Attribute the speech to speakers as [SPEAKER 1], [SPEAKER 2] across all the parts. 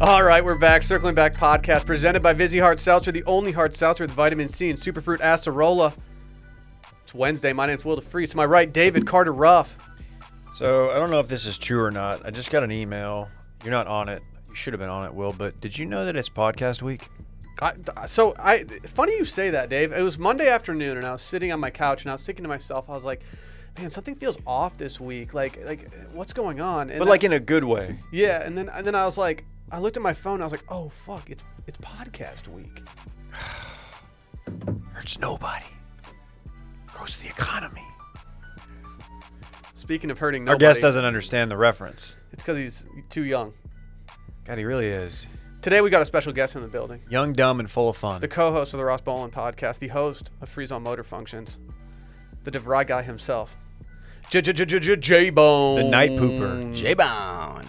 [SPEAKER 1] All right, we're back. Circling Back podcast presented by Vizzy Heart Seltzer, the only heart seltzer with vitamin C and superfruit acerola. It's Wednesday. My name's Will DeFreeze. To my right, David Carter Ruff.
[SPEAKER 2] So I don't know if this is true or not. I just got an email. You're not on it. You should have been on it, Will. But did you know that it's podcast week?
[SPEAKER 1] I, so I funny you say that, Dave. It was Monday afternoon, and I was sitting on my couch, and I was thinking to myself, I was like, "Man, something feels off this week. Like, like what's going on?" And
[SPEAKER 2] But like in a good way.
[SPEAKER 1] yeah, and then and then I was like, I looked at my phone, and I was like, "Oh fuck, it's it's podcast week."
[SPEAKER 2] Hurts nobody. Grows the economy.
[SPEAKER 1] Speaking of hurting
[SPEAKER 2] Our
[SPEAKER 1] nobody,
[SPEAKER 2] guest doesn't understand the reference.
[SPEAKER 1] It's because he's too young.
[SPEAKER 2] God, he really is
[SPEAKER 1] Today we got a special guest in the building,
[SPEAKER 2] young, dumb, and full of fun.
[SPEAKER 1] the co-host of the Ross Bolin podcast, the host of Freeze on Motor Functions, the DeVry guy himself, J J J J J Bone,
[SPEAKER 2] The night pooper.
[SPEAKER 3] J Bone.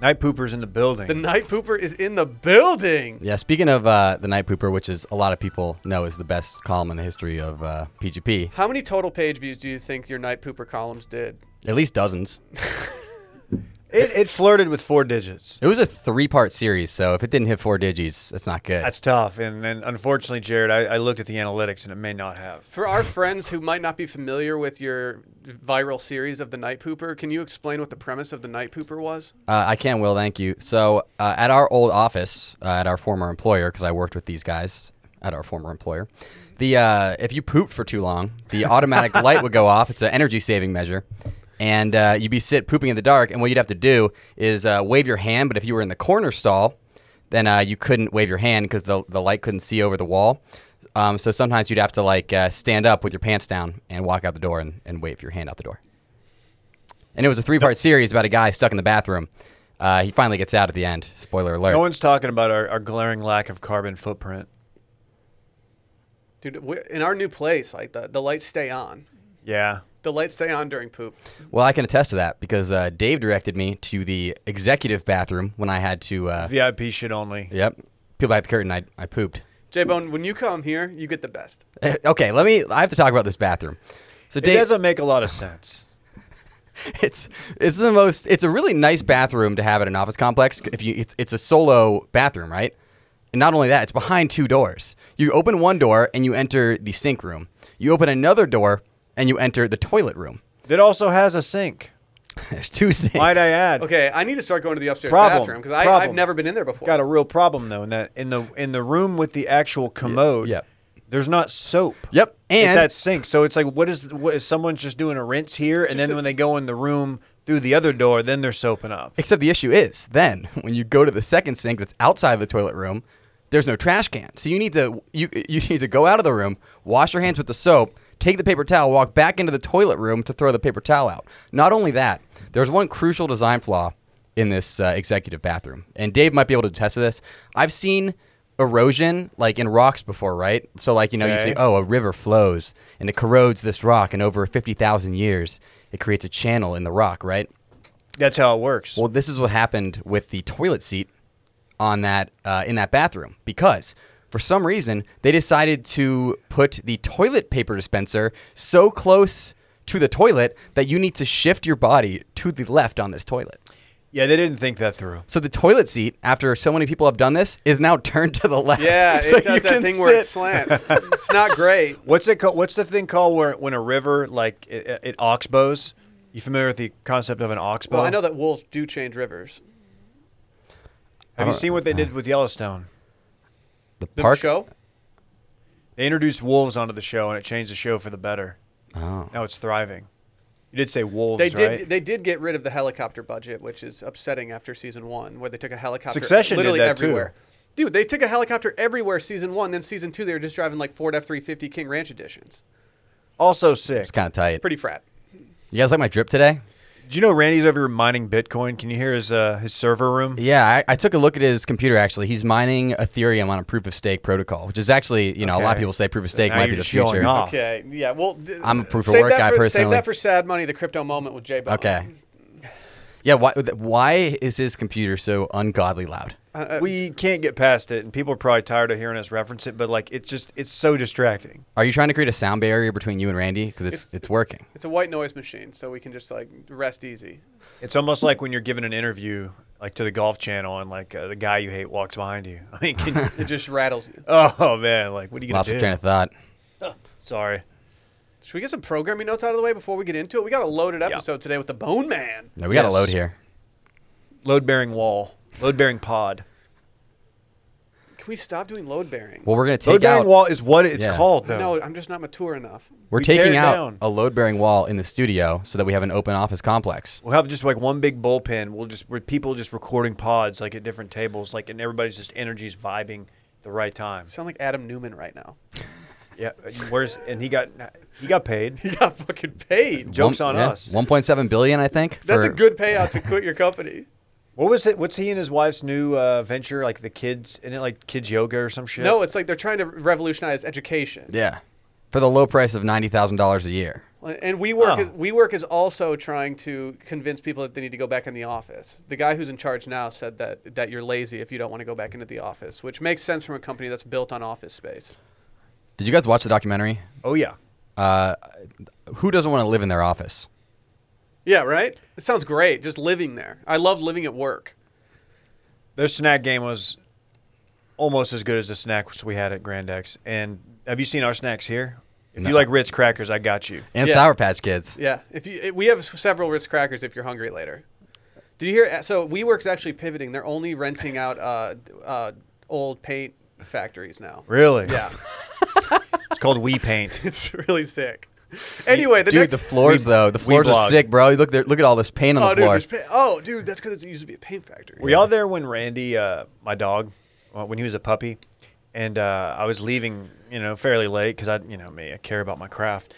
[SPEAKER 2] Night pooper's in the building.
[SPEAKER 1] The night pooper is in the building.
[SPEAKER 3] Yeah, speaking of uh, the Night Pooper, which is a lot of people know is the best column in the history of uh, PGP,
[SPEAKER 1] How many total page views do you think your night pooper columns did?
[SPEAKER 3] at least dozens.
[SPEAKER 2] it, it flirted with four digits.
[SPEAKER 3] It was a three-part series, so if it didn't hit four digis, that's not good.
[SPEAKER 2] That's tough. And then unfortunately, Jared, I, I looked at the analytics and it may not have.
[SPEAKER 1] For our friends who might not be familiar with your viral series of the night pooper, can you explain what the premise of the night pooper was?
[SPEAKER 3] Uh, I can, Will. Thank you. So, uh, at our old office, uh, at our former employer, because I worked with these guys at our former employer, the uh, if you pooped for too long, the automatic light would go off. It's an energy saving measure, and uh, you'd be sit pooping in the dark. And what you'd have to do is uh, wave your hand. But if you were in the corner stall, then uh, you couldn't wave your hand because the the light couldn't see over the wall. Um, so sometimes you'd have to like uh, stand up with your pants down and walk out the door and, and wave your hand out the door. And it was a three part series about a guy stuck in the bathroom. Uh, he finally gets out at the end. Spoiler alert.
[SPEAKER 2] No one's talking about our, our glaring lack of carbon footprint.
[SPEAKER 1] Dude, we in our new place, like the, the lights stay on.
[SPEAKER 2] Yeah.
[SPEAKER 1] The lights stay on during poop.
[SPEAKER 3] well, I can attest to that because uh, Dave directed me to the executive bathroom when I had to. Uh,
[SPEAKER 2] VIP shit only.
[SPEAKER 3] yep. Peel back the curtain. I, I pooped.
[SPEAKER 1] J Bone, when you come here, you get the best.
[SPEAKER 3] Eh, Okay, let me. I have to talk about this bathroom. So
[SPEAKER 2] It
[SPEAKER 3] Dave,
[SPEAKER 2] doesn't make a lot of sense.
[SPEAKER 3] it's it's the most. It's a really nice bathroom to have at an office complex. If you, it's it's a solo bathroom, right? And not only that, it's behind two doors. You open one door and you enter the sink room. You open another door and you enter the toilet room.
[SPEAKER 2] It also has a sink.
[SPEAKER 3] There's two sinks.
[SPEAKER 2] Might I add?
[SPEAKER 1] Okay, I need to start going to the upstairs
[SPEAKER 2] Problem,
[SPEAKER 1] bathroom because I've
[SPEAKER 2] problem.
[SPEAKER 1] never been in there before.
[SPEAKER 2] Got a real problem though in that in the in the room with the actual commode.
[SPEAKER 3] yep.
[SPEAKER 2] There's not soap.
[SPEAKER 3] Yep,
[SPEAKER 2] at
[SPEAKER 3] and-
[SPEAKER 2] that sink. So it's like, what is what is someone just doing a rinse here, and then when they go in the room through the other door, then they're soaping up.
[SPEAKER 3] Except the issue is then when you go to the second sink that's outside the toilet room, there's no trash can. So you need to you you need to go out of the room, wash your hands with the soap, take the paper towel, walk back into the toilet room to throw the paper towel out. Not only that, there's one crucial design flaw in this uh, executive bathroom, and Dave might be able to attest to this. I've seen erosion like in rocks before, right? So like you know you
[SPEAKER 2] Okay.
[SPEAKER 3] say, oh, a river flows and it corrodes this rock, and over fifty thousand years it creates a channel in the rock, right?
[SPEAKER 2] That's how it works.
[SPEAKER 3] Well, this is what happened with the toilet seat on that uh, in that bathroom because for some reason they decided to put the toilet paper dispenser so close to the toilet that you need to shift your body to the left on this toilet.
[SPEAKER 2] yeah, they didn't think that through.
[SPEAKER 3] So the toilet seat, after so many people have done this, is now turned to the left.
[SPEAKER 1] yeah,
[SPEAKER 3] so
[SPEAKER 1] it
[SPEAKER 3] you
[SPEAKER 1] does that
[SPEAKER 3] can
[SPEAKER 1] thing where it
[SPEAKER 3] sit-
[SPEAKER 1] slants. it's not great.
[SPEAKER 2] What's it called? What's the thing called where when a river like it, it oxbows? You familiar with the concept of an oxbow?
[SPEAKER 1] Well, I know that wolves do change rivers.
[SPEAKER 2] Have you seen what they did with Yellowstone?
[SPEAKER 3] the
[SPEAKER 1] The
[SPEAKER 3] park.
[SPEAKER 1] show?
[SPEAKER 2] They introduced wolves onto the show, and it changed the show for the better.
[SPEAKER 3] Oh.
[SPEAKER 2] Now it's thriving. You did say wolves,
[SPEAKER 1] They did.
[SPEAKER 2] right?
[SPEAKER 1] They did get rid of the helicopter budget, which is upsetting after season one, where they took a helicopter
[SPEAKER 2] Succession did
[SPEAKER 1] literally
[SPEAKER 2] that, too.
[SPEAKER 1] everywhere. Dude, they took a helicopter everywhere season one. Then season two, they were just driving like Ford F three fifty King Ranch editions.
[SPEAKER 2] also sick.
[SPEAKER 3] It's kind of tight.
[SPEAKER 1] Pretty frat.
[SPEAKER 3] You guys like my drip today?
[SPEAKER 2] Do you know Randy's over here mining Bitcoin? Can you hear his uh, his server room?
[SPEAKER 3] Yeah, I, I took a look at his computer. Actually, he's mining Ethereum on a proof of stake protocol, which is actually, you know, a lot of
[SPEAKER 2] Okay.
[SPEAKER 3] people say proof of stake
[SPEAKER 2] now
[SPEAKER 3] might
[SPEAKER 2] you're
[SPEAKER 3] be the
[SPEAKER 2] just showing
[SPEAKER 3] future.
[SPEAKER 2] off.
[SPEAKER 1] Okay. Yeah. Well, d-
[SPEAKER 3] I'm a proof of
[SPEAKER 1] save
[SPEAKER 3] work
[SPEAKER 1] that
[SPEAKER 3] guy
[SPEAKER 1] for, Save
[SPEAKER 3] personally.
[SPEAKER 1] that for sad money. The crypto moment with J Bone.
[SPEAKER 3] Okay. Yeah, why th- why is his computer so ungodly loud?
[SPEAKER 1] Uh,
[SPEAKER 2] We can't get past it, and people are probably tired of hearing us reference it. But like, it's just it's so distracting.
[SPEAKER 3] Are you trying to create a sound barrier between you and Randy? Because it's, it's
[SPEAKER 1] It's-
[SPEAKER 3] working.
[SPEAKER 1] It's a white noise machine, so we can just like rest easy.
[SPEAKER 2] It's almost like when you're given an interview like to the golf channel and like uh, the guy you hate walks behind you. I mean, can,
[SPEAKER 1] It just rattles you.
[SPEAKER 2] oh man, like what are you gonna
[SPEAKER 3] Lost my train
[SPEAKER 2] do?
[SPEAKER 3] of thought.
[SPEAKER 2] Sorry.
[SPEAKER 1] Should we get some programming notes out of the way before we get into it? We got a loaded episode today with the Bone Man.
[SPEAKER 3] No, we got a load
[SPEAKER 2] Yes.
[SPEAKER 3] here.
[SPEAKER 2] Load bearing wall. Load bearing pod.
[SPEAKER 1] Can we stop doing load bearing?
[SPEAKER 3] Well, we're gonna
[SPEAKER 2] Load
[SPEAKER 3] take
[SPEAKER 2] bearing
[SPEAKER 3] out.
[SPEAKER 2] wall is what it's
[SPEAKER 3] Yeah.
[SPEAKER 2] called though.
[SPEAKER 1] no, I'm just not mature enough.
[SPEAKER 3] We're
[SPEAKER 2] we tear
[SPEAKER 3] taking
[SPEAKER 2] it
[SPEAKER 3] out
[SPEAKER 2] down.
[SPEAKER 3] a load-bearing wall in the studio so that we have an open office complex.
[SPEAKER 2] We'll have just like one big bullpen. We'll just with people just recording pods like at different tables, like and everybody's just energies vibing the right time.
[SPEAKER 1] You sound like Adam Newman right now.
[SPEAKER 2] Yeah, where's and he got he got paid.
[SPEAKER 1] He got fucking paid.
[SPEAKER 2] Jokes
[SPEAKER 3] One-
[SPEAKER 2] on
[SPEAKER 3] yeah,
[SPEAKER 2] us.
[SPEAKER 3] 1.7 billion, I think.
[SPEAKER 1] That's a
[SPEAKER 3] for-
[SPEAKER 1] good payout to quit your company.
[SPEAKER 2] What was it? What's he and his wife's new uh, venture? Like the kids, isn't it like kids yoga or some shit?
[SPEAKER 1] No, it's like they're trying to revolutionize education.
[SPEAKER 3] Yeah, for the low price of ninety thousand dollars a year.
[SPEAKER 1] And we work.
[SPEAKER 2] Oh.
[SPEAKER 1] Is, we work is also trying to convince people that they need to go back in the office. The guy who's in charge now said that that you're lazy if you don't want to go back into the office, which makes sense from a company that's built on office space.
[SPEAKER 3] Did you guys watch the documentary?
[SPEAKER 2] Oh yeah.
[SPEAKER 3] Uh, who doesn't want to live in their office?
[SPEAKER 1] Yeah, right. It sounds great. Just living there. I love living at work.
[SPEAKER 2] Their snack game was almost as good as the snacks we had at Grand X. And have you seen our snacks here? If you
[SPEAKER 3] No.
[SPEAKER 2] like Ritz crackers, I got you.
[SPEAKER 3] And
[SPEAKER 1] Yeah.
[SPEAKER 3] Sour Patch Kids.
[SPEAKER 1] Yeah. If you, we have several Ritz crackers if you're hungry later. Did you hear? uh, So WeWork's actually pivoting. They're only renting out uh, uh, old paint factories now.
[SPEAKER 2] Really?
[SPEAKER 1] Yeah,
[SPEAKER 2] It's called We Paint.
[SPEAKER 1] it's really sick. Anyway, the
[SPEAKER 3] Dude,
[SPEAKER 1] next
[SPEAKER 3] the floors
[SPEAKER 2] we-
[SPEAKER 3] though, the
[SPEAKER 2] we
[SPEAKER 3] floors are
[SPEAKER 2] blog.
[SPEAKER 3] sick, bro. You Look, there, look at all this paint on
[SPEAKER 1] oh,
[SPEAKER 3] the
[SPEAKER 1] dude,
[SPEAKER 3] floor.
[SPEAKER 1] there's pa- oh, dude, that's because it used to be a paint factory.
[SPEAKER 2] Were y'all there when Randy, uh, my dog, uh, when he was a puppy, and uh, I was leaving, you know, fairly late because I, you know, me, I care about my craft,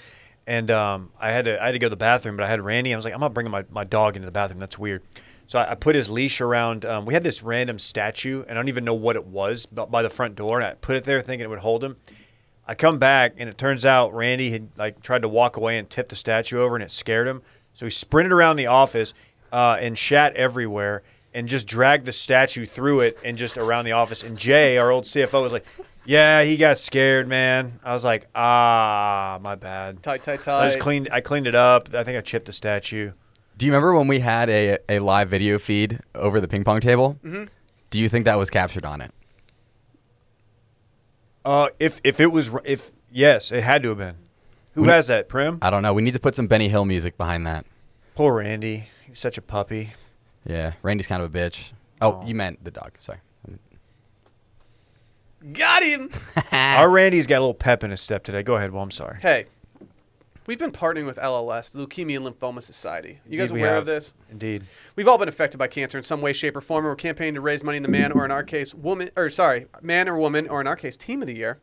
[SPEAKER 2] and um, I had to, I had to go to the bathroom, but I had Randy. I was like, I'm not bringing my, my dog into the bathroom. That's weird. So I, I put his leash around. Um, we had this random statue, and I don't even know what it was, but by the front door, and I put it there thinking it would hold him. I come back, and it turns out Randy had like tried to walk away and tipped the statue over, and it scared him. So he sprinted around the office uh, and shat everywhere, and just dragged the statue through it and just around the office. And Jay, our old CFO, was like, "Yeah, he got scared, man." I was like, "Ah, my bad."
[SPEAKER 1] Tight, tight,
[SPEAKER 2] So I just
[SPEAKER 1] tight.
[SPEAKER 2] cleaned. I cleaned it up. I think I chipped the statue.
[SPEAKER 3] Do you remember when we had a, a live video feed over the ping pong table? Mm-hmm. Do you think that was captured on it?
[SPEAKER 2] Uh, if if it was r- if yes, it had to have been. Who
[SPEAKER 3] We-
[SPEAKER 2] has that? Prim.
[SPEAKER 3] I don't know. We need to put some Benny Hill music behind that.
[SPEAKER 2] Poor Randy. He was such a puppy.
[SPEAKER 3] Yeah, Randy's kind of a bitch. Oh,
[SPEAKER 2] Aw.
[SPEAKER 3] you meant the dog. Sorry.
[SPEAKER 1] Got him. Ah.
[SPEAKER 2] Our Randy's got a little pep in his step today. Go ahead. Well, I'm sorry.
[SPEAKER 1] hey, we've been partnering with LLS, the Leukemia and Lymphoma Society. You guys
[SPEAKER 2] Indeed we
[SPEAKER 1] aware
[SPEAKER 2] have.
[SPEAKER 1] of this?
[SPEAKER 2] Indeed.
[SPEAKER 1] We've all been affected by cancer in some way, shape, or form. and We're campaigning to raise money in the man, or in our case, woman, or sorry, man or woman, or in our case, team of the year.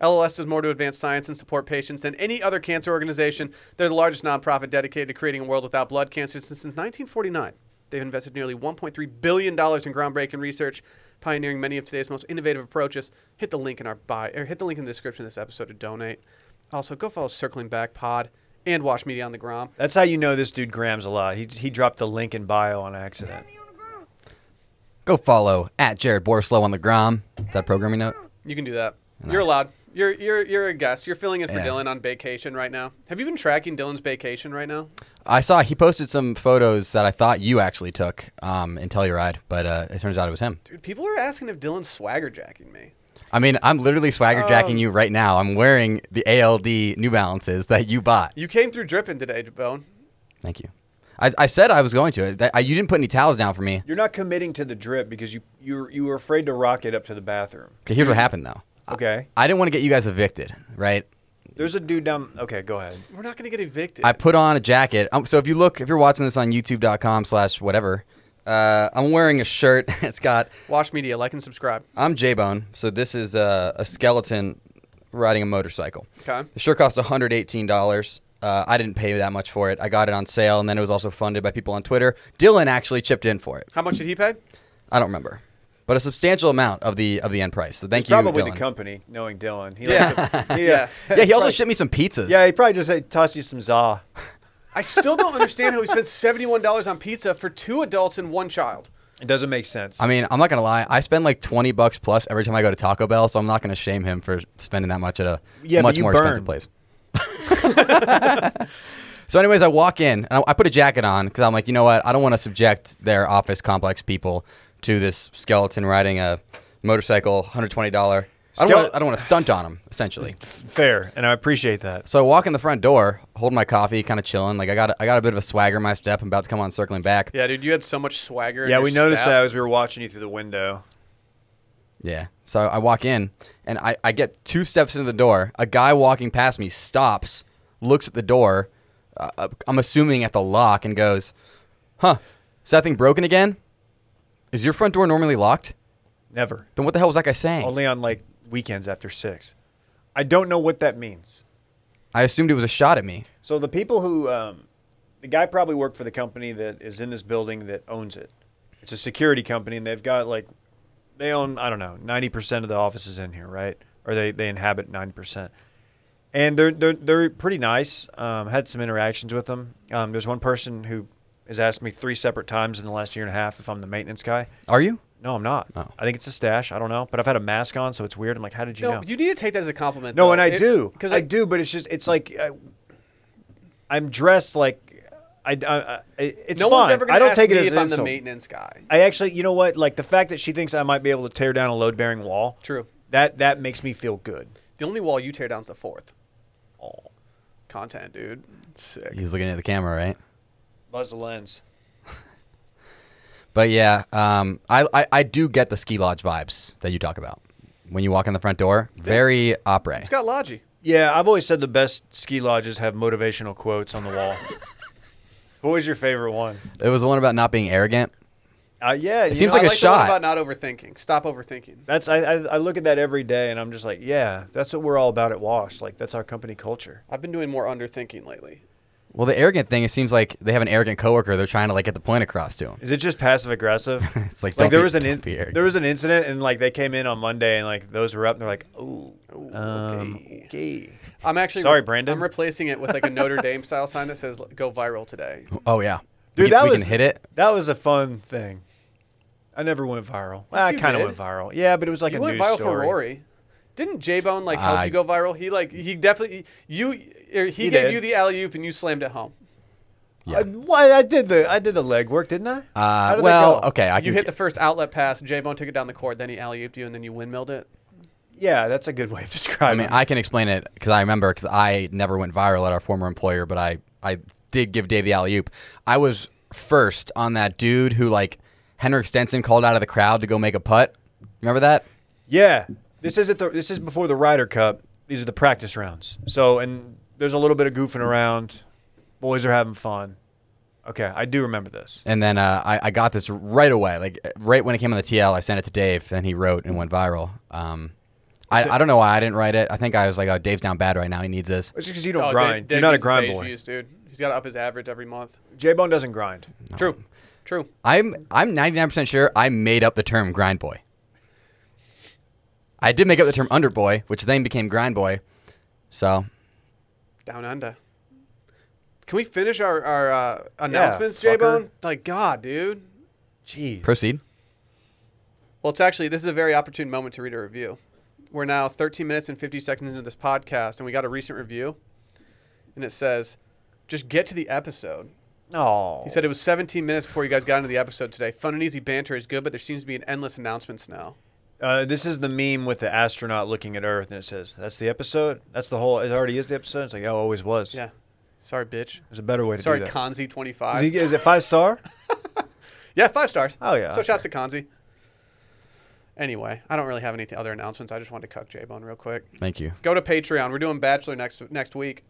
[SPEAKER 1] LLS does more to advance science and support patients than any other cancer organization. They're the largest nonprofit dedicated to creating a world without blood cancer since, since 1949. They've invested nearly $1.3 billion in groundbreaking research, pioneering many of today's most innovative approaches. Hit the link in our bio, or hit the link in the description of this episode to donate. Also, go follow Circling Back Pod and Watch Media on the Grom.
[SPEAKER 2] That's how you know this dude grams a lot. He, he dropped the link in bio on accident.
[SPEAKER 3] Go follow at Jared Borslow on the Grom. Is that a programming note?
[SPEAKER 1] You can do that.
[SPEAKER 3] Nice.
[SPEAKER 1] You're allowed. You're you're you're a guest. You're filling in for
[SPEAKER 3] Yeah.
[SPEAKER 1] Dylan on vacation right now. Have you been tracking Dylan's vacation right now?
[SPEAKER 3] I saw he posted some photos that I thought you actually took um, in Telluride, but uh, it turns out it was him.
[SPEAKER 1] Dude, people are asking if Dylan's swagger jacking me.
[SPEAKER 3] I mean, I'm literally swagger jacking you right now. I'm wearing the ALD New Balances that you bought.
[SPEAKER 1] You came through dripping today, Bone.
[SPEAKER 3] Thank you. I, I said I was going to. That- I, you didn't put any towels down for me.
[SPEAKER 2] You're not committing to the drip because you you you were afraid to rock it up to the bathroom.
[SPEAKER 3] Okay, here's what happened though.
[SPEAKER 1] Ah.
[SPEAKER 3] I-
[SPEAKER 2] Okay.
[SPEAKER 3] I, didn't want to get you guys evicted, right?
[SPEAKER 2] There's a dude down. Okay, go ahead.
[SPEAKER 1] We're not gonna get evicted.
[SPEAKER 3] I put on a jacket. Um, so if you look, if you're watching this on YouTube.com slash whatever, uh, I'm wearing a shirt. it's got
[SPEAKER 1] Watch media, like and subscribe.
[SPEAKER 3] I'm J Bone. So this is a, a skeleton riding a motorcycle.
[SPEAKER 1] Okay.
[SPEAKER 3] The shirt cost $118. Uh, I didn't pay that much for it. I got it on sale, and then it was also funded by people on Twitter. Dylan actually chipped in for it.
[SPEAKER 1] How much did he pay?
[SPEAKER 3] I don't remember, but a substantial amount of the of the end price. So thank
[SPEAKER 2] It's
[SPEAKER 3] you,
[SPEAKER 2] probably
[SPEAKER 3] Dylan.
[SPEAKER 2] the company knowing Dylan. He
[SPEAKER 1] Yeah.
[SPEAKER 2] likes to-
[SPEAKER 1] Yeah.
[SPEAKER 2] yeah.
[SPEAKER 3] yeah, he also
[SPEAKER 2] Probably-
[SPEAKER 3] shipped me some pizzas.
[SPEAKER 2] Yeah, he probably just like, tossed you some za.
[SPEAKER 1] I still don't understand how he spent seventy-one dollars on pizza for two adults and one child.
[SPEAKER 2] It doesn't make sense.
[SPEAKER 3] I mean, I'm not gonna lie. I spend like 20 bucks plus every time I go to Taco Bell, so I'm not gonna shame him for spending that much at a
[SPEAKER 2] Yeah, but
[SPEAKER 3] much
[SPEAKER 2] you
[SPEAKER 3] more
[SPEAKER 2] burn.
[SPEAKER 3] expensive place. So, anyways, I walk in and I, I put a jacket on because I'm like, you know what? I don't want to subject their office complex people to this skeleton riding a motorcycle, hundred twenty dollar. I don't
[SPEAKER 2] Skele-
[SPEAKER 3] wanna- I don't want to stunt on them essentially.
[SPEAKER 2] Fair, and I appreciate that.
[SPEAKER 3] So I walk in the front door, holding my coffee, kind of chilling. Like I got, a, I got a bit of a swagger in my step. I'm about to come on circling back.
[SPEAKER 1] Yeah, dude, you had so much swagger. in
[SPEAKER 2] Yeah,
[SPEAKER 1] your
[SPEAKER 2] we noticed
[SPEAKER 1] step.
[SPEAKER 2] that as we were watching you through the window.
[SPEAKER 3] Yeah. So I walk in and I, I get two steps into the door. A guy walking past me stops, looks at the door, uh, I'm assuming at the lock, and goes, Huh, is that thing broken again? Is your front door normally locked?
[SPEAKER 2] Never.
[SPEAKER 3] Then what the hell was that guy saying?
[SPEAKER 2] Only on like weekends after six. I don't know what that means.
[SPEAKER 3] I assumed it was a shot at me.
[SPEAKER 2] So the people who, um, the guy probably worked for the company that is in this building that owns it. It's a security company, and they've got like, they own I don't know ninety percent of the offices in here, right? Or they they inhabit ninety percent. And they're they're they're pretty nice. Um, had some interactions with them. Um, there's one person who has asked me three separate times in the last year and a half if I'm the maintenance guy.
[SPEAKER 3] Are you?
[SPEAKER 2] No, I'm not.
[SPEAKER 3] Oh.
[SPEAKER 2] I think it's a stash. I don't know, but I've had a mask on, so it's weird. I'm like, how did you
[SPEAKER 1] No,
[SPEAKER 2] know?
[SPEAKER 1] you need to take that as a compliment.
[SPEAKER 2] No,
[SPEAKER 1] though.
[SPEAKER 2] and I
[SPEAKER 1] It-
[SPEAKER 2] do.
[SPEAKER 1] 'cause
[SPEAKER 2] I do, but it's just it's like I, I'm dressed like I, I, I it's
[SPEAKER 1] No
[SPEAKER 2] fine.
[SPEAKER 1] one's ever gonna
[SPEAKER 2] I don't
[SPEAKER 1] ask
[SPEAKER 2] take it
[SPEAKER 1] me
[SPEAKER 2] as
[SPEAKER 1] if
[SPEAKER 2] an
[SPEAKER 1] I'm the
[SPEAKER 2] insult.
[SPEAKER 1] maintenance guy.
[SPEAKER 2] I actually, you know what? Like the fact that she thinks I might be able to tear down a load bearing wall.
[SPEAKER 1] True.
[SPEAKER 2] That that makes me feel good.
[SPEAKER 1] The only wall you tear down is the fourth. Oh, content, dude. Sick.
[SPEAKER 3] He's looking at the camera, right?
[SPEAKER 2] Buzz the lens.
[SPEAKER 3] But yeah, um, I, I, I do get the ski lodge vibes that you talk about when you walk in the front door. Very opera.
[SPEAKER 1] It's got Logi.
[SPEAKER 2] Yeah, I've always said the best ski lodges have motivational quotes on the wall. what was your favorite one?
[SPEAKER 3] It was the one about not being arrogant.
[SPEAKER 2] Uh, yeah, it
[SPEAKER 3] seems like
[SPEAKER 1] I
[SPEAKER 3] a
[SPEAKER 1] like the one
[SPEAKER 3] shot.
[SPEAKER 1] about not overthinking. Stop overthinking.
[SPEAKER 2] That's I, I I look at that every day and I'm just like, yeah, that's what we're all about at Wash. Like that's our company culture.
[SPEAKER 1] I've been doing more underthinking lately.
[SPEAKER 3] Well, the arrogant thing, it seems like they have an arrogant coworker. They're trying to like get the point across to him.
[SPEAKER 2] Is it just passive aggressive?
[SPEAKER 3] It's like,
[SPEAKER 2] like
[SPEAKER 3] don't
[SPEAKER 2] there
[SPEAKER 3] be-
[SPEAKER 2] was an
[SPEAKER 3] don't
[SPEAKER 2] in,
[SPEAKER 3] be arrogant.
[SPEAKER 2] there was an incident and like they came in on Monday and like those were up and they're like, oh,
[SPEAKER 1] Ooh,
[SPEAKER 2] um,
[SPEAKER 1] okay.
[SPEAKER 2] okay.
[SPEAKER 1] I'm actually
[SPEAKER 2] Sorry, Brandon.
[SPEAKER 1] I'm replacing it with like a Notre Dame style sign that says "Go viral today."
[SPEAKER 3] Oh yeah,
[SPEAKER 2] Dude,
[SPEAKER 3] we,
[SPEAKER 2] that
[SPEAKER 3] we
[SPEAKER 2] was
[SPEAKER 3] can hit it.
[SPEAKER 2] That was a fun thing. I never went viral. Well, I
[SPEAKER 1] you
[SPEAKER 2] kind of
[SPEAKER 1] did.
[SPEAKER 2] went viral. Yeah, but it was like
[SPEAKER 1] You
[SPEAKER 2] a
[SPEAKER 1] went
[SPEAKER 2] news
[SPEAKER 1] viral
[SPEAKER 2] story.
[SPEAKER 1] for Rory. Didn't J Bone like help
[SPEAKER 3] I-
[SPEAKER 1] you go viral? He like he definitely you er, he,
[SPEAKER 2] He
[SPEAKER 1] gave
[SPEAKER 2] did.
[SPEAKER 1] you the alley oop and you slammed it home.
[SPEAKER 3] Yeah.
[SPEAKER 2] I, why I did the I did the leg work, didn't I? How
[SPEAKER 3] Uh,
[SPEAKER 2] did that
[SPEAKER 3] well,
[SPEAKER 2] go?
[SPEAKER 3] okay, I
[SPEAKER 1] you
[SPEAKER 3] can.
[SPEAKER 1] hit the first outlet pass. J Bone took it down the court. Then he alley ooped you and then you windmilled it.
[SPEAKER 2] Yeah, that's a good way of
[SPEAKER 3] I
[SPEAKER 2] describing.
[SPEAKER 3] mean,
[SPEAKER 2] it.
[SPEAKER 3] I can explain it because I remember because I never went viral at our former employer, but I I did give Dave the alley oop. I was first on that dude who like Henrik Stenson called out of the crowd to go make a putt. Remember that?
[SPEAKER 2] Yeah, this is at the this is before the Ryder Cup. These are the practice rounds. So and there's a little bit of goofing around. Boys are having fun. Okay, I do remember this.
[SPEAKER 3] And then uh, I, I got this right away. Like right when it came on the TL, I sent it to Dave, and he wrote and went viral. Um, I, I don't know why I didn't write it. I think I was like, oh, Dave's down bad right now. He needs this.
[SPEAKER 2] It's because you don't
[SPEAKER 1] Oh,
[SPEAKER 2] grind.
[SPEAKER 1] Dave-
[SPEAKER 2] You're not a
[SPEAKER 1] Dave
[SPEAKER 2] grind
[SPEAKER 1] needs
[SPEAKER 2] boy.
[SPEAKER 1] page views, dude. He's got to up his average every month.
[SPEAKER 2] J Bone doesn't grind.
[SPEAKER 1] True, true.
[SPEAKER 3] I'm I'm 99% sure I made up the term grind boy. I did make up the term underboy, which then became grind boy. So,
[SPEAKER 1] Down under. Can we finish our our uh, announcements, J Bone?
[SPEAKER 2] fucker.
[SPEAKER 1] Like God, dude.
[SPEAKER 2] Jeez.
[SPEAKER 3] proceed.
[SPEAKER 1] Well, it's actually this is a very opportune moment to read a review. We're now 13 minutes and 50 seconds into this podcast, and we got a recent review, and it says, "Just get to the episode."
[SPEAKER 2] No.
[SPEAKER 1] He said it was 17 minutes before you guys got into the episode today. Fun and easy banter is good, but there seems to be an endless announcements now.
[SPEAKER 2] uh, "This is the meme with the astronaut looking at Earth, and it says that's the episode. That's the whole. It already is the episode. It's like, oh, always was.
[SPEAKER 1] Yeah, sorry, bitch.
[SPEAKER 2] There's a better way to
[SPEAKER 1] Sorry,
[SPEAKER 2] do that.
[SPEAKER 1] Conzi
[SPEAKER 2] is,
[SPEAKER 1] 25.
[SPEAKER 2] he- is it five star?
[SPEAKER 1] Yeah, five stars.
[SPEAKER 2] Oh, yeah,
[SPEAKER 1] So shouts to Kanzi. Anyway, I don't really have any other announcements. I just wanted to cuck J Bone real quick.
[SPEAKER 3] Thank you.
[SPEAKER 1] Go to Patreon. We're doing Bachelor next next week.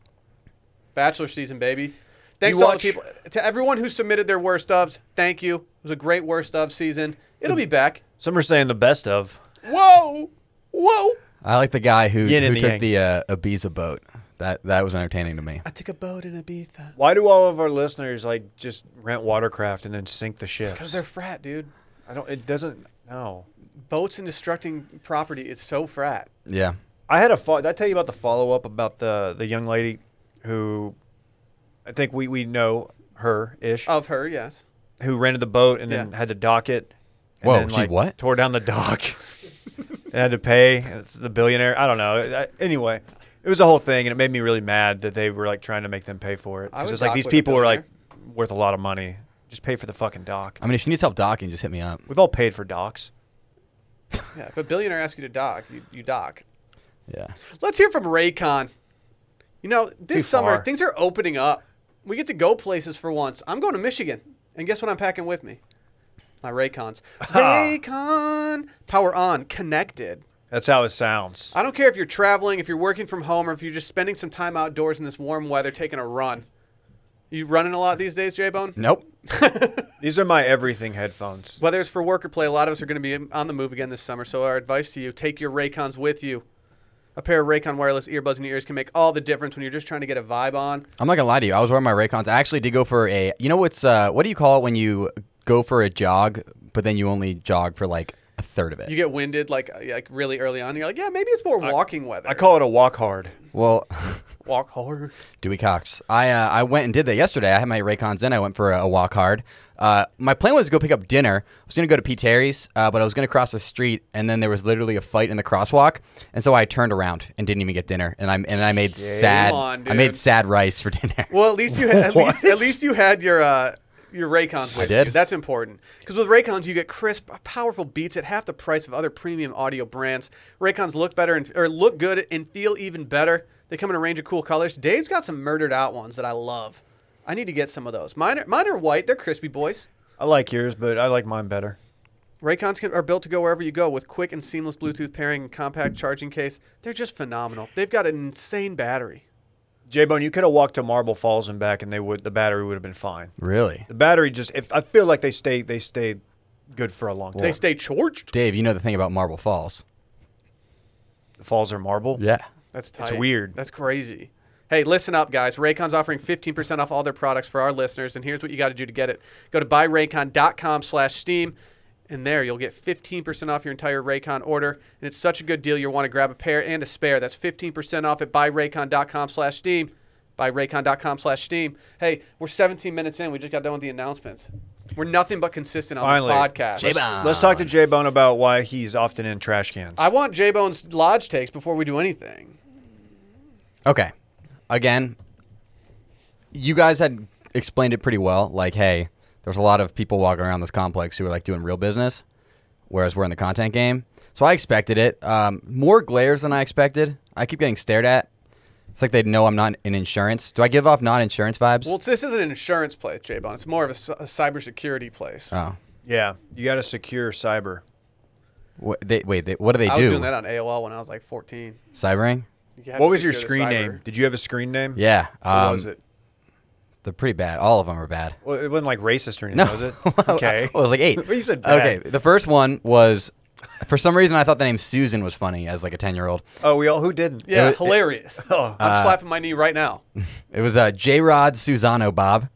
[SPEAKER 1] Bachelor season, baby. Thanks
[SPEAKER 2] You
[SPEAKER 1] to all the
[SPEAKER 2] watch-
[SPEAKER 1] people, to everyone who submitted their worst ofs. Thank you. It was a great worst of season. It'll be back.
[SPEAKER 2] Some are saying the best of.
[SPEAKER 1] Whoa, whoa!
[SPEAKER 3] I like the guy who,
[SPEAKER 2] Yin and
[SPEAKER 3] who
[SPEAKER 2] the
[SPEAKER 3] took the uh, Ibiza boat. That that was entertaining to me.
[SPEAKER 1] I took a boat in Ibiza.
[SPEAKER 2] Why do all of our listeners like just rent watercraft and then sink the ships?
[SPEAKER 1] Cause they're frat, dude.
[SPEAKER 2] I don't. It doesn't. No.
[SPEAKER 1] Boats and destructing property is so frat.
[SPEAKER 3] Yeah.
[SPEAKER 2] I had a. Fo- did I tell you about the follow up about the the young lady who, I think we we know her ish,
[SPEAKER 1] Of her, yes.
[SPEAKER 2] who rented the boat and then
[SPEAKER 1] Oh. Yeah.
[SPEAKER 2] had to dock it. And
[SPEAKER 3] Whoa,
[SPEAKER 2] then,
[SPEAKER 3] she
[SPEAKER 2] like,
[SPEAKER 3] what?
[SPEAKER 2] Tore down the dock. and had to pay It's the billionaire. I don't know. I- Anyway, it was a whole thing, and it made me really mad that they were like trying to make them pay for it.
[SPEAKER 1] I
[SPEAKER 2] Because
[SPEAKER 1] would
[SPEAKER 2] it's like
[SPEAKER 1] dock
[SPEAKER 2] these
[SPEAKER 1] with a
[SPEAKER 2] people are like worth a lot of money. Just pay for the fucking dock.
[SPEAKER 3] I mean, if she needs help docking, just hit me up.
[SPEAKER 2] We've all paid for docs.
[SPEAKER 1] Yeah, if a billionaire asks you to dock, you, you dock.
[SPEAKER 3] Yeah.
[SPEAKER 1] Let's hear from Raycon. You know, this
[SPEAKER 2] Too
[SPEAKER 1] summer
[SPEAKER 2] far.
[SPEAKER 1] things are opening up. We get to go places for once. I'm going to Michigan, and guess what I'm packing with me? My Raycons. Raycon power on, connected.
[SPEAKER 2] That's how it sounds.
[SPEAKER 1] I don't care if you're traveling, if you're working from home, or if you're just spending some time outdoors in this warm weather taking a run. You running a lot these days, J Bone?
[SPEAKER 3] Nope.
[SPEAKER 2] These are my everything headphones.
[SPEAKER 1] Whether it's for work or play, a lot of us are going to be on the move again this summer. So our advice to you: take your Raycons with you. A pair of Raycon wireless earbuds in your ears can make all the difference when you're just trying to get a vibe on.
[SPEAKER 3] I'm not gonna lie to you. I was wearing my Raycons. I actually did go for a. You know what's? Uh, what do you call it when you go for a jog, but then you only jog for like a third of it?
[SPEAKER 1] You get winded like uh, like really early on. And you're like, yeah, maybe it's more walking weather.
[SPEAKER 2] I call it a walk hard.
[SPEAKER 3] well,
[SPEAKER 1] walk hard.
[SPEAKER 3] Dewey Cox. I uh, I went and did that yesterday. I had my Raycons in. I went for a, a walk hard. Uh, my plan was to go pick up dinner. I was gonna go to Pete Terry's, uh, but I was gonna cross the street, and then there was literally a fight in the crosswalk, and so I turned around and didn't even get dinner, and I and I made sad.
[SPEAKER 1] Come on,
[SPEAKER 3] I made
[SPEAKER 1] dude.
[SPEAKER 3] sad rice for dinner.
[SPEAKER 1] Well, at least you had, at least at least you had your uh, your Raycons with
[SPEAKER 3] did.
[SPEAKER 1] you. That's important because with Raycons you get crisp, powerful beats at half the price of other premium audio brands. Raycons look better and or look good and feel even better. They come in a range of cool colors. Dave's got some murdered out ones that I love. I need to get some of those. Mine are, mine are white. They're crispy boys.
[SPEAKER 2] I like yours, but I like mine better.
[SPEAKER 1] Raycons can, are built to go wherever you go with quick and seamless Bluetooth pairing and compact charging case. They're just phenomenal. They've got an insane battery.
[SPEAKER 2] J Bone, you could have walked to Marble Falls and back, and they would the battery would have been fine.
[SPEAKER 3] really,
[SPEAKER 2] The battery just if I feel like they stay they stay good for a long time.
[SPEAKER 1] They stay charged.
[SPEAKER 3] Dave? You know the thing about Marble Falls.
[SPEAKER 2] the falls are marble.
[SPEAKER 3] Yeah.
[SPEAKER 1] That's tight.
[SPEAKER 2] It's weird.
[SPEAKER 1] That's crazy. Hey, listen up, guys. Raycon's offering 15% off all their products for our listeners, and here's what you got to do to get it. Go to buyraycon.com slash steam, and there you'll get 15% off your entire Raycon order. And it's such a good deal, you'll want to grab a pair and a spare. That's 15% off at buyraycon.com slash steam. Buyraycon.com slash steam. Hey, we're 17 minutes in. We just got done with the announcements. We're nothing but consistent on
[SPEAKER 2] Finally,
[SPEAKER 1] this podcast.
[SPEAKER 3] J-
[SPEAKER 2] Let's, let's talk to J Bone about why he's often in trash cans.
[SPEAKER 1] I want J Bone's lodge takes before we do anything.
[SPEAKER 3] Okay. Again, you guys had explained it pretty well. Like, hey, there's a lot of people walking around this complex who are like doing real business, whereas we're in the content game. So I expected it. Um, more glares than I expected. I keep getting stared at. It's like they know I'm not in insurance. Do I give off non-insurance vibes?
[SPEAKER 1] Well, this isn't an insurance place, J Bone. It's more of a, c- a cybersecurity place.
[SPEAKER 3] oh,
[SPEAKER 2] yeah, you got to secure cyber.
[SPEAKER 3] what, they, wait. They, what do they
[SPEAKER 1] I was
[SPEAKER 3] do?
[SPEAKER 1] doing that on AOL when I was like 14.
[SPEAKER 3] Cybering?
[SPEAKER 1] You had
[SPEAKER 2] What
[SPEAKER 1] to
[SPEAKER 2] was your
[SPEAKER 1] secure the
[SPEAKER 2] screen
[SPEAKER 1] cyber.
[SPEAKER 2] name? Did you have a screen name?
[SPEAKER 3] Yeah.
[SPEAKER 2] What
[SPEAKER 3] Um,
[SPEAKER 2] was it?
[SPEAKER 3] They're pretty bad. All of them are bad.
[SPEAKER 2] Well, it wasn't like racist or anything,
[SPEAKER 3] No.
[SPEAKER 2] was it? Okay.
[SPEAKER 3] Well, it Oh, was like eight.
[SPEAKER 2] But you said
[SPEAKER 3] okay.
[SPEAKER 2] bad.
[SPEAKER 3] The first one was, for some reason, I thought the name Susan was funny as like a ten year old.
[SPEAKER 2] Oh, we all who didn't?
[SPEAKER 1] Yeah,
[SPEAKER 3] It was-
[SPEAKER 1] hilarious.
[SPEAKER 2] Oh.
[SPEAKER 1] I'm slapping my knee right now.
[SPEAKER 3] It was uh, J Rod Susano Bob.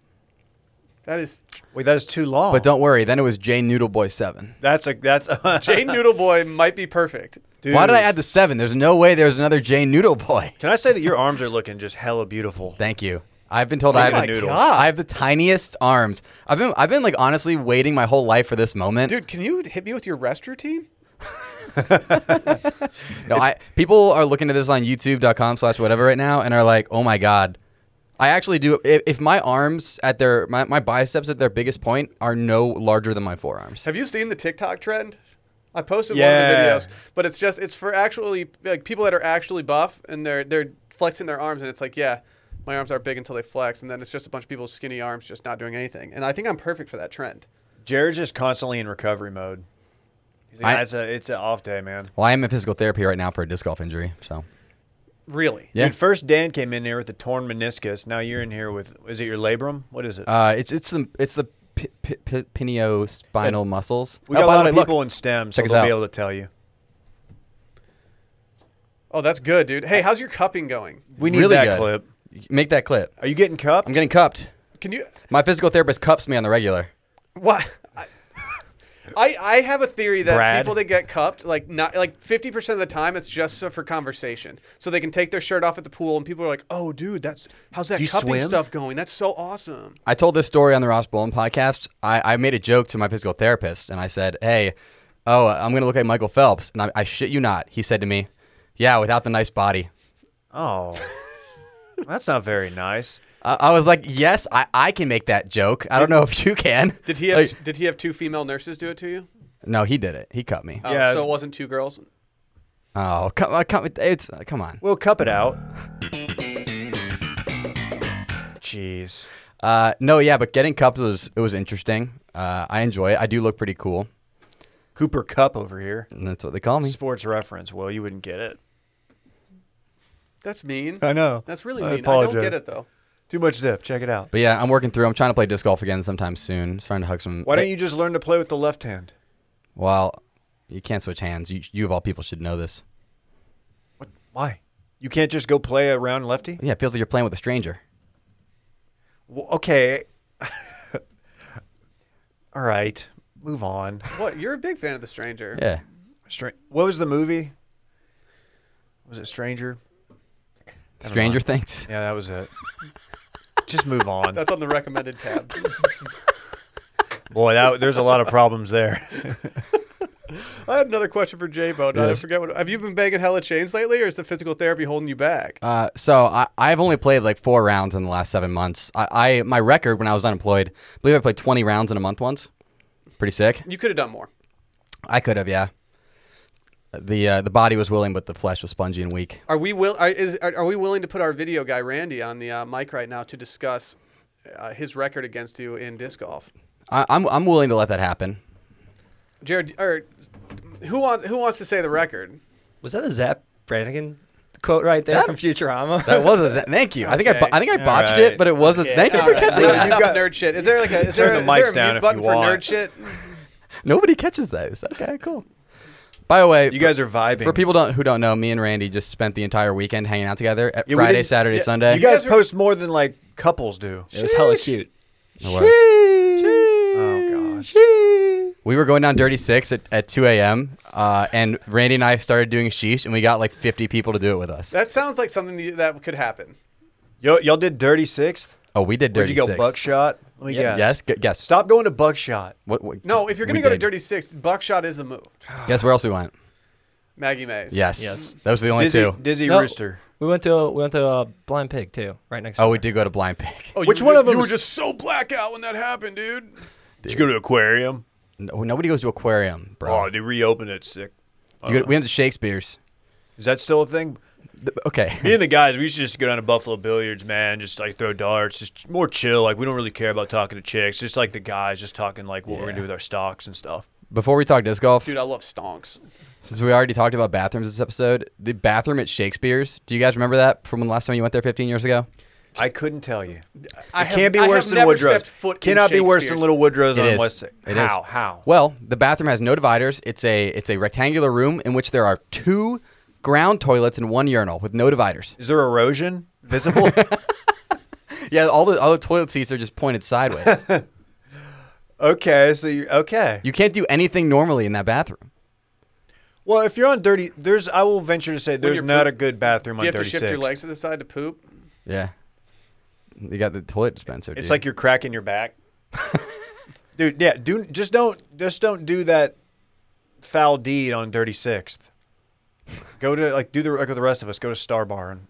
[SPEAKER 1] That is
[SPEAKER 2] Wait, that is too long.
[SPEAKER 3] But don't worry, then it was J Noodle Boy Seven.
[SPEAKER 2] That's a that's a
[SPEAKER 1] Jay Noodle Boy might be perfect.
[SPEAKER 2] Dude,
[SPEAKER 3] Why did I add the seven? There's no way there's another J Noodle Boy.
[SPEAKER 2] Can I say that your arms are looking just hella beautiful?
[SPEAKER 3] Thank you. I've been told I
[SPEAKER 2] at
[SPEAKER 3] have
[SPEAKER 2] the
[SPEAKER 3] the
[SPEAKER 2] noodles.
[SPEAKER 3] I have the tiniest arms. I've been I've been like honestly waiting my whole life for this moment.
[SPEAKER 1] Dude, can you hit me with your rest routine?
[SPEAKER 3] no, I people are looking at this on youtube.com slash whatever right now and are like, oh my God. I actually do if, if my arms at their my, my biceps at their biggest point are no larger than my forearms.
[SPEAKER 1] Have you seen the TikTok trend? I posted
[SPEAKER 2] Yeah.
[SPEAKER 1] one of the videos, but it's just it's for actually like people that are actually buff and they're they're flexing their arms and it's like, yeah, my arms are big until they flex and then it's just a bunch of people with skinny arms just not doing anything. And I think I'm perfect for that trend.
[SPEAKER 2] Jared's just constantly in recovery mode. He's like,
[SPEAKER 3] I-
[SPEAKER 2] "Ah, it's a it's an off day, man.
[SPEAKER 3] Well, I am in physical therapy right now for a disc golf injury, so
[SPEAKER 1] Really.
[SPEAKER 3] Yeah.
[SPEAKER 2] Dude, first Dan came in here with the torn meniscus. Now you're in here with is it your labrum? What is it?
[SPEAKER 3] Uh, it's it's the it's the p- p- p- pineospinal muscles.
[SPEAKER 2] we
[SPEAKER 3] Oh,
[SPEAKER 2] got a
[SPEAKER 3] by the
[SPEAKER 2] lot
[SPEAKER 3] way,
[SPEAKER 2] of
[SPEAKER 3] look,
[SPEAKER 2] people in STEM, so
[SPEAKER 3] check us
[SPEAKER 2] they'll be
[SPEAKER 3] out.
[SPEAKER 2] able to tell you.
[SPEAKER 1] Oh, that's good, dude. Hey, how's your cupping going?
[SPEAKER 2] We need
[SPEAKER 3] Really
[SPEAKER 2] that
[SPEAKER 3] good.
[SPEAKER 2] clip.
[SPEAKER 3] Make that clip.
[SPEAKER 2] Are you getting cupped?
[SPEAKER 3] I'm getting cupped.
[SPEAKER 1] Can you
[SPEAKER 3] My physical therapist cups me on the regular.
[SPEAKER 1] What? I, I I have a theory that
[SPEAKER 2] Brad.
[SPEAKER 1] people that get cupped, like not like fifty percent of the time, it's just so for conversation. So they can take their shirt off at the pool, and people are like, "Oh, dude, that's how's that
[SPEAKER 2] Do you
[SPEAKER 1] cupping
[SPEAKER 2] swim?
[SPEAKER 1] stuff going? That's so awesome."
[SPEAKER 3] I told this story on the Ross Bolin podcast. I, I made a joke to my physical therapist, and I said, "Hey, oh, I'm gonna look like Michael Phelps." And I, I shit you not, he said to me, "Yeah, without the nice body."
[SPEAKER 2] Oh, that's not very nice.
[SPEAKER 3] I, I was like, yes, I, I can make that joke. I don't know if you can.
[SPEAKER 1] Did he have
[SPEAKER 3] Like,
[SPEAKER 1] Did he have two female nurses do it to you?
[SPEAKER 3] no, he did it. He cut me.
[SPEAKER 1] Oh,
[SPEAKER 2] Yeah,
[SPEAKER 1] So
[SPEAKER 2] it's-
[SPEAKER 1] it wasn't two girls.
[SPEAKER 3] Oh, come, uh, come it's uh, come on.
[SPEAKER 2] We'll cup it out. Jeez.
[SPEAKER 3] Uh, no, yeah, but getting cupped was it was interesting. Uh, I enjoy it. I do look pretty cool.
[SPEAKER 2] Cooper Cup over here.
[SPEAKER 3] And that's what they call me.
[SPEAKER 2] Sports reference. Well, you wouldn't get it.
[SPEAKER 1] That's mean.
[SPEAKER 2] I know.
[SPEAKER 1] That's really
[SPEAKER 2] I
[SPEAKER 1] mean. I don't
[SPEAKER 2] apologize.
[SPEAKER 1] get it though.
[SPEAKER 2] Too much dip. Check it out.
[SPEAKER 3] But yeah, I'm working through. I'm trying to play disc golf again sometime soon. Just trying to hug some.
[SPEAKER 2] Why don't you just learn to play with the left hand?
[SPEAKER 3] Well, you can't switch hands. You, you of all people should know this.
[SPEAKER 2] What? Why? You can't just go play around lefty?
[SPEAKER 3] Yeah, it feels like you're playing with a stranger.
[SPEAKER 2] Well, okay. All right. Move on.
[SPEAKER 1] What? You're a big fan of The Stranger.
[SPEAKER 3] Yeah.
[SPEAKER 2] Stra- what was the movie? Was it Stranger? Never
[SPEAKER 3] Stranger
[SPEAKER 2] mind.
[SPEAKER 3] Things.
[SPEAKER 2] Yeah, that was it. just move on.
[SPEAKER 1] That's on the recommended tab.
[SPEAKER 2] Boy, that, there's a lot of problems there.
[SPEAKER 1] I had another question for J Bone. I
[SPEAKER 2] Yes.
[SPEAKER 1] forget what. Have you been banging hella chains lately, or is the physical therapy holding you back?
[SPEAKER 3] Uh, so I, I've only played like four rounds in the last seven months. I, I my record when I was unemployed, I believe I played 20 rounds in a month once. Pretty sick.
[SPEAKER 1] you could have done more.
[SPEAKER 3] I could have, yeah. The uh, the body was willing, but the flesh was spongy and weak.
[SPEAKER 1] Are we will? Are, is are, are we willing to put our video guy Randy on the uh, mic right now to discuss uh, his record against you in disc golf?
[SPEAKER 3] I, I'm I'm willing to let that happen.
[SPEAKER 1] Jared, or who wants who wants to say the record?
[SPEAKER 4] Was that a Zap Brannigan quote right there
[SPEAKER 3] That-
[SPEAKER 4] from Futurama?
[SPEAKER 3] That was a thank you. I think I bo-
[SPEAKER 1] Okay.
[SPEAKER 3] I think I
[SPEAKER 2] All
[SPEAKER 3] botched
[SPEAKER 2] right.
[SPEAKER 3] it, but it was a thank you
[SPEAKER 1] All
[SPEAKER 3] for
[SPEAKER 1] right.
[SPEAKER 3] catching
[SPEAKER 1] Enough-
[SPEAKER 3] that.
[SPEAKER 1] enough nerd shit. Is there like a is there,
[SPEAKER 2] the
[SPEAKER 1] is there
[SPEAKER 2] mics
[SPEAKER 1] a
[SPEAKER 2] down
[SPEAKER 1] mute
[SPEAKER 2] if
[SPEAKER 1] button
[SPEAKER 2] you
[SPEAKER 1] for
[SPEAKER 2] want.
[SPEAKER 1] nerd shit?
[SPEAKER 3] Nobody catches those. Okay, cool. By the way,
[SPEAKER 2] You guys are vibing.
[SPEAKER 3] for people don't, who don't know, me and Randy just spent the entire weekend hanging out together at
[SPEAKER 2] Yeah, we
[SPEAKER 3] Friday,
[SPEAKER 2] didn't-
[SPEAKER 3] Saturday,
[SPEAKER 1] yeah,
[SPEAKER 3] Sunday.
[SPEAKER 2] you guys
[SPEAKER 1] guys are-
[SPEAKER 2] post more than like couples do.
[SPEAKER 4] it was hella cute.
[SPEAKER 3] It was.
[SPEAKER 2] Oh gosh.
[SPEAKER 3] We were going down Dirty Six at, at 2 a.m. Uh, and Randy and I started doing sheesh, and we got like 50 people to do it with us.
[SPEAKER 1] That sounds like something that- that could happen.
[SPEAKER 2] Yo, y'all did Dirty Sixth.
[SPEAKER 3] Oh, we did
[SPEAKER 2] Where'd
[SPEAKER 3] Dirty
[SPEAKER 2] you go?
[SPEAKER 3] Six.
[SPEAKER 2] Buckshot. Let me
[SPEAKER 3] Yeah,
[SPEAKER 2] guess.
[SPEAKER 3] Yes, gu- guess.
[SPEAKER 2] Stop going to Buckshot.
[SPEAKER 3] What, what,
[SPEAKER 1] No, if you're gonna
[SPEAKER 3] we
[SPEAKER 1] go
[SPEAKER 3] did.
[SPEAKER 1] to Dirty Six, Buckshot is the move.
[SPEAKER 3] Guess where else we went?
[SPEAKER 1] Maggie Mays.
[SPEAKER 3] Yes.
[SPEAKER 4] Yes.
[SPEAKER 3] Those were the only
[SPEAKER 2] Dizzy,
[SPEAKER 3] two.
[SPEAKER 2] Dizzy
[SPEAKER 4] No,
[SPEAKER 2] Rooster.
[SPEAKER 4] We went to we went to uh, Blind Pig too, right next.
[SPEAKER 3] Oh,
[SPEAKER 4] door.
[SPEAKER 3] we did go to Blind Pig.
[SPEAKER 1] Oh, you
[SPEAKER 2] Which
[SPEAKER 1] were
[SPEAKER 2] one
[SPEAKER 1] ju-
[SPEAKER 2] of 'em
[SPEAKER 1] You were
[SPEAKER 2] is-
[SPEAKER 1] just so blackout when that happened, dude.
[SPEAKER 2] Did you go to Aquarium?
[SPEAKER 3] No, nobody goes to aquarium, bro.
[SPEAKER 2] Oh, they reopened it. Sick.
[SPEAKER 3] You go- we went to Shakespeare's.
[SPEAKER 2] Is that still a thing?
[SPEAKER 3] Th- Okay.
[SPEAKER 2] Me and the guys, we used to just go down to Buffalo Billiards, man. Just like throw darts, just more chill. Like we don't really care about talking to chicks. Just like the guys, just talking like what we're gonna
[SPEAKER 3] Yeah.
[SPEAKER 2] do with our stocks and stuff.
[SPEAKER 3] Before we talk disc golf,
[SPEAKER 1] Dude, I love stonks.
[SPEAKER 3] since we already talked about bathrooms this episode, the bathroom at Shakespeare's. Do you guys remember that from when the last time you went there 15 years ago?
[SPEAKER 2] I couldn't tell you.
[SPEAKER 1] I
[SPEAKER 2] it
[SPEAKER 1] have-
[SPEAKER 2] can't be
[SPEAKER 1] I have
[SPEAKER 2] worse than
[SPEAKER 1] never
[SPEAKER 2] Woodrow's.
[SPEAKER 1] stepped foot in
[SPEAKER 2] Cannot be worse than
[SPEAKER 1] Shakespeare's.
[SPEAKER 2] Little Woodrow's
[SPEAKER 3] It
[SPEAKER 2] on
[SPEAKER 3] is.
[SPEAKER 2] West. Sixth.
[SPEAKER 3] It is.
[SPEAKER 2] how? How?
[SPEAKER 3] Well, the bathroom has no dividers. It's a it's a rectangular room in which there are two ground toilets and one urinal with no dividers.
[SPEAKER 2] Is there erosion visible?
[SPEAKER 3] Yeah, all the all the toilet seats are just pointed sideways.
[SPEAKER 2] okay, so you okay.
[SPEAKER 3] you can't do anything normally in that bathroom.
[SPEAKER 2] well, if you're on dirty, there's. I will venture to say there's
[SPEAKER 1] you're
[SPEAKER 2] not
[SPEAKER 1] poop-
[SPEAKER 2] a good bathroom
[SPEAKER 1] Do you have
[SPEAKER 2] on
[SPEAKER 1] to
[SPEAKER 2] dirty
[SPEAKER 1] shift
[SPEAKER 2] six.
[SPEAKER 1] your legs to the side to poop?
[SPEAKER 3] Yeah. You got the toilet dispenser.
[SPEAKER 2] It's
[SPEAKER 3] dude.
[SPEAKER 2] like you're cracking your back, dude. Yeah, do just don't just don't do that foul deed on dirty sixth. Go to like do the like the rest of us. Go to Star Bar and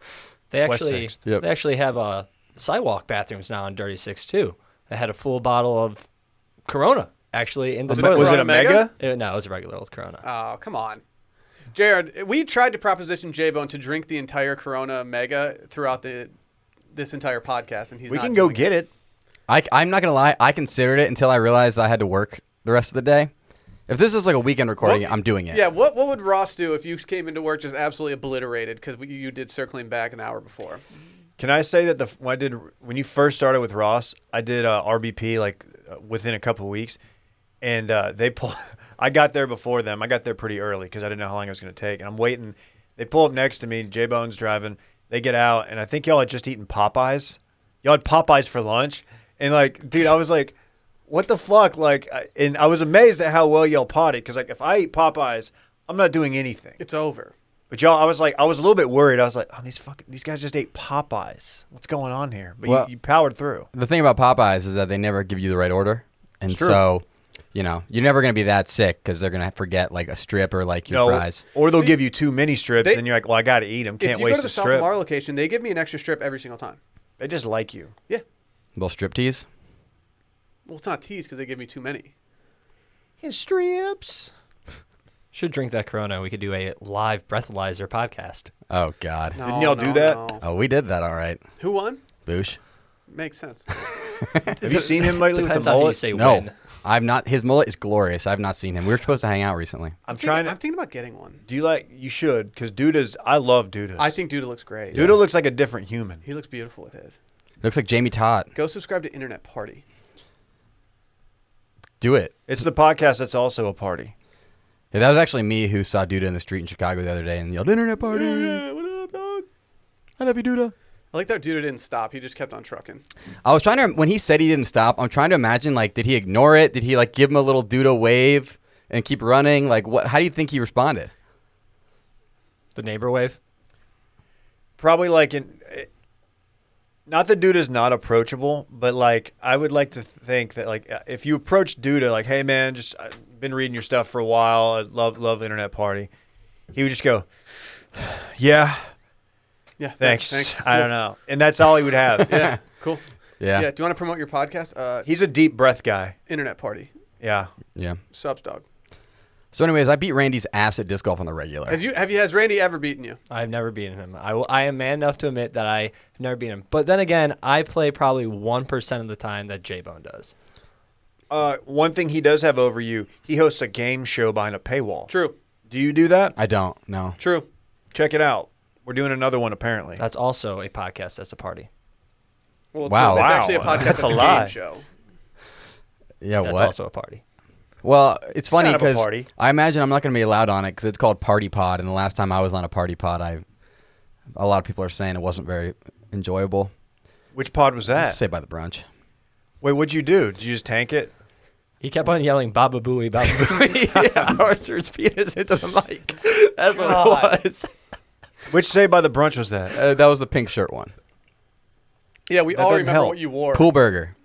[SPEAKER 4] They
[SPEAKER 2] West
[SPEAKER 4] actually
[SPEAKER 2] Sixth.
[SPEAKER 3] Yep.
[SPEAKER 4] they actually have uh, sidewalk bathrooms now on Dirty Six too. They had a full bottle of Corona actually in the toilet.
[SPEAKER 2] was it a
[SPEAKER 1] Corona Mega?
[SPEAKER 2] mega?
[SPEAKER 4] Uh, no, it was a regular old Corona.
[SPEAKER 1] Oh, come on. Jared, we tried to proposition J Bone to drink the entire Corona Mega throughout the this entire podcast, and he's
[SPEAKER 2] We
[SPEAKER 1] not
[SPEAKER 2] can go
[SPEAKER 1] doing
[SPEAKER 2] get it.
[SPEAKER 3] I, I'm not gonna lie. I considered it until I realized I had to work the rest of the day. If this was like a weekend recording, I'm doing it.
[SPEAKER 1] Yeah, what what would Ross do if you came into work just absolutely obliterated because you did circling back an hour before?
[SPEAKER 2] Can I say that the when I did when you first started with Ross, I did uh, RBP like uh, within a couple of weeks, and uh, they pull. I got there before them. I got there pretty early because I didn't know how long it was going to take, and I'm waiting. They pull up next to me. J Bone's driving. They get out, and I think y'all had just eaten Popeyes. Y'all had Popeyes for lunch, and like, dude, I was like, "What the fuck?" Like, I- and I was amazed at how well y'all potted because like, if I eat Popeyes, I'm not doing anything.
[SPEAKER 1] It's over.
[SPEAKER 2] But y'all, I was like, I was a little bit worried. I was like, oh, these fucking, these guys just ate Popeyes. What's going on here? But
[SPEAKER 3] Well-
[SPEAKER 2] you, you powered through.
[SPEAKER 3] The thing about Popeyes is that they never give you the right order, and
[SPEAKER 2] It's true.
[SPEAKER 3] so You know, you're never gonna be that sick because they're gonna forget like a strip or like your
[SPEAKER 2] No,
[SPEAKER 3] fries.
[SPEAKER 2] or they'll
[SPEAKER 1] See,
[SPEAKER 2] give you too many strips,
[SPEAKER 1] they-
[SPEAKER 2] and you're like, "Well, I got to eat them.
[SPEAKER 1] If
[SPEAKER 2] Can't
[SPEAKER 1] you go to
[SPEAKER 2] waste
[SPEAKER 1] the
[SPEAKER 2] a
[SPEAKER 1] South Lamar
[SPEAKER 2] strip."
[SPEAKER 1] location, they give me an extra strip every single time.
[SPEAKER 2] They just like you.
[SPEAKER 1] Yeah.
[SPEAKER 3] Little strip tease.
[SPEAKER 1] Well, it's not teas because they give me too many.
[SPEAKER 2] His strips.
[SPEAKER 4] Should drink that Corona. We could do a live breathalyzer podcast.
[SPEAKER 3] Oh God.
[SPEAKER 1] No,
[SPEAKER 2] Didn't y'all
[SPEAKER 1] no,
[SPEAKER 2] do that?
[SPEAKER 1] no.
[SPEAKER 3] Oh, we did that all right.
[SPEAKER 1] Who won?
[SPEAKER 3] Boosh.
[SPEAKER 1] Makes sense.
[SPEAKER 2] Have you seen him lately with
[SPEAKER 4] Depends
[SPEAKER 2] the
[SPEAKER 4] on who you
[SPEAKER 2] mullet?
[SPEAKER 4] say
[SPEAKER 3] No,
[SPEAKER 4] when.
[SPEAKER 3] I've not. His mullet is glorious. I've not seen him. We were supposed to hang out recently.
[SPEAKER 2] I'm trying
[SPEAKER 1] I'm
[SPEAKER 2] to.
[SPEAKER 1] thinking about getting one.
[SPEAKER 2] Do you like? You should, because Duda's. I love Duda's.
[SPEAKER 1] I think Duda looks great.
[SPEAKER 2] Duda looks like a different human.
[SPEAKER 1] He looks beautiful with his.
[SPEAKER 3] Looks like Jamie Todd.
[SPEAKER 1] Go subscribe to Internet Party.
[SPEAKER 3] Do it.
[SPEAKER 2] It's the podcast that's also a party.
[SPEAKER 3] Yeah, that was actually me who saw Duda in the street in Chicago the other day and yelled, "Internet party!
[SPEAKER 1] what up, dog?
[SPEAKER 3] I love you, Duda."
[SPEAKER 1] I like that Duda didn't stop. He just kept on trucking.
[SPEAKER 3] I was trying to when he said he didn't stop. I'm trying to imagine like, did he ignore it? Did he like give him a little Duda wave and keep running? Like, what? How do you think he responded?
[SPEAKER 4] The neighbor wave.
[SPEAKER 2] Probably like in. It, not that Duda's not approachable, but like I would like to think that like uh, if you approach Duda like, "Hey man, just I've been reading your stuff for a while. I love love the internet party," he would just go, "Yeah,
[SPEAKER 1] Yeah.
[SPEAKER 2] thanks. I don't know," and that's all he would have.
[SPEAKER 1] Yeah. Cool.
[SPEAKER 3] Yeah,
[SPEAKER 1] Yeah. Do you want to promote your podcast? Uh,
[SPEAKER 2] He's a deep breath guy.
[SPEAKER 1] Internet Party.
[SPEAKER 2] Yeah.
[SPEAKER 3] yeah.
[SPEAKER 1] Subs dog.
[SPEAKER 3] So, anyways, I beat Randy's ass at disc golf on the regular.
[SPEAKER 1] Has you have you has Randy ever beaten you?
[SPEAKER 4] I've never beaten him. I, will, I am man enough to admit that I have never beaten him. But then again, I play probably 1% of the time that J Bone does.
[SPEAKER 2] Uh, one thing he does have over you, he hosts a game show behind a paywall.
[SPEAKER 1] True.
[SPEAKER 2] Do you do that?
[SPEAKER 3] I don't. No.
[SPEAKER 1] True.
[SPEAKER 2] Check it out. We're doing another one apparently.
[SPEAKER 4] That's also a podcast that's a party.
[SPEAKER 1] Well, it's
[SPEAKER 3] Wow.
[SPEAKER 1] It's
[SPEAKER 2] Wow.
[SPEAKER 1] actually a podcast.
[SPEAKER 2] That's
[SPEAKER 1] That's,
[SPEAKER 2] a
[SPEAKER 1] a,
[SPEAKER 2] lie.
[SPEAKER 1] game show.
[SPEAKER 3] Yeah.
[SPEAKER 4] That's
[SPEAKER 3] what?
[SPEAKER 4] also a party.
[SPEAKER 3] Well, it's funny
[SPEAKER 2] kind of a
[SPEAKER 3] because
[SPEAKER 2] party.
[SPEAKER 3] I imagine I'm not going to be allowed on it because it's called Party Pod, and the last time I was on a Party Pod, I a lot of people are saying it wasn't very enjoyable.
[SPEAKER 2] Which pod was that?
[SPEAKER 3] Say by the brunch.
[SPEAKER 2] Wait, what'd you do? Did you just tank it?
[SPEAKER 4] He kept on yelling "Baba Booey, Baba Booey," yeah, Arthur his penis into the mic. That's what it was.
[SPEAKER 2] Which say by the brunch was that?
[SPEAKER 3] Uh, that was the pink shirt one.
[SPEAKER 1] Yeah, we
[SPEAKER 2] That
[SPEAKER 1] all
[SPEAKER 2] doesn't
[SPEAKER 1] remember
[SPEAKER 2] help.
[SPEAKER 1] what you wore.
[SPEAKER 3] Cool burger.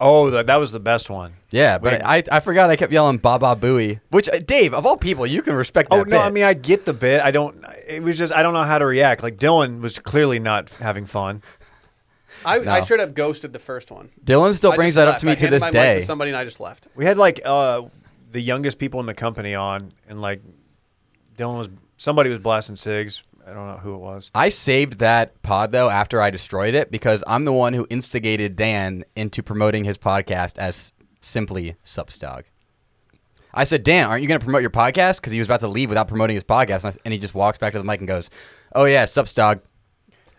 [SPEAKER 2] Oh, that, that was the best one.
[SPEAKER 3] Yeah, but
[SPEAKER 2] Wait.
[SPEAKER 3] I, I forgot I kept yelling "Baba Booey," which uh, Dave of all people you can respect.
[SPEAKER 2] Oh
[SPEAKER 3] that
[SPEAKER 2] no,
[SPEAKER 3] bit.
[SPEAKER 2] I mean I get the bit. I don't. It was just I don't know how to react. Like Dylan was clearly not having fun.
[SPEAKER 1] I, I
[SPEAKER 3] No.
[SPEAKER 1] straight up ghosted the first one.
[SPEAKER 3] Dylan still
[SPEAKER 1] I
[SPEAKER 3] brings
[SPEAKER 1] just
[SPEAKER 3] that up
[SPEAKER 1] left.
[SPEAKER 3] to me
[SPEAKER 1] I
[SPEAKER 3] to
[SPEAKER 1] handed
[SPEAKER 3] this
[SPEAKER 1] my mic
[SPEAKER 3] day.
[SPEAKER 1] To somebody and I just left.
[SPEAKER 2] We had like uh, the youngest people in the company on, and like Dylan was somebody was blasting cigs. I don't know who it was.
[SPEAKER 3] I saved that pod though after I destroyed it because I'm the one who instigated Dan into promoting his podcast as simply Substog. I said, Dan, aren't you going to promote your podcast? Because he was about to leave without promoting his podcast, and, I s- and he just walks back to the mic and goes, "Oh yeah, Substog."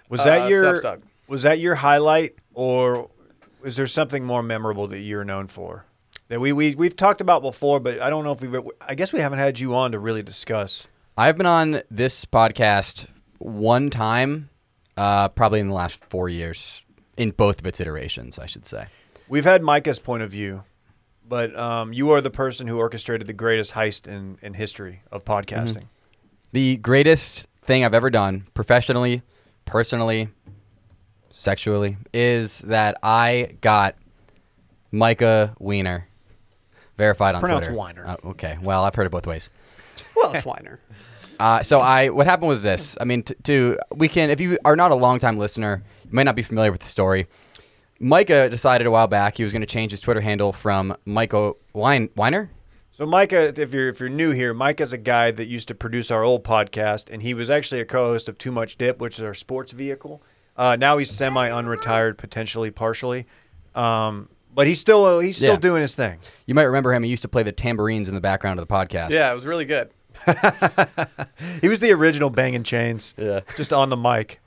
[SPEAKER 2] Was that
[SPEAKER 1] Uh,
[SPEAKER 2] your
[SPEAKER 1] Substock.
[SPEAKER 2] was that your highlight, or is there something more memorable that you're known for that we we we've talked about before? But I don't know if we've. I guess we haven't had you on to really discuss.
[SPEAKER 3] I've been on this podcast one time, uh, probably in the last four years, in both of its iterations, I should say.
[SPEAKER 2] We've had Micah's point of view, but um, you are the person who orchestrated the greatest heist in in history of
[SPEAKER 3] Mm-hmm.
[SPEAKER 2] podcasting.
[SPEAKER 3] The greatest thing I've ever done, professionally, personally, sexually, is that I got Micah Wiener verified
[SPEAKER 2] It's
[SPEAKER 3] on
[SPEAKER 2] pronounced
[SPEAKER 3] Twitter.
[SPEAKER 2] Weiner.
[SPEAKER 3] Uh, okay. Well, I've heard it both ways.
[SPEAKER 1] Well, it's Weiner.
[SPEAKER 3] Uh, so I, what happened was this. I mean, t- to we can, if you are not a longtime listener, you may not be familiar with the story. Micah decided a while back he was going to change his Twitter handle from Michael Wein- Weiner.
[SPEAKER 2] So Micah, if you're if you're new here, Micah's a guy that used to produce our old podcast, and he was actually a co-host of Too Much Dip, which is our sports vehicle. Uh, now he's semi-unretired, potentially partially, um, but he's still he's still
[SPEAKER 3] Yeah.
[SPEAKER 2] doing his thing.
[SPEAKER 3] You might remember him. He used to play the tambourines in the background of the podcast.
[SPEAKER 1] Yeah, it was really good.
[SPEAKER 2] He was the original Bangin' Chains,
[SPEAKER 3] Yeah.
[SPEAKER 2] just on the mic.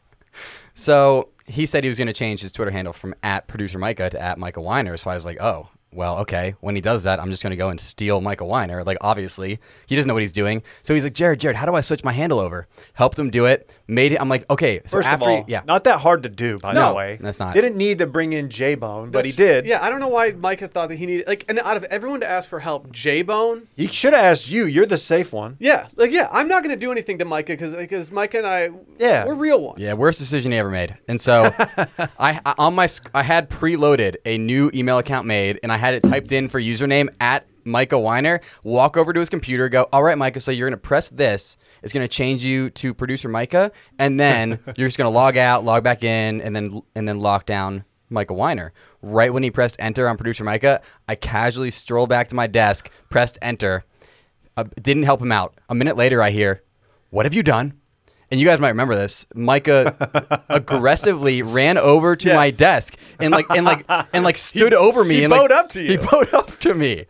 [SPEAKER 3] So he said he was going to change his Twitter handle from at producer Micah to at Micah Weiner. So I was like, oh, well, okay. When he does that, I'm just going to go and steal Micah Weiner. Like, obviously, he doesn't know what he's doing. So he's like, Jared, Jared, how do I switch my handle over? Helped him do it. Made it. I'm like, okay. So
[SPEAKER 2] First
[SPEAKER 3] after,
[SPEAKER 2] of all,
[SPEAKER 3] yeah.
[SPEAKER 2] not that hard to do, by
[SPEAKER 1] No,
[SPEAKER 2] the way.
[SPEAKER 3] that's not.
[SPEAKER 2] Didn't need to bring in J Bone, but he
[SPEAKER 1] That's-
[SPEAKER 2] did.
[SPEAKER 1] Yeah, I don't know why Micah thought that he needed like, and out of everyone to ask for help, J Bone.
[SPEAKER 2] He should have asked you. You're the safe one.
[SPEAKER 1] Yeah, like yeah, I'm not gonna do anything to Micah because because Micah and I,
[SPEAKER 2] Yeah.
[SPEAKER 1] we're real ones.
[SPEAKER 3] yeah, worst decision he ever made. And so, I, I on my sc- I had preloaded a new email account made, and I had it typed in for username at Micah Weiner, walk over to his computer, go, all right, Micah, so you're going to press this. It's going to change you to producer Micah, and then you're just going to log out, log back in, and then and then lock down Micah Weiner. Right when he pressed enter on producer Micah, I casually strolled back to my desk, pressed enter, uh, didn't help him out. A minute later, I hear, "What have you done?" And you guys might remember this. Micah aggressively ran over to my
[SPEAKER 1] Yes.
[SPEAKER 3] desk and like and like and like stood over me
[SPEAKER 1] he
[SPEAKER 3] and like,
[SPEAKER 1] bowed up to
[SPEAKER 3] He
[SPEAKER 1] you.
[SPEAKER 3] bowed up to me.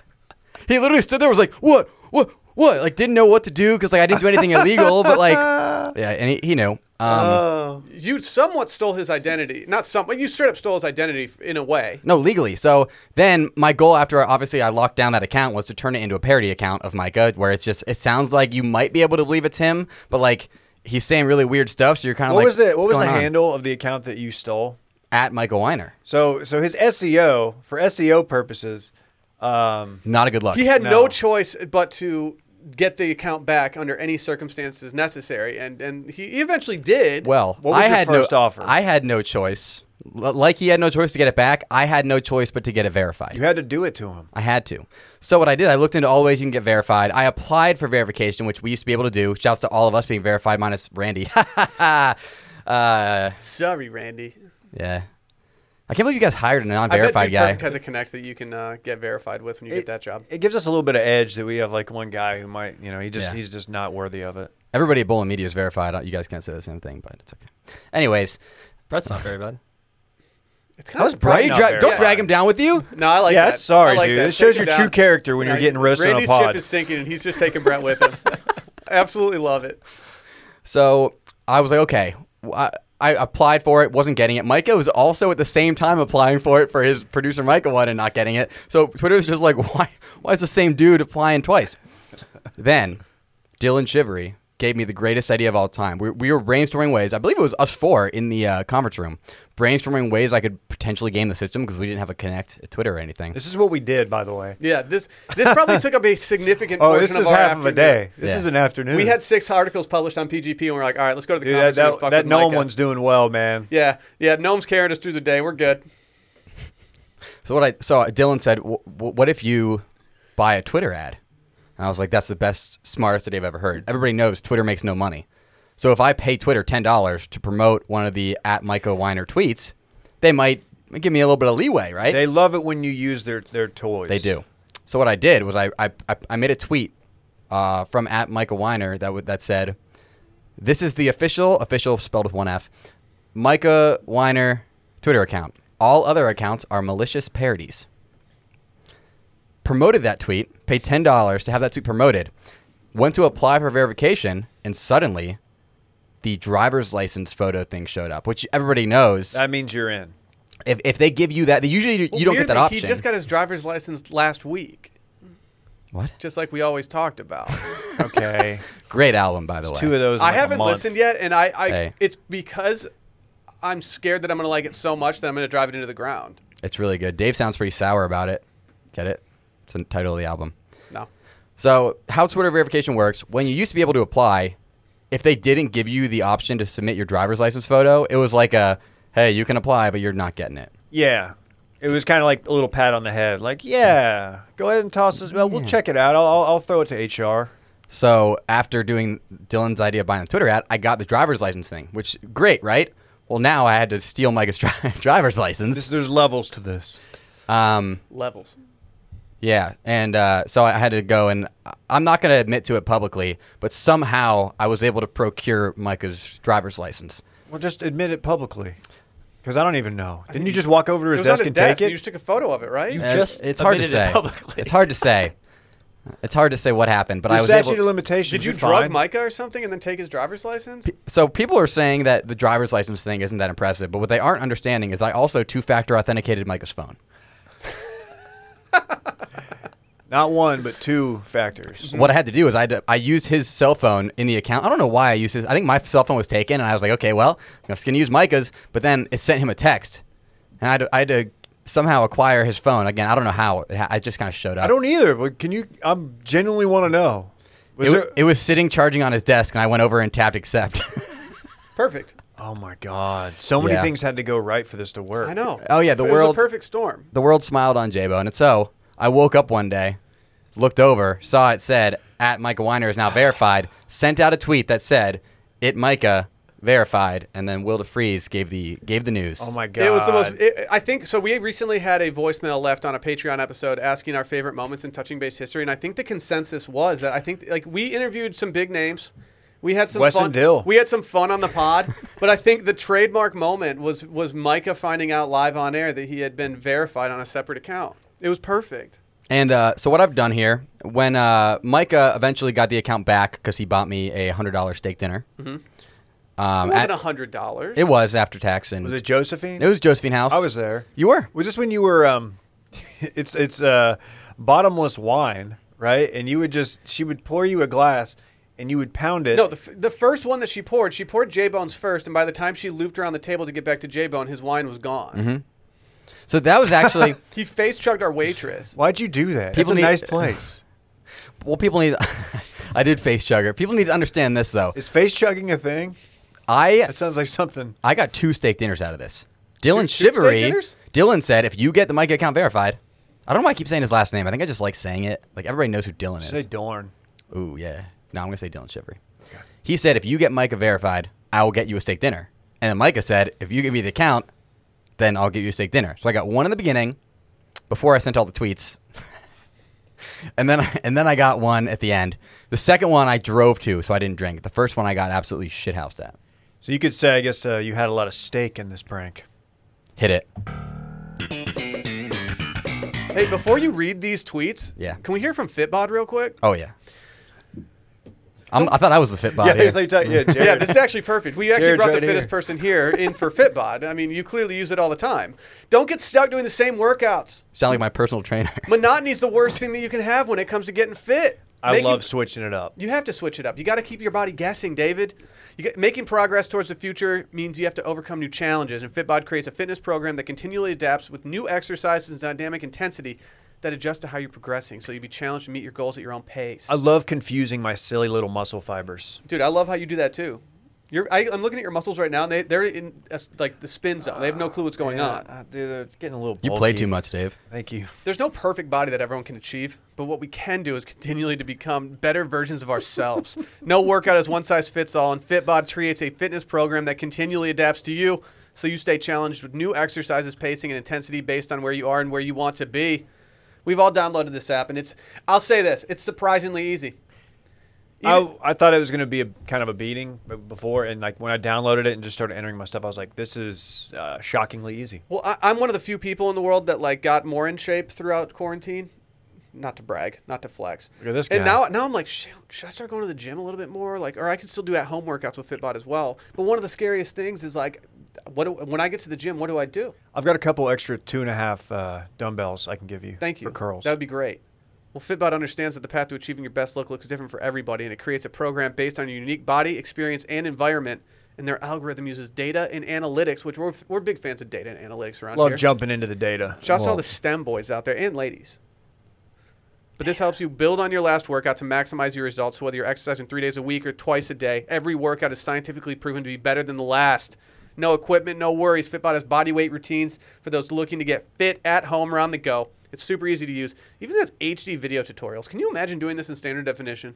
[SPEAKER 3] He literally stood there, was like, "What? What? What?" Like didn't know what to do because like I didn't do anything illegal, but like yeah, and he, he knew. Um,
[SPEAKER 1] Oh. Uh, You somewhat stole his identity. Not somewhat. You straight up stole his identity f- in a way.
[SPEAKER 3] No, legally. So then my goal after obviously I locked down that account was to turn it into a parody account of Micah, where it's just it sounds like you might be able to believe it's him, but like he's saying really weird stuff. So you're kind of
[SPEAKER 2] What
[SPEAKER 3] like,
[SPEAKER 2] was the
[SPEAKER 3] "What's
[SPEAKER 2] what was the
[SPEAKER 3] going on?"
[SPEAKER 2] handle of the account that you stole?
[SPEAKER 3] at Michael Weiner?
[SPEAKER 2] So so his SEO for SEO purposes, um,
[SPEAKER 3] Not a good look.
[SPEAKER 1] He had no.
[SPEAKER 2] No.
[SPEAKER 1] choice but to get the account back under any circumstances necessary, and and he eventually did.
[SPEAKER 3] well,
[SPEAKER 2] What was
[SPEAKER 3] I
[SPEAKER 2] your
[SPEAKER 3] had
[SPEAKER 2] first
[SPEAKER 3] no
[SPEAKER 2] offer?
[SPEAKER 3] I had no choice. L- like he had no choice to get it back. I had no choice but to get it verified.
[SPEAKER 2] you had to do it to him.
[SPEAKER 3] I had to. So what I did, I looked into all the ways you can get verified. I applied for verification, which we used to be able to do. Shouts to all of us being verified, minus Randy. uh,
[SPEAKER 1] sorry, Randy.
[SPEAKER 3] Yeah. I can't believe you guys hired a
[SPEAKER 1] I bet
[SPEAKER 3] non-verified
[SPEAKER 1] Dude
[SPEAKER 3] guy.
[SPEAKER 1] Perfect has a connect that you can uh, get verified with when you
[SPEAKER 2] It-
[SPEAKER 1] get that job.
[SPEAKER 2] It gives us a little bit of edge that we have like one guy who might you know he just
[SPEAKER 3] Yeah.
[SPEAKER 2] he's just not worthy of it.
[SPEAKER 3] Everybody at Bowling Media is verified. You guys can't say the same thing, but it's okay. Anyways,
[SPEAKER 4] Brett's not very bad.
[SPEAKER 1] It's
[SPEAKER 2] That
[SPEAKER 1] kind
[SPEAKER 2] was
[SPEAKER 1] of
[SPEAKER 3] Brian,
[SPEAKER 2] Brian not
[SPEAKER 3] you dra- don't
[SPEAKER 2] verified.
[SPEAKER 3] drag him down with you.
[SPEAKER 1] No, I like
[SPEAKER 2] yeah,
[SPEAKER 1] that.
[SPEAKER 2] that's sorry,
[SPEAKER 1] I like
[SPEAKER 2] dude.
[SPEAKER 1] That.
[SPEAKER 2] It shows
[SPEAKER 1] Take
[SPEAKER 2] your
[SPEAKER 1] him
[SPEAKER 2] true
[SPEAKER 1] down.
[SPEAKER 2] character when you're
[SPEAKER 1] Now,
[SPEAKER 2] getting roasted
[SPEAKER 1] Randy's
[SPEAKER 2] on a
[SPEAKER 1] ship
[SPEAKER 2] pod.
[SPEAKER 1] is sinking, and he's just taking Brett with him. I absolutely love it.
[SPEAKER 3] So I was like, okay. I, I applied for it, wasn't getting it. Micah was also at the same time applying for it for his producer Micah one and not getting it. So Twitter was just like, why? Why is the same dude applying twice? then Dylan Shivery gave me the greatest idea of all time. We, we were brainstorming ways. I believe it was us four in the uh, conference room brainstorming ways I could potentially game the system because we didn't have a connect at Twitter or anything.
[SPEAKER 2] This is what we did, by the way.
[SPEAKER 1] Yeah, this this probably took up a significant.
[SPEAKER 2] Oh,
[SPEAKER 1] portion
[SPEAKER 2] this
[SPEAKER 1] of
[SPEAKER 2] is
[SPEAKER 1] our
[SPEAKER 2] half of a
[SPEAKER 1] afternoon.
[SPEAKER 2] day. This
[SPEAKER 3] Yeah.
[SPEAKER 2] is an afternoon.
[SPEAKER 1] We had six articles published on PGP, and we're like, all right, let's go to the
[SPEAKER 2] Dude,
[SPEAKER 1] conference.
[SPEAKER 2] that,
[SPEAKER 1] and
[SPEAKER 2] that,
[SPEAKER 1] just fuck
[SPEAKER 2] that
[SPEAKER 1] with
[SPEAKER 2] gnome
[SPEAKER 1] Micah.
[SPEAKER 2] one's doing well, man.
[SPEAKER 1] Yeah, yeah. Gnome's carrying us through the day. We're good.
[SPEAKER 3] So what I so Dylan said, w- w- "What if you buy a Twitter ad?" And I was like, "That's the best, smartest idea I've ever heard. Everybody knows Twitter makes no money. So if I pay Twitter ten dollars to promote one of the at Micah Weiner tweets, they might give me a little bit of leeway, right?
[SPEAKER 2] They love it when you use their their toys.
[SPEAKER 3] They do. So what I did was I I, I- I made a tweet uh, from at Michael Weiner that would that said, "This is the official official spelled with one F, Micah Weiner Twitter account. All other accounts are malicious parodies." Promoted that tweet, paid ten dollars to have that tweet promoted, went to apply for verification, and suddenly. The driver's license photo thing showed up, which everybody knows.
[SPEAKER 2] That means you're in.
[SPEAKER 3] if, if they give you that, they usually you don't get that
[SPEAKER 1] Weirdly,
[SPEAKER 3] option.
[SPEAKER 1] He just got his driver's license last week,
[SPEAKER 3] what?
[SPEAKER 1] just like we always talked about.
[SPEAKER 2] Okay.
[SPEAKER 3] Great album, by the way.
[SPEAKER 2] Two of those. in,
[SPEAKER 1] I
[SPEAKER 2] like, a
[SPEAKER 1] haven't
[SPEAKER 2] month.
[SPEAKER 1] listened yet, and I, I
[SPEAKER 3] Hey.
[SPEAKER 1] it's because I'm scared that I'm going to like it so much that I'm going to drive it into the ground.
[SPEAKER 3] It's really good. Dave sounds pretty sour about it. Get it? It's the title of the album.
[SPEAKER 1] No.
[SPEAKER 3] So, how Twitter verification works when you used to be able to apply, if they didn't give you the option to submit your driver's license photo, it was like a hey, you can apply, but you're not getting it.
[SPEAKER 2] Yeah. It was kind of like a little pat on the head, like, yeah, go ahead and toss this. Well, we'll check it out. I'll, I'll, I'll throw it to HR.
[SPEAKER 3] So, after doing Dylan's idea of buying a Twitter ad, I got the driver's license thing, which great, right? Well, now I had to steal Micah's dri- driver's
[SPEAKER 2] This,
[SPEAKER 3] license.
[SPEAKER 2] there's levels to this.
[SPEAKER 3] Um,
[SPEAKER 1] Levels.
[SPEAKER 3] Yeah, and uh, so I had to go, and I- I'm not going to admit to it publicly, but somehow I was able to procure Micah's driver's license.
[SPEAKER 2] Well, just admit it publicly, because I don't even know. Didn't you just walk over to his
[SPEAKER 1] it was on
[SPEAKER 2] desk
[SPEAKER 1] his
[SPEAKER 2] and
[SPEAKER 1] desk,
[SPEAKER 2] take
[SPEAKER 1] You
[SPEAKER 2] it?
[SPEAKER 1] just took a photo of it, right?
[SPEAKER 4] You-
[SPEAKER 3] And
[SPEAKER 4] Just
[SPEAKER 3] it's hard to
[SPEAKER 4] admitted it
[SPEAKER 3] say.
[SPEAKER 4] publicly.
[SPEAKER 3] It's hard to say. It's hard to say what happened, but I
[SPEAKER 2] The
[SPEAKER 3] was
[SPEAKER 2] statute
[SPEAKER 3] able.
[SPEAKER 2] of limitations.
[SPEAKER 1] Did you
[SPEAKER 2] you're
[SPEAKER 1] drug
[SPEAKER 2] fine.
[SPEAKER 1] Micah or something and then take his driver's license?
[SPEAKER 3] so people are saying that the driver's license thing isn't that impressive, but what they aren't understanding is I also two-factor authenticated Micah's phone.
[SPEAKER 2] Not one, but two factors.
[SPEAKER 3] Mm-hmm. What I had to do is I had to, I used his cell phone in the account. I don't know why I used his. I think my cell phone was taken, and I was like, okay, well, I'm just gonna use Micah's. But then it sent him a text, and I had to, I had to somehow acquire his phone again. I don't know how. It ha- I just kind of showed up.
[SPEAKER 2] I don't either, but can you? I am genuinely want to know.
[SPEAKER 3] It,
[SPEAKER 2] Was
[SPEAKER 3] wa-
[SPEAKER 2] there-
[SPEAKER 3] it was sitting charging on his desk, and I went over and tapped accept.
[SPEAKER 1] Perfect.
[SPEAKER 2] oh my God! So many
[SPEAKER 3] Yeah.
[SPEAKER 2] things had to go right for this to work.
[SPEAKER 1] I know.
[SPEAKER 3] Oh, yeah, the
[SPEAKER 1] It was
[SPEAKER 3] world-
[SPEAKER 1] a perfect storm.
[SPEAKER 3] the world smiled on Jabo, and so I woke up one day looked over, saw it said, at Micah Weiner is now verified, sent out a tweet that said, it Micah verified, and then Will DeFries gave the gave the news.
[SPEAKER 2] Oh my god!
[SPEAKER 1] It was the most. It, I think so. We recently had a voicemail left on a Patreon episode asking our favorite moments in touching base history, and I think the consensus was that I think like we interviewed some big names. We had some
[SPEAKER 2] Weston
[SPEAKER 1] fun.
[SPEAKER 2] Dill.
[SPEAKER 1] We had some fun on the pod, but I think the trademark moment was was Micah finding out live on air that he had been verified on a separate account. It was perfect.
[SPEAKER 3] And uh, so what I've done here, when uh, Micah eventually got the account back because he bought me a hundred dollar steak dinner,
[SPEAKER 1] Mm-hmm. It
[SPEAKER 3] um,
[SPEAKER 1] wasn't
[SPEAKER 3] at-
[SPEAKER 1] a hundred dollars.
[SPEAKER 3] it was after tax and
[SPEAKER 2] Was it Josephine?
[SPEAKER 3] it was Josephine House.
[SPEAKER 2] I was there.
[SPEAKER 3] You were.
[SPEAKER 2] Was this when you were? Um, it's it's uh, bottomless wine, right? And you would just she would pour you a glass, and you would pound it.
[SPEAKER 1] No, the, f- the first one that she poured, she poured J Bone's first, and by the time she looped around the table to get back to J Bone, his wine was gone.
[SPEAKER 2] Mm-hmm.
[SPEAKER 3] So that was actually
[SPEAKER 1] He face chugged our waitress.
[SPEAKER 2] Why'd you do that? It's
[SPEAKER 3] People
[SPEAKER 2] a
[SPEAKER 3] need-
[SPEAKER 2] nice place.
[SPEAKER 3] well. People need. I did face chugger. People need to understand this though.
[SPEAKER 2] Is face chugging a thing?
[SPEAKER 3] I
[SPEAKER 2] That sounds like something.
[SPEAKER 3] I got two steak dinners out of this.
[SPEAKER 1] Two-
[SPEAKER 3] Dylan
[SPEAKER 1] two steak
[SPEAKER 3] Shivery.
[SPEAKER 1] dinners?
[SPEAKER 3] Dylan said, if you get the Micah account verified, I don't know why I keep saying his last name. I think I just like saying it. Like everybody knows who Dylan
[SPEAKER 2] Say
[SPEAKER 3] is.
[SPEAKER 2] Dorn.
[SPEAKER 3] Ooh, yeah. No, I'm going to say Dylan Shivery. He said, if you get Micah verified, I will get you a steak dinner. And then Micah said, if you give me the account, then I'll get you a steak dinner. So I got one in the beginning before I sent all the tweets. and then and then I got one at the end. The second one I drove to, so I didn't drink. The first one I got absolutely shithoused at.
[SPEAKER 2] So you could say, I guess uh, you had a lot of stake in this prank.
[SPEAKER 3] Hit it.
[SPEAKER 1] Hey, before you read these tweets,
[SPEAKER 3] Yeah.
[SPEAKER 1] can we hear from Fitbod real quick?
[SPEAKER 3] Oh yeah. I'm, I thought I was the fit body.
[SPEAKER 2] it's like- yeah, Jared.
[SPEAKER 1] Yeah, this is actually perfect. We actually
[SPEAKER 2] Jared's
[SPEAKER 1] brought the
[SPEAKER 2] right
[SPEAKER 1] fittest
[SPEAKER 2] here.
[SPEAKER 1] person here in for Fitbod. I mean, you clearly use it all the time. Don't get stuck doing the same workouts.
[SPEAKER 3] Sound like my personal trainer.
[SPEAKER 1] Monotony's the worst thing that you can have when it comes to getting fit.
[SPEAKER 2] I
[SPEAKER 1] Making-
[SPEAKER 2] love switching it up.
[SPEAKER 1] You have to switch it up. You got to keep your body guessing, David. You get, making progress towards the future means you have to overcome new challenges, and Fitbod creates a fitness program that continually adapts with new exercises and dynamic intensity that adjust to how you're progressing, so you be challenged to meet your goals at your own pace.
[SPEAKER 2] I love confusing my silly little muscle fibers.
[SPEAKER 1] Dude, I love how you do that too. You're, I, I'm looking at your muscles right now. And they they're in a s like the spin zone. They have no clue what's going on.
[SPEAKER 2] Uh, dude, it's getting a little.
[SPEAKER 3] you play
[SPEAKER 2] bulky.
[SPEAKER 3] too much, Dave.
[SPEAKER 2] Thank you.
[SPEAKER 1] There's no perfect body that everyone can achieve, but what we can do is continually to become better versions of ourselves. no workout is one size fits all, and Fitbod creates a fitness program that continually adapts to you, so you stay challenged with new exercises, pacing, and intensity based on where you are and where you want to be. We've all downloaded this app, and it's I'll say this: it's surprisingly easy.
[SPEAKER 2] I, I thought it was going to be a kind of a beating b- before, and like when I downloaded it and just started entering my stuff, I was like, "This is uh, shockingly easy."
[SPEAKER 1] Well, I, I'm one of the few people in the world that like got more in shape throughout quarantine. Not to brag, not to flex.
[SPEAKER 2] Look at this
[SPEAKER 1] And
[SPEAKER 2] guy.
[SPEAKER 1] now, now I'm like, shoot, should I start going to the gym a little bit more? Like, or I can still do at home workouts with Fitbot as well. But one of the scariest things is like, what do, when I get to the gym, what do I do?
[SPEAKER 2] I've got a couple extra two and a half uh, dumbbells I can give you.
[SPEAKER 1] Thank you.
[SPEAKER 2] for curls.
[SPEAKER 1] That would be great. Well, Fitbot understands that the path to achieving your best look looks different for everybody, and it creates a program based on your unique body, experience, and environment. And their algorithm uses data and analytics, which we're, we're big fans of data and analytics around
[SPEAKER 2] Love
[SPEAKER 1] here.
[SPEAKER 2] jumping into the data.
[SPEAKER 1] Shouts to all the STEM boys out there and ladies. But this helps you build on your last workout to maximize your results. So whether you're exercising three days a week or twice a day, every workout is scientifically proven to be better than the last. No equipment, no worries. Fitbot has body weight routines for those looking to get fit at home or on the go. It's super easy to use. Even has HD video tutorials. Can you imagine doing this in standard definition?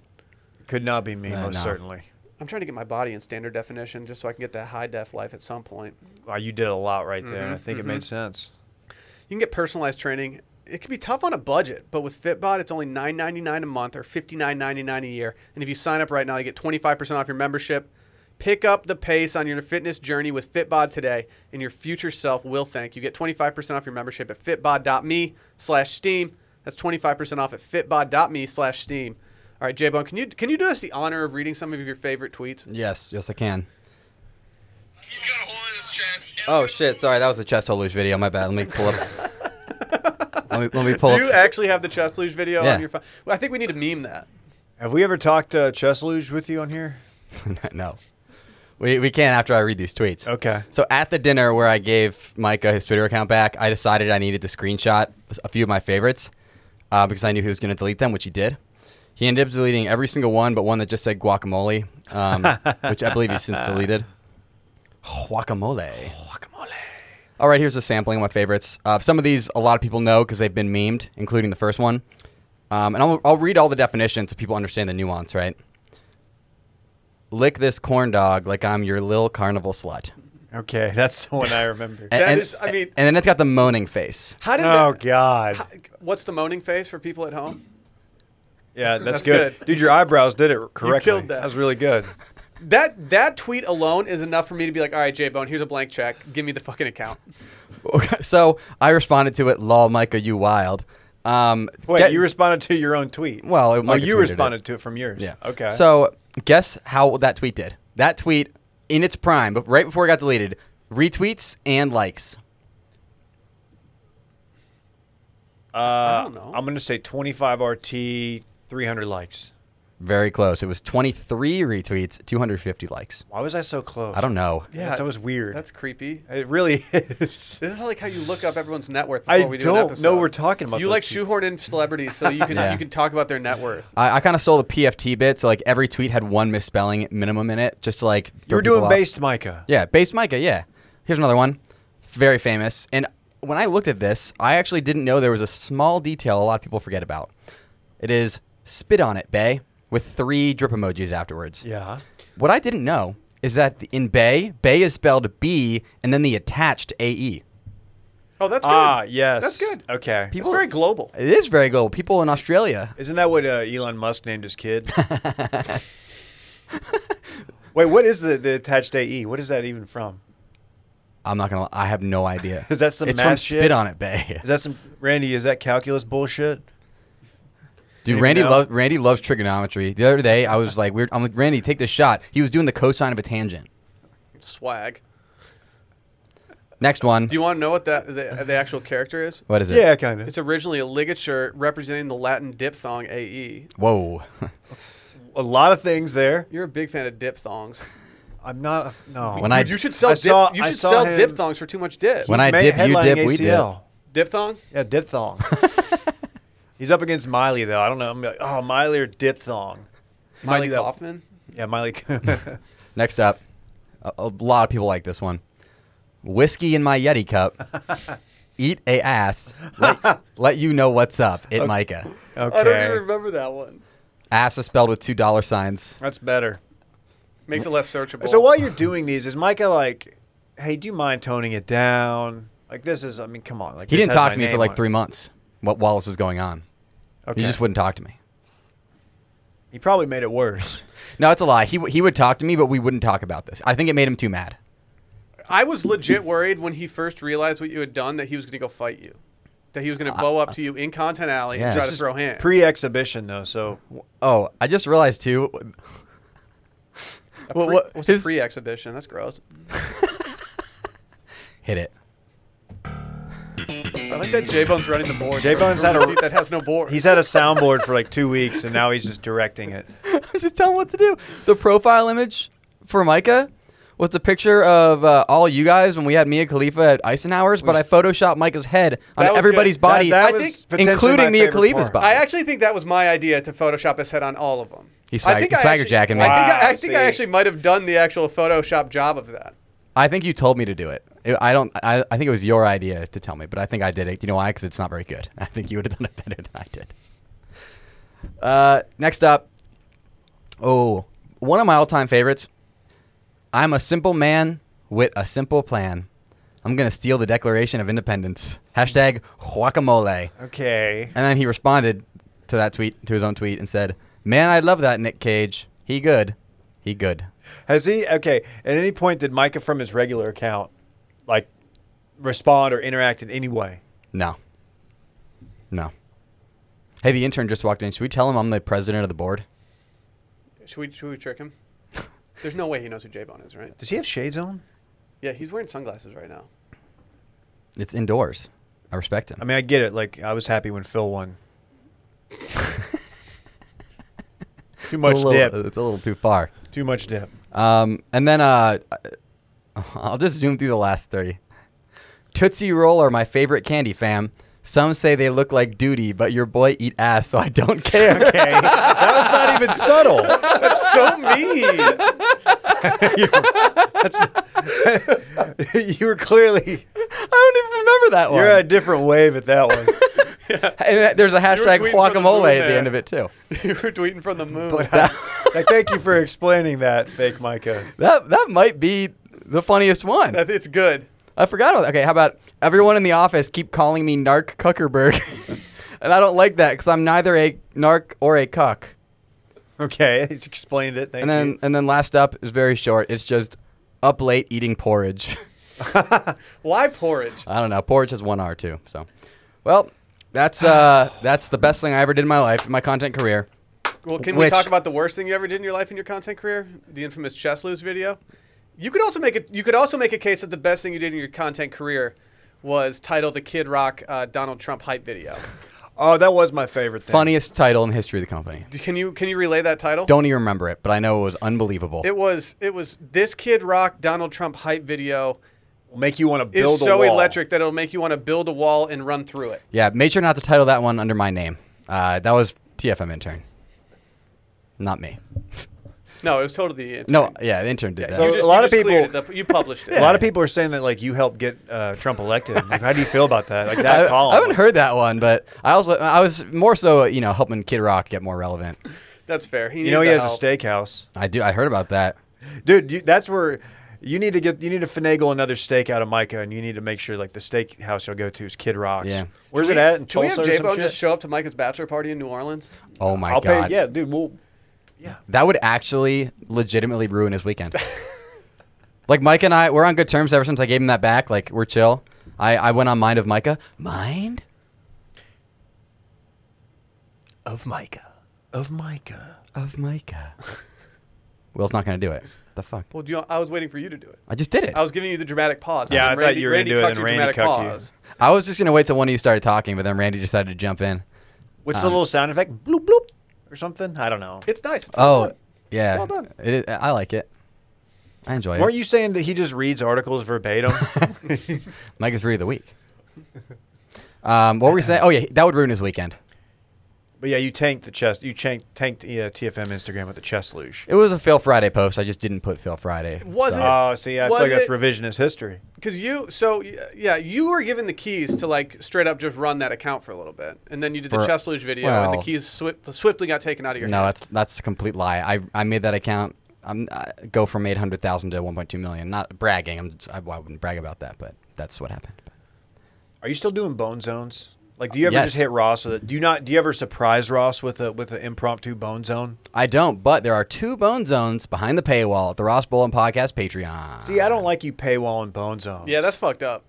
[SPEAKER 2] Could not be me,
[SPEAKER 3] Uh,
[SPEAKER 2] most
[SPEAKER 3] no.
[SPEAKER 2] certainly.
[SPEAKER 1] I'm trying to get my body in standard definition just so I can get that high def life at some point.
[SPEAKER 2] Wow, you did a lot right there.
[SPEAKER 1] Mm-hmm,
[SPEAKER 2] and I think it made sense.
[SPEAKER 1] You can get personalized training. It can be tough on a budget, but with Fitbot, it's only $9.99 a month or $59.99 a year. And if you sign up right now, you get 25% off your membership. Pick up the pace on your fitness journey with Fitbod today, and your future self will thank you. Get 25% off your membership at fitbod.me slash steam. That's 25% off at fitbod.me slash steam. All right, J-Bone, can you, can you do us the honor of reading some of your favorite tweets?
[SPEAKER 3] Yes, yes I can.
[SPEAKER 5] He's got a hole in his chest.
[SPEAKER 3] Oh shit! Sorry, that was the chest holders video. My bad. Let me pull up. let me let me pull
[SPEAKER 1] Do you
[SPEAKER 3] up.
[SPEAKER 1] actually have the chest luge video
[SPEAKER 3] Yeah.
[SPEAKER 1] on your phone? Well, I think we need to meme that.
[SPEAKER 2] Have we ever talked uh, chest luge with you on here?
[SPEAKER 3] no, we we can't after I read these tweets.
[SPEAKER 2] Okay.
[SPEAKER 3] So at the dinner where I gave Micah his Twitter account back, I decided I needed to screenshot a few of my favorites uh, because I knew he was going to delete them, which he did. He ended up deleting every single one, but one that just said guacamole, um, which I believe he's since deleted. Guacamole. All right, here's a sampling of my favorites. Uh, some of these a lot of people know because they've been memed, including the first one. Um, and I'll, I'll read all the definitions so people understand the nuance, right? Lick this corn dog like I'm your lil carnival slut.
[SPEAKER 2] Okay, that's the one I remember.
[SPEAKER 3] And,
[SPEAKER 1] That
[SPEAKER 3] and-
[SPEAKER 1] is- I mean-
[SPEAKER 3] and then it's got the moaning face.
[SPEAKER 1] How did
[SPEAKER 2] oh
[SPEAKER 1] that?
[SPEAKER 2] God.
[SPEAKER 1] how- what's the moaning face for people at home?
[SPEAKER 2] Yeah, that's,
[SPEAKER 1] That's
[SPEAKER 2] good.
[SPEAKER 1] good.
[SPEAKER 2] dude. Your eyebrows did it correctly.
[SPEAKER 1] killed that.
[SPEAKER 2] That was really good.
[SPEAKER 1] That that tweet alone is enough for me to be like, all right, J Bone, here's a blank check. Give me the fucking account.
[SPEAKER 3] Okay, so I responded to it, lol, Mike, are you wild? Um,
[SPEAKER 2] Wait,
[SPEAKER 3] get-
[SPEAKER 2] you responded to your own tweet.
[SPEAKER 3] Well, it-
[SPEAKER 2] oh,
[SPEAKER 3] Mike
[SPEAKER 2] you
[SPEAKER 3] tweeted
[SPEAKER 2] responded
[SPEAKER 3] it.
[SPEAKER 2] to it from yours.
[SPEAKER 3] Yeah.
[SPEAKER 2] Okay.
[SPEAKER 3] So guess how that tweet did. That tweet, in its prime, but right before it got deleted, retweets and likes.
[SPEAKER 2] uh,
[SPEAKER 1] I don't know.
[SPEAKER 2] I'm gonna say 25 RT, 300 likes.
[SPEAKER 3] Very close. It was 23 retweets, 250 likes.
[SPEAKER 2] Why was I so close?
[SPEAKER 3] I don't know.
[SPEAKER 1] Yeah,
[SPEAKER 2] that was weird.
[SPEAKER 1] That's creepy.
[SPEAKER 2] It really is.
[SPEAKER 1] This is like how you look up everyone's net worth.
[SPEAKER 2] I
[SPEAKER 1] Before we do an
[SPEAKER 2] don't
[SPEAKER 1] episode.
[SPEAKER 2] know we're talking about
[SPEAKER 1] You
[SPEAKER 2] those
[SPEAKER 1] like
[SPEAKER 2] people.
[SPEAKER 1] shoehorn in celebrities so you can
[SPEAKER 3] Yeah.
[SPEAKER 1] you can talk about their net worth.
[SPEAKER 3] I, I kind of sold the PFT bit, so like every tweet had one misspelling minimum in it, just to like.
[SPEAKER 2] You
[SPEAKER 3] throw
[SPEAKER 2] were
[SPEAKER 3] people
[SPEAKER 2] doing
[SPEAKER 3] off.
[SPEAKER 2] based, Micah.
[SPEAKER 3] Yeah, based Micah. Yeah, here's another one, very famous. And when I looked at this, I actually didn't know there was a small detail a lot of people forget about. It is spit on it, Bay, with three drip emojis afterwards.
[SPEAKER 2] Yeah.
[SPEAKER 3] What I didn't know is that in Bay, Bay is spelled B and then the attached E. AE.
[SPEAKER 1] Oh, that's good.
[SPEAKER 2] Ah, yes.
[SPEAKER 1] That's good.
[SPEAKER 2] Okay.
[SPEAKER 1] It's very global.
[SPEAKER 3] It is very global. People in Australia.
[SPEAKER 2] Isn't that what uh, Elon Musk named his kid? Wait, what is the, the attached AE? What is that even from?
[SPEAKER 3] I'm not gonna. lie, I have no idea.
[SPEAKER 2] Is that some
[SPEAKER 3] It's from
[SPEAKER 2] math shit?
[SPEAKER 3] spit on it, Bay.
[SPEAKER 2] Is that some Randy? Is that calculus bullshit?
[SPEAKER 3] Dude,
[SPEAKER 2] Maybe
[SPEAKER 3] Randy
[SPEAKER 2] now.
[SPEAKER 3] loves Randy loves trigonometry. The other day, I was like, "Weird." I'm like, "Randy, take this shot." He was doing the cosine of a tangent.
[SPEAKER 1] Swag.
[SPEAKER 3] Next one.
[SPEAKER 1] Do you want to know what that the, the actual character is?
[SPEAKER 3] What is it?
[SPEAKER 2] Yeah, kind of.
[SPEAKER 1] It's originally a ligature representing the Latin diphthong AE.
[SPEAKER 3] Whoa.
[SPEAKER 2] A lot of things there.
[SPEAKER 1] You're a big fan of diphthongs.
[SPEAKER 2] I'm not. A, no.
[SPEAKER 3] When I-
[SPEAKER 1] Dude, you should sell
[SPEAKER 2] I
[SPEAKER 1] dip,
[SPEAKER 2] saw-
[SPEAKER 1] you
[SPEAKER 2] I
[SPEAKER 1] should
[SPEAKER 2] saw
[SPEAKER 1] sell
[SPEAKER 2] him-
[SPEAKER 1] diphthongs for too much dip.
[SPEAKER 3] When I
[SPEAKER 2] He's ma-
[SPEAKER 3] dip, you
[SPEAKER 2] headlining
[SPEAKER 3] dip, we dip.
[SPEAKER 2] ACL.
[SPEAKER 1] diphthong?
[SPEAKER 2] Yeah, diphthong. He's up against Miley though. I don't know. I'm like, oh, Miley or diphthong. He might
[SPEAKER 1] Miley
[SPEAKER 2] do that-
[SPEAKER 1] Kaufman?
[SPEAKER 2] Yeah, Miley.
[SPEAKER 3] Next up, a, a lot of people like this one. Whiskey in my Yeti cup. Eat a ass. Let, let you know what's up. It Micah.
[SPEAKER 2] okay.
[SPEAKER 1] I don't even remember that one.
[SPEAKER 3] Ass is spelled with two dollar signs.
[SPEAKER 2] That's better.
[SPEAKER 1] Makes it less searchable.
[SPEAKER 2] So while you're doing these, is Micah like, hey, do you mind toning it down? Like this is, I mean, come on. Like
[SPEAKER 3] He
[SPEAKER 2] this
[SPEAKER 3] didn't
[SPEAKER 2] has
[SPEAKER 3] talk
[SPEAKER 2] my
[SPEAKER 3] to me for
[SPEAKER 2] name
[SPEAKER 3] like
[SPEAKER 2] on it.
[SPEAKER 3] three months. What while this was going on,
[SPEAKER 2] Okay.
[SPEAKER 3] he just wouldn't talk to me.
[SPEAKER 2] He probably made it worse.
[SPEAKER 3] No, it's a lie. He w- he would talk to me, but we wouldn't talk about this. I think it made him too mad.
[SPEAKER 1] I was legit worried when he first realized what you had done that he was going to go fight you. That he was going to blow up to you in Content Alley
[SPEAKER 3] Yeah.
[SPEAKER 1] and try
[SPEAKER 3] This
[SPEAKER 1] to throw hands.
[SPEAKER 2] Pre-exhibition though, so
[SPEAKER 3] Oh, I just realized too.
[SPEAKER 1] a
[SPEAKER 3] Well,
[SPEAKER 1] pre-
[SPEAKER 3] what-
[SPEAKER 1] what's a
[SPEAKER 3] his-
[SPEAKER 1] pre-exhibition? That's gross.
[SPEAKER 3] Hit it.
[SPEAKER 1] I like that J-Bone's running the board.
[SPEAKER 2] J
[SPEAKER 1] for-
[SPEAKER 2] Bone's
[SPEAKER 1] for
[SPEAKER 2] had a-
[SPEAKER 1] receipt that has no board.
[SPEAKER 2] he's had a soundboard for like two weeks, and now he's just directing it.
[SPEAKER 3] I was just telling what to do. The profile image for Micah was the picture of uh, all you guys when we had Mia Khalifa at Eisenhower's, but I photoshopped Micah's head on
[SPEAKER 1] That was
[SPEAKER 3] everybody's
[SPEAKER 1] good.
[SPEAKER 3] body,
[SPEAKER 2] That- that
[SPEAKER 1] I
[SPEAKER 2] was
[SPEAKER 1] think-
[SPEAKER 2] potentially
[SPEAKER 3] including
[SPEAKER 2] my
[SPEAKER 3] Mia
[SPEAKER 2] favorite
[SPEAKER 3] Khalifa's
[SPEAKER 2] part.
[SPEAKER 3] body.
[SPEAKER 1] I actually think that was my idea to Photoshop his head on all of them.
[SPEAKER 3] He's
[SPEAKER 1] I
[SPEAKER 3] swag-
[SPEAKER 1] think
[SPEAKER 3] he's
[SPEAKER 1] I
[SPEAKER 3] swagger
[SPEAKER 1] actually-
[SPEAKER 3] jacking me.
[SPEAKER 1] I think, I,
[SPEAKER 2] Wow,
[SPEAKER 1] I, think I
[SPEAKER 2] see.
[SPEAKER 1] actually might have done the actual Photoshop job of that.
[SPEAKER 3] I think you told me to do it. It- I don't. I, I think it was your idea to tell me, but I think I did it. Do you know why? Because it's not very good. I think you would have done it better than I did. Uh, next up, oh, one of my all-time favorites. I'm a simple man with a simple plan. I'm gonna steal the Declaration of Independence. Hashtag guacamole.
[SPEAKER 2] Okay.
[SPEAKER 3] And then he responded to that tweet, to his own tweet, and said, "Man, I love that Nick Cage. He good. He good."
[SPEAKER 2] Has he? Okay. At any point did Micah from his regular account, like, respond or interact in any way?
[SPEAKER 3] No. No. Hey, the intern just walked in. Should we tell him I'm the president of the board?
[SPEAKER 1] Should we, should we trick him? There's no way he knows who J-Bone is, right?
[SPEAKER 2] Does he have shades on?
[SPEAKER 1] Yeah, he's wearing sunglasses right now.
[SPEAKER 3] It's indoors. I respect him.
[SPEAKER 2] I mean, I get it. Like, I was happy when Phil won. too much
[SPEAKER 3] it's a little,
[SPEAKER 2] dip.
[SPEAKER 3] It's a little too far.
[SPEAKER 2] Too much dip.
[SPEAKER 3] Um, and then uh, I'll just zoom through the last three. Tootsie Roll are my favorite candy, fam. Some say they look like duty, but your boy eat ass, so I don't care.
[SPEAKER 2] Okay. that was not even subtle.
[SPEAKER 1] That's so mean.
[SPEAKER 2] you were clearly
[SPEAKER 3] I don't even remember that one. Oh,
[SPEAKER 2] you're at a different wave at that one.
[SPEAKER 3] And There's a hashtag
[SPEAKER 1] tweeting from the moon
[SPEAKER 3] guacamole at the
[SPEAKER 1] there.
[SPEAKER 3] end of it too.
[SPEAKER 1] you were tweeting from the moon.
[SPEAKER 2] uh, Like, thank you for explaining that, fake Micah.
[SPEAKER 3] That that might be the funniest one.
[SPEAKER 1] That- it's good.
[SPEAKER 3] I forgot. About, okay, how about everyone in the office keep calling me Narc Cuckerberg, and I don't like that because I'm neither a narc or a cuck.
[SPEAKER 2] Okay, you explained it. Thank
[SPEAKER 3] And then
[SPEAKER 2] you.
[SPEAKER 3] and then last up is very short. It's just up late eating porridge.
[SPEAKER 1] Why porridge?
[SPEAKER 3] I don't know. Porridge has one R too. So, well, that's uh that's the best thing I ever did in my life, in my content career.
[SPEAKER 1] Well, can we
[SPEAKER 3] Which-
[SPEAKER 1] talk about the worst thing you ever did in your life in your content career? The infamous chess lose video. You could also make it. You could also make a case that the best thing you did in your content career was title the Kid Rock uh, Donald Trump hype video.
[SPEAKER 2] Oh, that was my favorite thing.
[SPEAKER 3] Funniest title in the history of the company.
[SPEAKER 1] Can you can you relay that title?
[SPEAKER 3] Don't even remember it, but I know it was unbelievable.
[SPEAKER 1] It was it was this Kid Rock Donald Trump hype video
[SPEAKER 2] Will make you want to
[SPEAKER 1] is
[SPEAKER 2] build a
[SPEAKER 1] so
[SPEAKER 2] wall.
[SPEAKER 1] electric that it'll make you want to build a wall and run through it.
[SPEAKER 3] yeah, made sure not to title that one under my name. Uh, that was TFM intern, not me.
[SPEAKER 1] No, it was totally the
[SPEAKER 3] No, yeah, the intern did
[SPEAKER 1] Yeah,
[SPEAKER 3] that.
[SPEAKER 2] So
[SPEAKER 1] you just,
[SPEAKER 2] a lot
[SPEAKER 1] you
[SPEAKER 2] of
[SPEAKER 1] just cleared
[SPEAKER 2] people-
[SPEAKER 1] it up. you published it.
[SPEAKER 2] A lot of people are saying that like you helped get uh, Trump elected. Like, how do you feel about that? Like that
[SPEAKER 3] I,
[SPEAKER 2] column.
[SPEAKER 3] I haven't heard that one, but I also I was more so you know helping Kid Rock get more relevant.
[SPEAKER 1] That's fair. He
[SPEAKER 2] You know he has
[SPEAKER 1] help.
[SPEAKER 2] a steakhouse,
[SPEAKER 3] I do. I heard about that.
[SPEAKER 2] dude. You, that's where you need to get. You need to finagle another steak out of Micah, and you need to make sure like the steakhouse you'll go to is Kid Rock's.
[SPEAKER 3] Yeah.
[SPEAKER 2] Where's
[SPEAKER 1] Can
[SPEAKER 2] it
[SPEAKER 1] we-
[SPEAKER 2] at? In
[SPEAKER 1] Can we
[SPEAKER 2] Tulsa
[SPEAKER 1] have
[SPEAKER 2] or
[SPEAKER 1] J
[SPEAKER 2] some
[SPEAKER 1] Bone
[SPEAKER 2] shit?
[SPEAKER 1] just show up to Micah's bachelor party in New Orleans?
[SPEAKER 3] Oh my
[SPEAKER 2] I'll
[SPEAKER 3] god!
[SPEAKER 2] pay. Yeah, dude. We'll.
[SPEAKER 3] That would actually legitimately ruin his weekend. like Mike and I, we're on good terms ever since I gave him that back. Like we're chill. I, I went on Mind of Micah. Mind?
[SPEAKER 4] Of Micah.
[SPEAKER 2] Of Micah.
[SPEAKER 3] Of Micah. Will's not gonna do it. The fuck?
[SPEAKER 1] Well, do you know, I was waiting for you to do it.
[SPEAKER 3] I just did it.
[SPEAKER 1] I was giving you the dramatic pause.
[SPEAKER 2] Yeah,
[SPEAKER 1] And
[SPEAKER 2] I thought you were gonna do it,
[SPEAKER 1] cucked
[SPEAKER 2] and
[SPEAKER 1] your
[SPEAKER 2] Randy
[SPEAKER 1] dramatic
[SPEAKER 2] cucked you.
[SPEAKER 1] pause.
[SPEAKER 3] I was just gonna wait till one of you started talking, but then Randy decided to jump in.
[SPEAKER 2] What's
[SPEAKER 3] Uh,
[SPEAKER 2] the little sound effect? Bloop bloop, or something? I don't know.
[SPEAKER 1] It's nice.
[SPEAKER 3] Oh, yeah.
[SPEAKER 1] well done.
[SPEAKER 3] It is, I like it. I enjoy
[SPEAKER 2] Weren't
[SPEAKER 3] it.
[SPEAKER 2] you saying that he just reads articles verbatim?
[SPEAKER 3] Mike is read of the week. Um, what were we saying? Oh yeah, that would ruin his weekend.
[SPEAKER 2] but yeah, you tanked the chest. You tanked tanked yeah, TFM Instagram with the chest luge.
[SPEAKER 3] It was a Phil Friday post. I just didn't put Phil Friday.
[SPEAKER 1] Was it?
[SPEAKER 2] Oh, see, I feel
[SPEAKER 1] Was
[SPEAKER 2] like that's
[SPEAKER 1] it-
[SPEAKER 2] revisionist history.
[SPEAKER 1] Because you, so y- yeah, you were given the keys to like straight up just run that account for a little bit, and then you did the
[SPEAKER 3] For-
[SPEAKER 1] chess luge video, and the
[SPEAKER 3] well-
[SPEAKER 1] keys swi- swiftly got taken out of your
[SPEAKER 3] No,
[SPEAKER 1] hand.
[SPEAKER 3] that's that's a complete lie. I I made that account. I'm I go from eight hundred thousand to one point two million. Not bragging. I'm just, I, well, I wouldn't brag about that, but that's what happened.
[SPEAKER 2] Are you still doing bone zones? Like, do you ever just
[SPEAKER 3] Yes.
[SPEAKER 2] hit Ross with it? Do you not? Do you ever surprise Ross with a with an impromptu bone zone?
[SPEAKER 3] I don't, but there are two bone zones behind the paywall at the Ross Bowl and Podcast Patreon.
[SPEAKER 2] See, I don't like you paywall and bone zone.
[SPEAKER 1] Yeah, that's fucked up.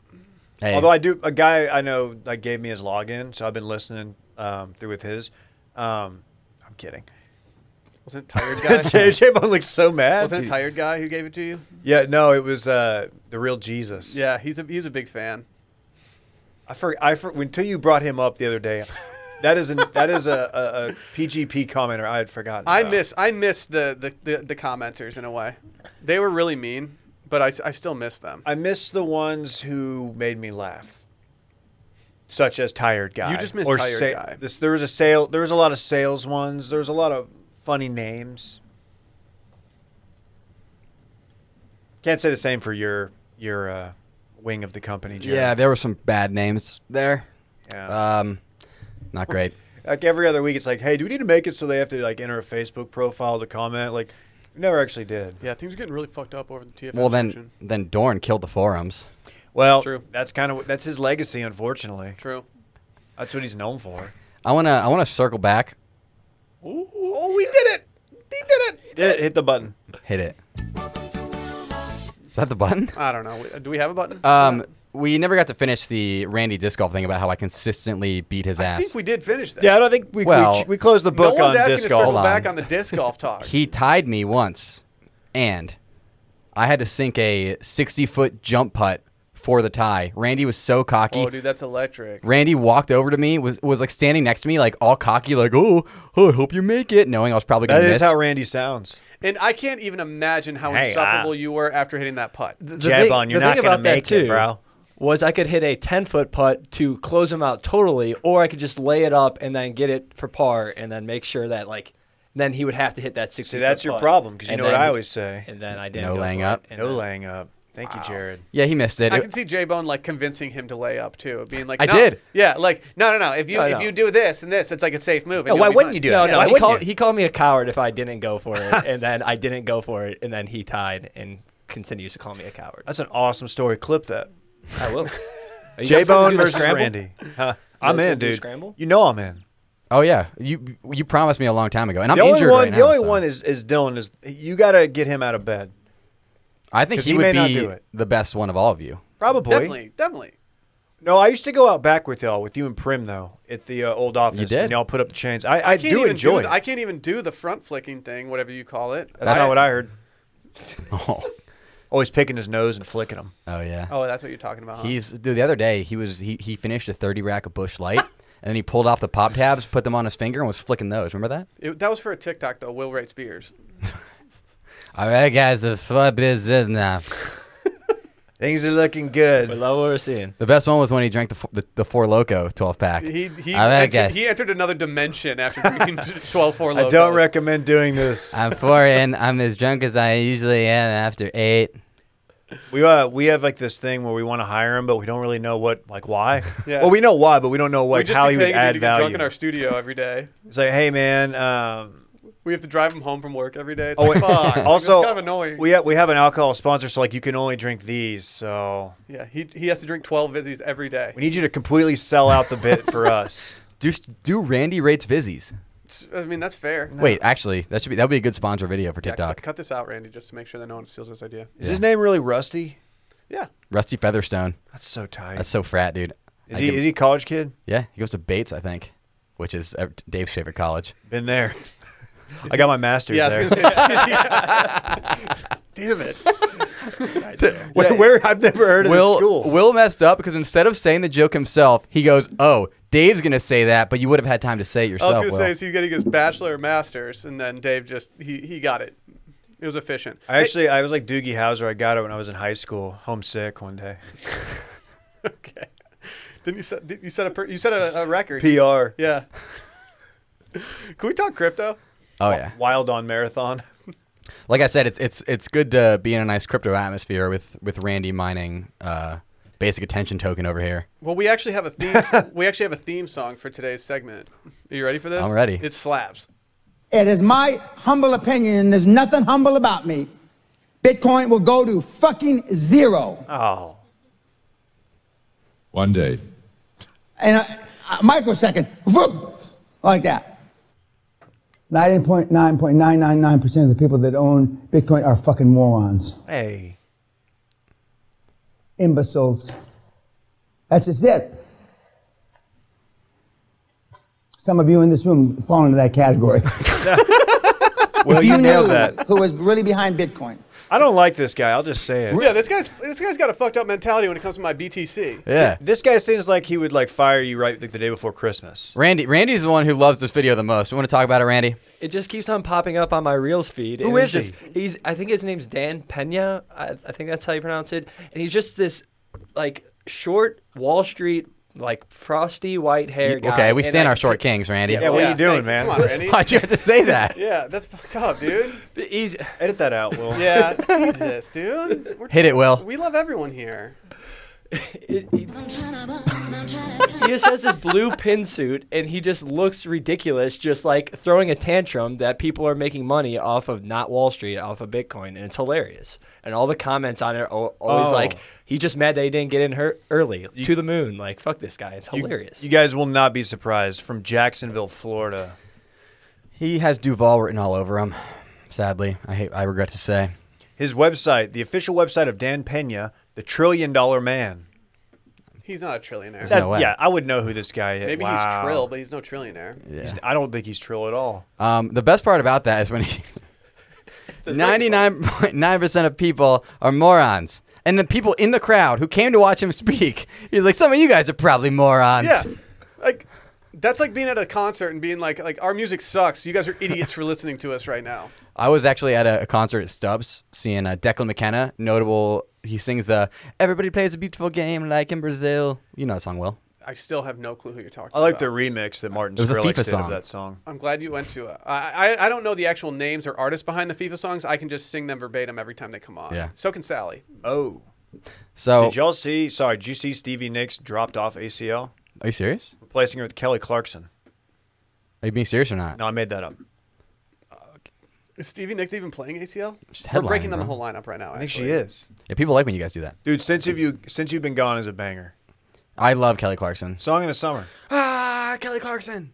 [SPEAKER 3] Hey,
[SPEAKER 2] Although I do, a guy I know like gave me his login, so I've been listening um, through with his. Um, I'm kidding.
[SPEAKER 1] Wasn't it tired guy?
[SPEAKER 2] JJ Bone looks so mad.
[SPEAKER 1] Wasn't it tired guy who gave it to you?
[SPEAKER 2] Yeah, no, it was uh, the real Jesus.
[SPEAKER 1] Yeah, he's a he's a big fan.
[SPEAKER 2] I for, I for, until you brought him up the other day. That is an, that is a, a, a PGP commenter I had forgotten.
[SPEAKER 1] I
[SPEAKER 2] about.
[SPEAKER 1] miss I miss the, the, the, the commenters in a way. They were really mean, but I, s- I still miss them.
[SPEAKER 2] I miss the ones who made me laugh, such as Tired Guy.
[SPEAKER 1] You just miss Tired Guy.
[SPEAKER 2] This, there was a sale. There was a lot of sales ones. There was a lot of funny names. Can't say the same for your your uh, wing of the company, Jerry.
[SPEAKER 3] yeah, there were some bad names there.
[SPEAKER 2] Yeah.
[SPEAKER 3] Um, not great.
[SPEAKER 2] like every other week, it's like, hey, do we need to make it so they have to like enter a Facebook profile to comment? Like, we never actually did.
[SPEAKER 1] yeah, things are getting really fucked up over the TFL.
[SPEAKER 3] Well,
[SPEAKER 1] section.
[SPEAKER 3] then then Dorn killed the forums.
[SPEAKER 2] Well,
[SPEAKER 1] True.
[SPEAKER 2] that's kind of that's his legacy, unfortunately.
[SPEAKER 1] true.
[SPEAKER 2] That's what he's known for.
[SPEAKER 3] I wanna I wanna circle back.
[SPEAKER 1] Oh, we did it! We did it!
[SPEAKER 2] Hit- hit the button.
[SPEAKER 3] Hit it. Is that the button?
[SPEAKER 1] I don't know. We- Do we have a button?
[SPEAKER 3] Um, we never got to finish the Randy disc golf thing about how I consistently beat his
[SPEAKER 1] I
[SPEAKER 3] ass.
[SPEAKER 1] think we did finish that.
[SPEAKER 2] Yeah, I don't think we
[SPEAKER 3] Well-
[SPEAKER 2] we, we closed the book
[SPEAKER 1] no one's
[SPEAKER 2] on
[SPEAKER 1] asking
[SPEAKER 2] disc
[SPEAKER 1] to circle
[SPEAKER 2] golf.
[SPEAKER 3] Hold on.
[SPEAKER 1] back on the disc golf talk.
[SPEAKER 3] he tied me once, and I had to sink a 60 foot jump putt for the tie. Randy was so cocky.
[SPEAKER 1] oh, dude, that's electric.
[SPEAKER 3] Randy walked over to me, was was like standing next to me, like all cocky, like oh, oh, I hope you make it, knowing I was probably gonna
[SPEAKER 2] That is
[SPEAKER 3] miss.
[SPEAKER 2] how Randy sounds.
[SPEAKER 1] And I can't even imagine how
[SPEAKER 2] Hey,
[SPEAKER 1] insufferable
[SPEAKER 2] ah.
[SPEAKER 1] you were after hitting that putt.
[SPEAKER 4] The
[SPEAKER 2] Jab on, you're
[SPEAKER 4] the
[SPEAKER 2] not
[SPEAKER 4] thing
[SPEAKER 2] gonna
[SPEAKER 4] about that
[SPEAKER 2] make it,
[SPEAKER 4] too
[SPEAKER 2] bro.
[SPEAKER 4] Was I could hit a ten foot putt to close him out totally, or I could just lay it up and then get it for par, and then make sure that like, then he would have to hit that sixty.
[SPEAKER 2] See, that's your problem because you know what I always say:
[SPEAKER 4] And then I didn't.
[SPEAKER 3] No
[SPEAKER 4] go
[SPEAKER 3] laying
[SPEAKER 4] for it,
[SPEAKER 3] up.
[SPEAKER 4] and
[SPEAKER 2] no
[SPEAKER 4] then-
[SPEAKER 2] laying up. Thank you, Jared.
[SPEAKER 3] Yeah, he missed it.
[SPEAKER 1] I
[SPEAKER 3] It-
[SPEAKER 1] can see J Bone like convincing him to lay up too, being like,
[SPEAKER 3] I
[SPEAKER 1] no.
[SPEAKER 3] did.
[SPEAKER 1] yeah, like no, no, no. If you
[SPEAKER 4] No,
[SPEAKER 1] if
[SPEAKER 4] no.
[SPEAKER 1] you do this and this, it's like a safe move. and
[SPEAKER 2] No,
[SPEAKER 1] you'll
[SPEAKER 2] why
[SPEAKER 1] be
[SPEAKER 2] wouldn't
[SPEAKER 1] fine.
[SPEAKER 2] you do
[SPEAKER 4] No,
[SPEAKER 2] it?
[SPEAKER 4] no.
[SPEAKER 2] Why
[SPEAKER 4] He
[SPEAKER 2] wouldn't
[SPEAKER 4] called,
[SPEAKER 2] you?
[SPEAKER 4] he called me a coward if I didn't go for it, and then I didn't go for it, and then he tied and continues to call me a coward.
[SPEAKER 2] That's an awesome story. Clip that.
[SPEAKER 4] I will. Are you guys
[SPEAKER 2] J
[SPEAKER 4] gonna
[SPEAKER 2] Bone
[SPEAKER 4] do the
[SPEAKER 2] versus
[SPEAKER 4] scramble?
[SPEAKER 2] Randy. Huh. I'm
[SPEAKER 4] guys gonna
[SPEAKER 2] in,
[SPEAKER 4] do
[SPEAKER 2] dude.
[SPEAKER 4] scramble?
[SPEAKER 2] You know I'm in.
[SPEAKER 3] oh yeah, you you promised me a long time ago, and I'm
[SPEAKER 2] The only
[SPEAKER 3] injured
[SPEAKER 2] one,
[SPEAKER 3] right now.
[SPEAKER 2] the only
[SPEAKER 3] so.
[SPEAKER 2] one is, is Dylan. Is you gotta get him out of bed?
[SPEAKER 3] I think
[SPEAKER 2] 'cause
[SPEAKER 3] he,
[SPEAKER 2] he
[SPEAKER 3] would
[SPEAKER 2] may not
[SPEAKER 3] be
[SPEAKER 2] do it.
[SPEAKER 3] the best one of all of you.
[SPEAKER 2] Probably.
[SPEAKER 1] Definitely, definitely.
[SPEAKER 2] No, I used to go out back with y'all, with you and Prim though, at the uh, old office.
[SPEAKER 3] did?
[SPEAKER 2] And y'all put up the chains. I, I,
[SPEAKER 1] can't
[SPEAKER 2] do
[SPEAKER 1] even
[SPEAKER 2] enjoy.
[SPEAKER 1] the-
[SPEAKER 2] it.
[SPEAKER 1] I can't even do the front flicking thing, whatever you call it.
[SPEAKER 2] That's not what I heard.
[SPEAKER 3] Oh,
[SPEAKER 2] Always picking his nose and flicking him.
[SPEAKER 3] oh yeah.
[SPEAKER 1] Oh, that's what you're talking about. huh?
[SPEAKER 3] He's dude. The other day, he was he, he finished a thirty rack of Bush Light, and then he pulled off the pop tabs, put them on his finger, and was flicking those. Remember that?
[SPEAKER 1] It- that was for a TikTok though. Will rates beers.
[SPEAKER 3] All right, guys, the flip is in now.
[SPEAKER 2] Things are looking good.
[SPEAKER 4] We love what we're seeing.
[SPEAKER 3] The best one was when he drank the f- the, the four loco twelve pack.
[SPEAKER 1] He he,
[SPEAKER 3] All right,
[SPEAKER 1] entered,
[SPEAKER 3] guys.
[SPEAKER 1] he entered another dimension after drinking 12 4
[SPEAKER 2] I don't recommend doing this.
[SPEAKER 3] I'm four in. I'm as drunk as I usually am after eight.
[SPEAKER 2] we uh, we have like this thing where we want to hire him, but we don't really know what, like, why.
[SPEAKER 1] Yeah.
[SPEAKER 2] Well, we know why, but we don't know
[SPEAKER 1] We
[SPEAKER 2] like
[SPEAKER 1] just
[SPEAKER 2] how
[SPEAKER 1] be
[SPEAKER 2] he would
[SPEAKER 1] paying him
[SPEAKER 2] add
[SPEAKER 1] to get drunk
[SPEAKER 2] value.
[SPEAKER 1] in our studio every day.
[SPEAKER 2] It's like, hey man, um,
[SPEAKER 1] We have to drive him home from work every day. It's
[SPEAKER 2] Oh,
[SPEAKER 1] like,
[SPEAKER 2] wait.
[SPEAKER 1] fuck. Like,
[SPEAKER 2] also,
[SPEAKER 1] it's kind of annoying.
[SPEAKER 2] we have, we have an alcohol sponsor, so like you can only drink these. So
[SPEAKER 1] yeah, he, he has to drink 12 Vizzies every day.
[SPEAKER 2] we need you to completely sell out the bit for us.
[SPEAKER 3] Do do Randy rates Vizzies?
[SPEAKER 1] It's- I mean, that's fair.
[SPEAKER 3] Wait, actually, that should be that would be a good sponsor video for
[SPEAKER 1] Yeah, cut-
[SPEAKER 3] TikTok.
[SPEAKER 1] Cut, this out, Randy, just to make sure that no one steals this idea.
[SPEAKER 2] Is his name really Rusty?
[SPEAKER 1] Yeah.
[SPEAKER 3] Rusty Featherstone.
[SPEAKER 2] That's so tight.
[SPEAKER 3] That's so frat, dude.
[SPEAKER 2] is
[SPEAKER 3] I
[SPEAKER 2] he
[SPEAKER 3] give-
[SPEAKER 2] is he a college kid?
[SPEAKER 3] yeah, he goes to Bates, I think, which is uh, Dave's favorite college.
[SPEAKER 2] Been there. I got my master's
[SPEAKER 1] Yeah, I
[SPEAKER 2] there.
[SPEAKER 1] was going to say that. Damn it.
[SPEAKER 2] where, where- I've never heard of this
[SPEAKER 3] Will
[SPEAKER 2] school.
[SPEAKER 3] Will messed up because instead of saying the joke himself, he goes, "Oh, Dave's gonna say that, but you would have had time to
[SPEAKER 1] I
[SPEAKER 3] say it
[SPEAKER 1] was
[SPEAKER 3] yourself."
[SPEAKER 1] going to
[SPEAKER 3] Will.
[SPEAKER 1] say, is he getting his bachelor or master's? And then Dave just, he, he got it. It was efficient.
[SPEAKER 2] I actually I was like Doogie Howser. I got it when I was in high school, homesick one day.
[SPEAKER 1] Okay. Didn't you set, did- you set, a, per- you set a, a record?
[SPEAKER 2] PR
[SPEAKER 1] yeah. Can we talk crypto?
[SPEAKER 3] oh yeah,
[SPEAKER 2] Wild on Marathon.
[SPEAKER 3] like I said, it's it's it's good to be in a nice crypto atmosphere with with Randy mining uh, basic attention token over here.
[SPEAKER 1] Well, we actually have a theme. we actually have a theme song for today's segment. Are you ready for this?
[SPEAKER 3] I'm ready.
[SPEAKER 1] It slaps.
[SPEAKER 6] It is my humble opinion, and there's nothing humble about me. Bitcoin will go to fucking zero.
[SPEAKER 2] Oh,
[SPEAKER 7] One day.
[SPEAKER 6] And a, a microsecond, vroom, like that. 99.999% of the people that own Bitcoin are fucking morons,
[SPEAKER 2] hey,
[SPEAKER 6] imbeciles. That's just it. Some of you in this room fall into that category.
[SPEAKER 2] well
[SPEAKER 6] If
[SPEAKER 2] you nailed
[SPEAKER 6] knew
[SPEAKER 2] that.
[SPEAKER 6] Who was really behind Bitcoin?
[SPEAKER 2] I don't like this guy. I'll just say it.
[SPEAKER 1] Yeah, this guy's this guy's got a fucked up mentality when it comes to my BTC.
[SPEAKER 3] Yeah,
[SPEAKER 2] This guy seems like he would like fire you right like the day before Christmas.
[SPEAKER 3] Randy Randy's the one who loves this video the most. We want to talk about it, Randy.
[SPEAKER 4] It just keeps on popping up on my reels feed.
[SPEAKER 2] Who
[SPEAKER 4] and it's
[SPEAKER 2] is
[SPEAKER 4] just- He's. I think his name's Dan Pena. I, I think that's how you pronounce it. And he's just this, like, short Wall Street, like frosty white hair guy.
[SPEAKER 3] Okay, we
[SPEAKER 4] And
[SPEAKER 3] stand
[SPEAKER 4] I-
[SPEAKER 3] our short kings, Randy.
[SPEAKER 2] Yeah, what are you doing,
[SPEAKER 1] thanks.
[SPEAKER 2] man?
[SPEAKER 1] Come on, Randy.
[SPEAKER 3] Why'd you have to say that?
[SPEAKER 1] yeah, that's fucked up, dude.
[SPEAKER 4] He's.
[SPEAKER 2] Edit that out, Will.
[SPEAKER 1] Yeah, Jesus, dude. We're-
[SPEAKER 3] Hit it, Will.
[SPEAKER 1] We love everyone here.
[SPEAKER 4] It, he, he just has this blue pin suit, and he just looks ridiculous, just like throwing a tantrum that people are making money off of not Wall Street, off of Bitcoin, and it's hilarious. And all the comments on it are al- always
[SPEAKER 2] Oh.
[SPEAKER 4] like, "He just mad that he didn't get in her early to the moon." Like, fuck this guy, it's hilarious.
[SPEAKER 2] You guys will not be surprised from Jacksonville, Florida.
[SPEAKER 3] He has Duval written all over him. Sadly, I hate. I regret to say.
[SPEAKER 2] His website, the official website of Dan Pena, the Trillion Dollar Man.
[SPEAKER 1] He's not a trillionaire.
[SPEAKER 2] That-
[SPEAKER 3] no way.
[SPEAKER 2] Yeah, I would know who this guy is.
[SPEAKER 1] Maybe he's trill, but he's no trillionaire.
[SPEAKER 2] He's- I don't think he's trill at all.
[SPEAKER 3] Um, the best part about that is when he. Ninety-nine point nine percent of people are morons, and the people in the crowd who came to watch him speak, he's like, "Some of you guys are probably morons."
[SPEAKER 1] Yeah, like that's like being at a concert and being like, like our music sucks. You guys are idiots for listening to us right now.
[SPEAKER 3] I was actually at a, a concert at Stubbs, seeing uh, Declan McKenna, notable. He sings the "Everybody plays a beautiful game" like in Brazil. You know that song, Will.
[SPEAKER 1] I still have no clue who you're talking
[SPEAKER 2] I like the
[SPEAKER 1] about.
[SPEAKER 2] remix that Martin
[SPEAKER 3] It was a
[SPEAKER 2] Skrillex
[SPEAKER 3] FIFA
[SPEAKER 2] did
[SPEAKER 3] song.
[SPEAKER 2] of that song.
[SPEAKER 1] I'm glad you went to it. I, I I don't know the actual names or artists behind the FIFA songs. I can just sing them verbatim every time they come on.
[SPEAKER 3] Yeah.
[SPEAKER 1] So can Sally.
[SPEAKER 2] Oh,
[SPEAKER 3] So,
[SPEAKER 2] did y'all see? Sorry, did you see Stevie Nicks dropped off ACL,
[SPEAKER 3] are you serious?
[SPEAKER 2] replacing her with Kelly Clarkson?
[SPEAKER 3] Are you being serious or not?
[SPEAKER 2] No, I made that up.
[SPEAKER 1] Is Stevie Nicks even playing ACL?
[SPEAKER 3] She's
[SPEAKER 1] We're breaking
[SPEAKER 3] headlining,
[SPEAKER 1] down the
[SPEAKER 3] bro.
[SPEAKER 1] whole lineup right now.
[SPEAKER 2] I think she
[SPEAKER 1] actually.
[SPEAKER 2] is,
[SPEAKER 3] Yeah, people like when you guys do that.
[SPEAKER 2] dude. Since have you since you've been gone is a banger.
[SPEAKER 3] I love Kelly Clarkson.
[SPEAKER 2] Song of the summer.
[SPEAKER 3] Ah, Kelly Clarkson.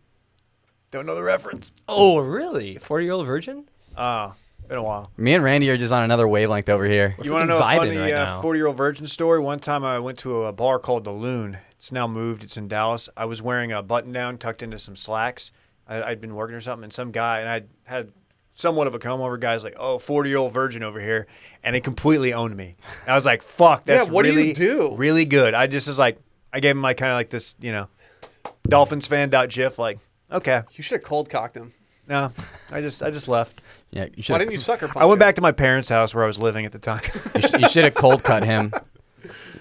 [SPEAKER 2] Don't know the reference.
[SPEAKER 4] Oh, really? Forty-year-old virgin?
[SPEAKER 2] Ah, been a while.
[SPEAKER 3] Me and Randy are just on another wavelength over here.
[SPEAKER 2] You want to know a
[SPEAKER 4] freaking vibing
[SPEAKER 2] funny
[SPEAKER 4] right
[SPEAKER 2] uh,
[SPEAKER 4] now.
[SPEAKER 2] 40 year old virgin story? One time I went to a bar called The Loon. It's now moved, it's in Dallas. I was wearing a button down tucked into some slacks. I, I'd been working or something, and some guy, and I had somewhat of a come over, guy's like, oh, 40 year old virgin over here. And it completely owned me. And I was like, fuck,
[SPEAKER 1] Yeah,
[SPEAKER 2] that's
[SPEAKER 1] what do you
[SPEAKER 2] really,
[SPEAKER 1] do?
[SPEAKER 2] really good. I just was like, I gave him like kind of like this, you know, Dolphins fan dot gif, like, okay,
[SPEAKER 1] You should have cold cocked him.
[SPEAKER 2] no, I just, I just left.
[SPEAKER 3] Yeah, you should.
[SPEAKER 1] Why didn't you sucker punch
[SPEAKER 2] I went
[SPEAKER 1] him?
[SPEAKER 2] back to my parents' house where I was living at the time.
[SPEAKER 3] You, sh- you should have cold cut him.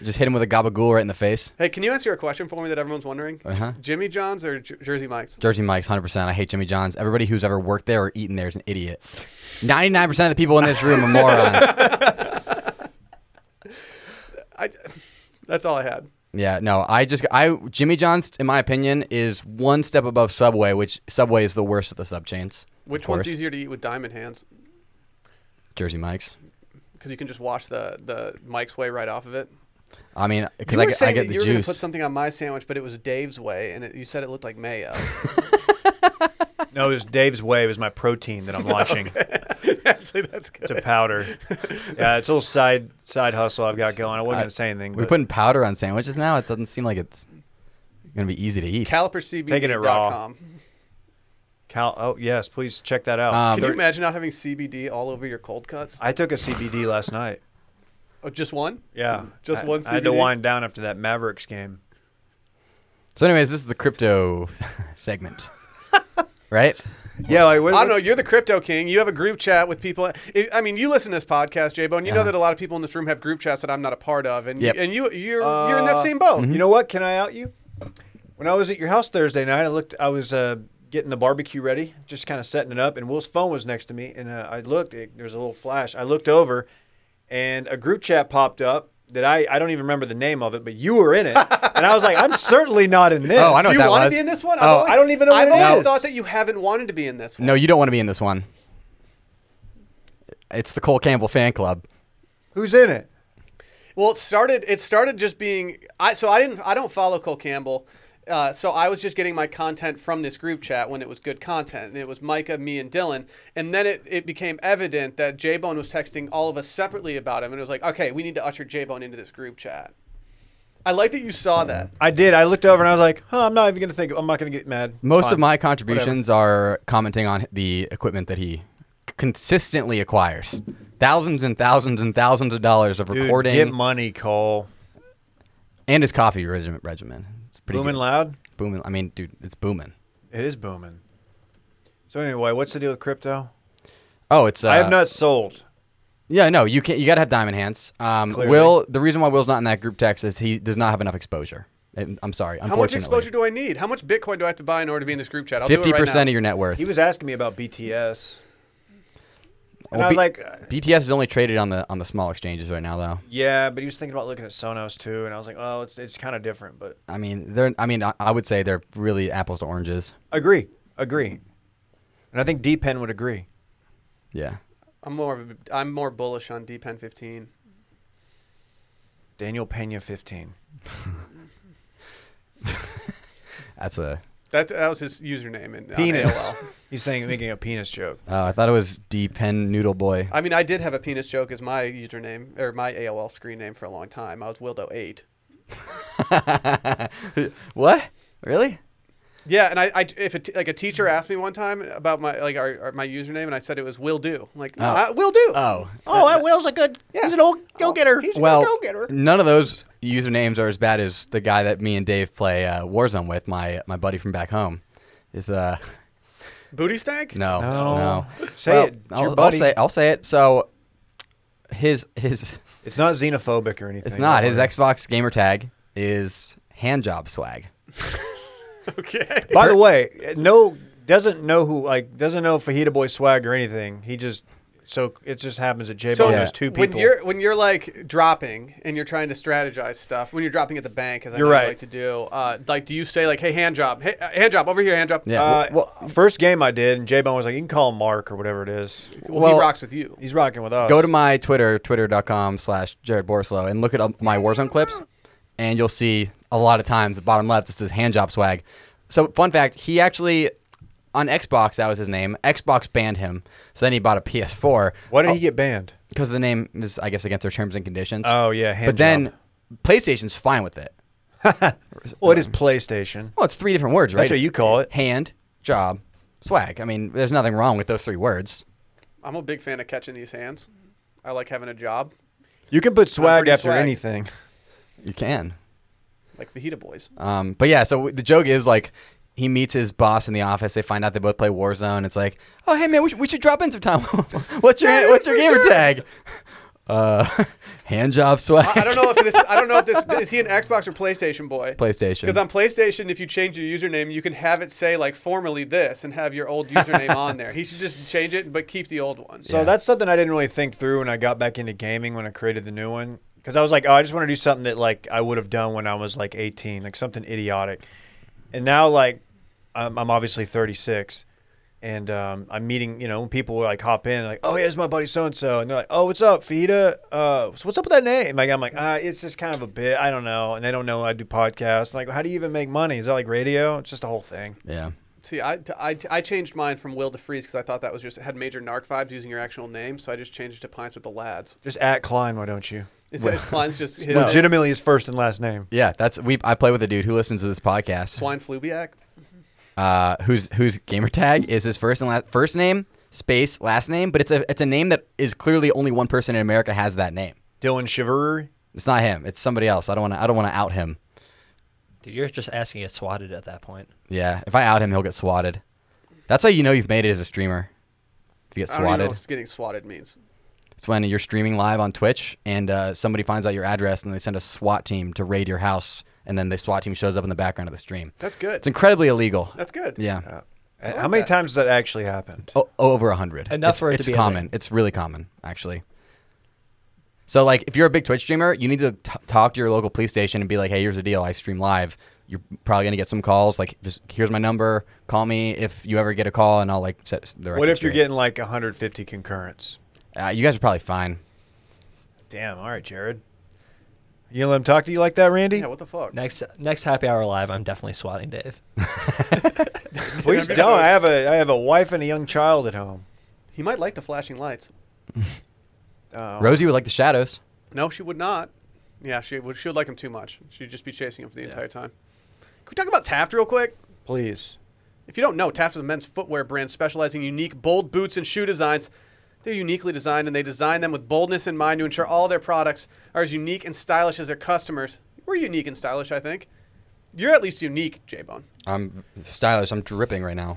[SPEAKER 3] Just hit him with a gabagool right in the face.
[SPEAKER 1] Hey, can you answer a question for me that everyone's wondering?
[SPEAKER 3] Uh-huh.
[SPEAKER 1] Jimmy John's or J- Jersey Mike's?
[SPEAKER 3] Jersey Mike's 100%. I hate Jimmy John's. Everybody who's ever worked there or eaten there is an idiot. 99% of the people in this room are morons.
[SPEAKER 1] I, that's all I had.
[SPEAKER 3] Yeah, no, I just, I, Jimmy John's, in my opinion, is one step above Subway, which Subway is the worst of the sub chains.
[SPEAKER 1] Which
[SPEAKER 3] of
[SPEAKER 1] one's
[SPEAKER 3] course.
[SPEAKER 1] easier to eat with diamond hands?
[SPEAKER 3] Jersey Mike's.
[SPEAKER 1] Because you can just wash the, the Mike's way right off of it.
[SPEAKER 3] I mean, because
[SPEAKER 1] You
[SPEAKER 3] I,
[SPEAKER 1] were
[SPEAKER 3] get- I
[SPEAKER 1] saying
[SPEAKER 3] get
[SPEAKER 1] that
[SPEAKER 3] the
[SPEAKER 1] you were going to put
[SPEAKER 3] juice.
[SPEAKER 1] something on my sandwich, but it was Dave's way, and it, you said it looked like mayo.
[SPEAKER 2] No, it was Dave's Way. It was my protein that I'm launching.
[SPEAKER 1] Actually, that's
[SPEAKER 2] It's
[SPEAKER 1] good.
[SPEAKER 2] a powder. Yeah, it's a little side side hustle I've got going. I wasn't
[SPEAKER 3] I-
[SPEAKER 2] gonna say anything.
[SPEAKER 3] We're
[SPEAKER 2] but
[SPEAKER 3] putting powder on sandwiches now. It doesn't seem like it's going to be easy to eat.
[SPEAKER 2] Taking it raw.
[SPEAKER 1] CaliperCBD.com.
[SPEAKER 2] Cal- oh yes, please check that out.
[SPEAKER 3] Um,
[SPEAKER 1] Can you imagine not having CBD all over your cold cuts?
[SPEAKER 2] I took a CBD last night.
[SPEAKER 1] oh, just one?
[SPEAKER 2] Yeah,
[SPEAKER 1] Just
[SPEAKER 2] I-
[SPEAKER 1] one
[SPEAKER 2] I had to
[SPEAKER 1] CBD?
[SPEAKER 2] wind down after that Mavericks game.
[SPEAKER 3] So, anyways, this is the crypto segment, right?
[SPEAKER 2] Yeah, like what,
[SPEAKER 1] I don't know.
[SPEAKER 2] what's-
[SPEAKER 1] You're the crypto king. You have a group chat with people. I- I mean, you listen to this podcast, J-Bo, and you know
[SPEAKER 3] Uh-huh.
[SPEAKER 1] that a lot of people in this room have group chats that I'm not a part of, and
[SPEAKER 3] Yep.
[SPEAKER 1] and you you're you're in that
[SPEAKER 2] Uh,
[SPEAKER 1] same boat.
[SPEAKER 3] Mm-hmm.
[SPEAKER 2] You know what? Can I out you? When I was at your house Thursday night, I looked. I was uh, getting the barbecue ready, just kind of setting it up, and Will's phone was next to me, and uh, I looked. It, there was a little flash. I looked over, and a group chat popped up that I I don't even remember the name of it, but you were in it, and I was like, I'm certainly not in this.
[SPEAKER 3] Oh, I know
[SPEAKER 1] Do you
[SPEAKER 3] that
[SPEAKER 1] want to
[SPEAKER 3] was-
[SPEAKER 1] be in this one?
[SPEAKER 3] Oh,
[SPEAKER 1] always-
[SPEAKER 2] I don't even know what
[SPEAKER 1] I've
[SPEAKER 2] it
[SPEAKER 1] always
[SPEAKER 2] is.
[SPEAKER 1] thought that you haven't wanted to be in this one.
[SPEAKER 3] No, you don't want to be in this one. It's the Cole Campbell fan club.
[SPEAKER 2] Who's in it?
[SPEAKER 1] Well, it started. It started just being. I so I didn't. I don't follow Cole Campbell. Uh, so I was just getting my content from this group chat when it was good content, and it was Micah, me, and Dylan. And then it, it became evident that J Bone was texting all of us separately about him, and it was like, okay, we need to usher J Bone into this group chat. I like that you
[SPEAKER 3] Mm,
[SPEAKER 1] saw that.
[SPEAKER 2] I did. I looked over and I was like, huh, I'm not even gonna think. I'm not gonna get mad. It's
[SPEAKER 3] Most of
[SPEAKER 2] fine.
[SPEAKER 3] my contributions are commenting on the equipment that he consistently acquires. Thousands and thousands and thousands of dollars of
[SPEAKER 2] Dude,
[SPEAKER 3] recording
[SPEAKER 2] Get money, Cole.
[SPEAKER 3] and his coffee regimen. regimen. It's pretty
[SPEAKER 2] Booming
[SPEAKER 3] good.
[SPEAKER 2] loud.
[SPEAKER 3] booming. I mean, dude, it's booming.
[SPEAKER 2] It is booming. So anyway, what's the deal with crypto?
[SPEAKER 3] Oh, it's. Uh,
[SPEAKER 2] I have not sold.
[SPEAKER 3] Yeah, no, you can't. You gotta have diamond hands. Um,
[SPEAKER 2] Clearly.
[SPEAKER 3] Will. The reason why Will's not in that group text is he does not have enough exposure. I'm I'm sorry.
[SPEAKER 1] How much
[SPEAKER 3] Unfortunately,
[SPEAKER 1] exposure do I need? How much Bitcoin do I have to buy in order to be in this group chat? I'll
[SPEAKER 3] Fifty
[SPEAKER 1] do it right now.
[SPEAKER 3] percent of your net worth.
[SPEAKER 2] He was asking me about BTS. And
[SPEAKER 3] Well,
[SPEAKER 2] I was
[SPEAKER 3] B-
[SPEAKER 2] like, uh,
[SPEAKER 3] BTS is only traded on the on the small exchanges right now, though.
[SPEAKER 2] yeah, but he was thinking about looking at Sonos too. And I was like, oh, it's, it's kind of different, but
[SPEAKER 3] I mean, they're. I mean, I, I would say they're really apples to oranges.
[SPEAKER 2] agree. Agree. And I think D Pen would agree.
[SPEAKER 3] Yeah.
[SPEAKER 1] I'm more. Of a, I'm more bullish on Dpen 15.
[SPEAKER 2] Daniel Pena 15.
[SPEAKER 3] That's a.
[SPEAKER 1] That that was his username in on
[SPEAKER 2] Penis.
[SPEAKER 1] AOL.
[SPEAKER 2] He's saying, making a penis joke.
[SPEAKER 3] Uh, I thought it was D Pen Noodle Boy.
[SPEAKER 1] I mean, I did have a penis joke as my username or my AOL screen name for a long time. I was Wildo8.
[SPEAKER 3] What? Really?
[SPEAKER 1] Yeah, and I, I if a t- like a teacher asked me one time about my like our, our- my username, and I said it was Will Do. I'm like, no,
[SPEAKER 3] Oh.
[SPEAKER 1] I, Will Do.
[SPEAKER 3] Oh.
[SPEAKER 2] Oh, that Will's a good, he's an old go getter.
[SPEAKER 3] Well, none of those usernames are as bad as the guy that me and Dave play uh, Warzone with. My my buddy from back home. Is uh.
[SPEAKER 1] Booty stank.
[SPEAKER 3] No,
[SPEAKER 2] No.
[SPEAKER 3] no.
[SPEAKER 2] Say
[SPEAKER 3] Well,
[SPEAKER 2] it. It's your
[SPEAKER 3] I'll, I'll
[SPEAKER 2] buddy.
[SPEAKER 3] say. I'll say it. So, his his.
[SPEAKER 2] It's not xenophobic or anything.
[SPEAKER 3] It's not
[SPEAKER 2] don't
[SPEAKER 3] his
[SPEAKER 2] worry.
[SPEAKER 3] Xbox gamer tag is handjob swag.
[SPEAKER 1] Okay.
[SPEAKER 2] By the way, no doesn't know who like doesn't know Fajita Boy swag or anything. He just so it just happens that J Bo
[SPEAKER 1] So
[SPEAKER 2] knows two
[SPEAKER 1] when
[SPEAKER 2] people.
[SPEAKER 1] you're when you're like dropping and you're trying to strategize stuff, when you're dropping at the bank, as I
[SPEAKER 2] You're
[SPEAKER 1] know you
[SPEAKER 2] right.
[SPEAKER 1] like to do, uh, like do you say like, "Hey, hand job, hey, uh, hand job over here, hand job"?
[SPEAKER 3] Yeah.
[SPEAKER 2] uh,
[SPEAKER 3] well,
[SPEAKER 2] first game I did, and J Bone was like, "You can call him Mark or whatever it is."
[SPEAKER 1] well,
[SPEAKER 3] well-
[SPEAKER 1] he rocks with you.
[SPEAKER 2] He's rocking with us.
[SPEAKER 3] Go to my Twitter, twitter.com slash Jared Borslow, and look at uh, my Warzone clips, and you'll see a lot of times the bottom left it says hand job swag. So, fun fact, he actually, on Xbox, that was his name, Xbox banned him. So then he bought a PS4.
[SPEAKER 2] Why did he get banned?
[SPEAKER 3] Because the name is, I guess, against their terms and conditions.
[SPEAKER 2] Oh, yeah, hand
[SPEAKER 3] But then
[SPEAKER 2] job.
[SPEAKER 3] PlayStation's fine with it.
[SPEAKER 2] Well, it is PlayStation.
[SPEAKER 3] Well, it's three different words, right?
[SPEAKER 2] That's what
[SPEAKER 3] It's
[SPEAKER 2] you call it.
[SPEAKER 3] Hand, job, swag. I mean, there's nothing wrong with those three words.
[SPEAKER 1] I'm a big fan of catching these hands. I like having a job,
[SPEAKER 2] You can put swag
[SPEAKER 1] pretty
[SPEAKER 2] after
[SPEAKER 1] swag.
[SPEAKER 2] anything.
[SPEAKER 3] You can.
[SPEAKER 1] like Fajita Boys.
[SPEAKER 3] Um, but yeah, so the joke is like he meets his boss in the office. They find out they both play Warzone. It's like, oh hey man, we should, we should drop in sometime. what's your what's your gamer tag? Uh, hand job swag.
[SPEAKER 1] I, I don't know if this. I don't know if this is he an Xbox or PlayStation boy.
[SPEAKER 3] PlayStation.
[SPEAKER 1] Because on PlayStation, if you change your username, you can have it say like formerly this and have your old username on there. He should just change it, but keep the old one.
[SPEAKER 2] So that's something I didn't really think through when I got back into gaming when I created the new one because I was like, oh, I just want to do something that like I would have done when I was like 18, like something idiotic. And now like I'm, I'm obviously 36, and um, I'm meeting you know when people like hop in like, oh yeah, it's my buddy so and so, and they're like, oh what's up, Fida? Uh, so what's up with that name? Like I'm like, uh, it's just kind of a bit. I don't know, and they don't know I do podcasts. Like, how do you even make money? Is that like radio? It's just a whole thing.
[SPEAKER 3] yeah.
[SPEAKER 1] See, I, I, I changed mine from Will to Freeze because I thought that was just had major narc vibes using your actual name, so I just changed it to Pines with the Lads.
[SPEAKER 2] Just at Klein, why don't you?
[SPEAKER 1] It's, it's Klein's just his
[SPEAKER 2] Legitimately, his first and last name.
[SPEAKER 3] Yeah, that's we. I play with a dude who listens to this podcast,
[SPEAKER 1] Swine Flubiak.
[SPEAKER 3] uh, whose whose gamer tag is his first and last first name space last name, but it's a it's a name that is clearly only one person in America has that name.
[SPEAKER 2] Dylan Shiverer.
[SPEAKER 3] It's not him. It's somebody else. I don't want to. I don't want to out him.
[SPEAKER 4] Dude, you're just asking to get swatted at that point.
[SPEAKER 3] Yeah, if I out him, he'll get swatted. That's how you know you've made it as a streamer. If you get
[SPEAKER 1] I don't even know
[SPEAKER 3] swatted,
[SPEAKER 1] what getting swatted means.
[SPEAKER 3] it's when you're streaming live on Twitch and uh, somebody finds out your address and they send a SWAT team to raid your house, and then the SWAT team shows up in the background of the stream.
[SPEAKER 1] That's good.
[SPEAKER 3] It's incredibly illegal.
[SPEAKER 1] That's good.
[SPEAKER 3] Yeah, Oh,
[SPEAKER 2] How many Uh, times has that actually happened?
[SPEAKER 3] o- over a hundred.
[SPEAKER 4] Enough
[SPEAKER 3] it's,
[SPEAKER 4] for it to
[SPEAKER 3] it's
[SPEAKER 4] be a
[SPEAKER 3] common.
[SPEAKER 4] thing.
[SPEAKER 3] It's really common, actually. So, like, if you're a big Twitch streamer, you need to t- talk to your local police station and be like, "Hey, here's the deal. I stream live. You're probably gonna get some calls. Like, just here's my number. Call me if you ever get a call, and I'll like set the record
[SPEAKER 2] what if you're
[SPEAKER 3] straight."
[SPEAKER 2] getting like 150 concurrents?
[SPEAKER 3] Uh, you guys are probably fine.
[SPEAKER 2] Damn. All right, Jared. You gonna let him talk to you like that, Randy?
[SPEAKER 1] Yeah, what the fuck?
[SPEAKER 4] Next next happy hour live, I'm definitely swatting Dave.
[SPEAKER 2] Please don't. I have a I have a wife and a young child at home.
[SPEAKER 1] He might like the flashing lights.
[SPEAKER 2] Oh.
[SPEAKER 3] Rosie would like the shadows.
[SPEAKER 1] No, she would not. Yeah, she would. She would like him too much. She'd just be chasing him for the entire time. Can we talk about Taft real quick?
[SPEAKER 2] please.
[SPEAKER 1] If you don't know, Taft is a men's footwear brand specializing in unique, bold boots and shoe designs. They're uniquely designed and they design them with boldness in mind to ensure all their products are as unique and stylish as their customers. We're unique and stylish, I think. You're at least unique, J Bone.
[SPEAKER 3] I'm stylish. I'm dripping right now.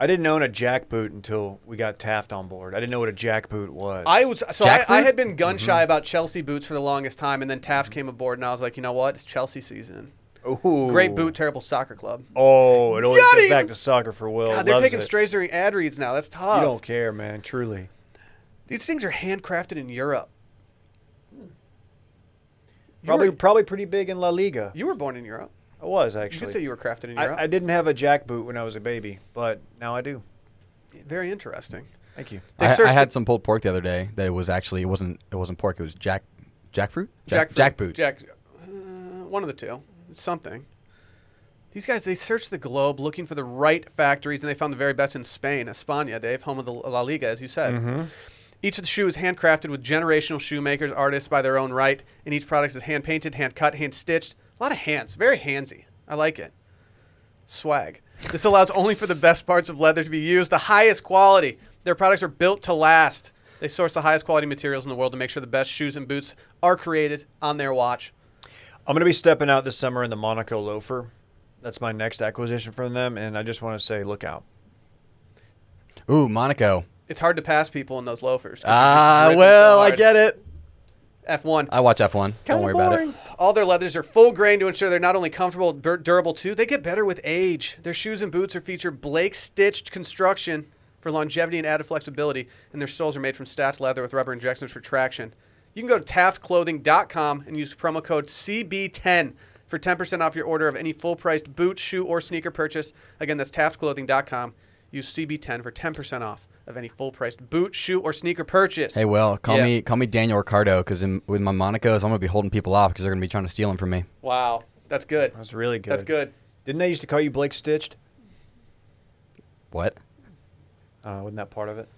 [SPEAKER 2] I didn't own a jack boot until we got Taft on board. I didn't know what a jack boot was.
[SPEAKER 1] I was so I,
[SPEAKER 3] Jackfruit?
[SPEAKER 1] I had been gun shy about Chelsea boots for the longest time, and then Taft came aboard, and I was like, you know what? It's Chelsea season.
[SPEAKER 2] Ooh.
[SPEAKER 1] Great boot, terrible soccer club.
[SPEAKER 2] Oh, it always
[SPEAKER 1] Got
[SPEAKER 2] goes
[SPEAKER 1] him!
[SPEAKER 2] back to soccer for Will.
[SPEAKER 1] God, they're
[SPEAKER 2] Oh, Loves
[SPEAKER 1] taking
[SPEAKER 2] it.
[SPEAKER 1] strays during ad reads now. That's
[SPEAKER 2] You
[SPEAKER 1] tough.
[SPEAKER 2] don't care, man. Truly.
[SPEAKER 1] These things are handcrafted in Europe.
[SPEAKER 2] Probably
[SPEAKER 1] were-
[SPEAKER 2] probably pretty big in La Liga.
[SPEAKER 1] You were born in Europe.
[SPEAKER 2] I was
[SPEAKER 1] You
[SPEAKER 2] actually.
[SPEAKER 1] could say you were crafted in Europe.
[SPEAKER 2] I, I didn't have a jack boot when I was a baby, but now I do.
[SPEAKER 1] Very interesting.
[SPEAKER 2] Thank you.
[SPEAKER 1] They
[SPEAKER 3] I,
[SPEAKER 1] searched
[SPEAKER 3] I had
[SPEAKER 1] the-
[SPEAKER 3] some pulled pork the other day that it was actually it wasn't it wasn't pork. It was jack jackfruit
[SPEAKER 1] Jackfruit-
[SPEAKER 3] jackboot.
[SPEAKER 1] Jack, uh, one of the two. It's something. These guys, they searched the globe looking for the right factories, and they found the very best in Spain, España, Dave, home of the La Liga, as you said.
[SPEAKER 2] Mm-hmm.
[SPEAKER 1] Each of the shoe is handcrafted with generational shoemakers, artists by their own right, and each product is hand painted, hand cut, hand stitched. A lot of hands, very handsy. I like it. Swag. This allows only for the best parts of leather to be used, the highest quality. Their products are built to last. They source the highest quality materials in the world to make sure the best shoes and boots are created on their watch.
[SPEAKER 2] I'm going to be stepping out this summer in the Monaco Loafer. That's my next acquisition from them, and I just want to say, look out.
[SPEAKER 3] Ooh, Monaco.
[SPEAKER 1] It's hard to pass people in those loafers.
[SPEAKER 3] Ah, well, I get it.
[SPEAKER 1] F1.
[SPEAKER 3] I watch F1. Don't worry about it.
[SPEAKER 1] All their leathers are full grain to ensure they're not only comfortable but dur- durable too. They get better with age. Their shoes and boots are featured Blake stitched construction for longevity and added flexibility, and their soles are made from stacked leather with rubber injections for traction. You can go to taftclothing.com and use promo code CB10 for 10% off your order of any full-priced boot, shoe, or sneaker purchase. Again, that's taftclothing.com. Use CB10 for 10% off of any full-priced boot, shoe, or sneaker purchase.
[SPEAKER 3] Hey, Will, call
[SPEAKER 1] Yeah.
[SPEAKER 3] me call me Daniel Ricardo because with my monikers, I'm gonna be holding people off because they're gonna be trying to steal them from me.
[SPEAKER 1] Wow, that's good.
[SPEAKER 2] That's really good.
[SPEAKER 1] That's good.
[SPEAKER 2] Didn't they used to call you Blake Stitched?
[SPEAKER 3] What?
[SPEAKER 2] Uh, wasn't that part of it?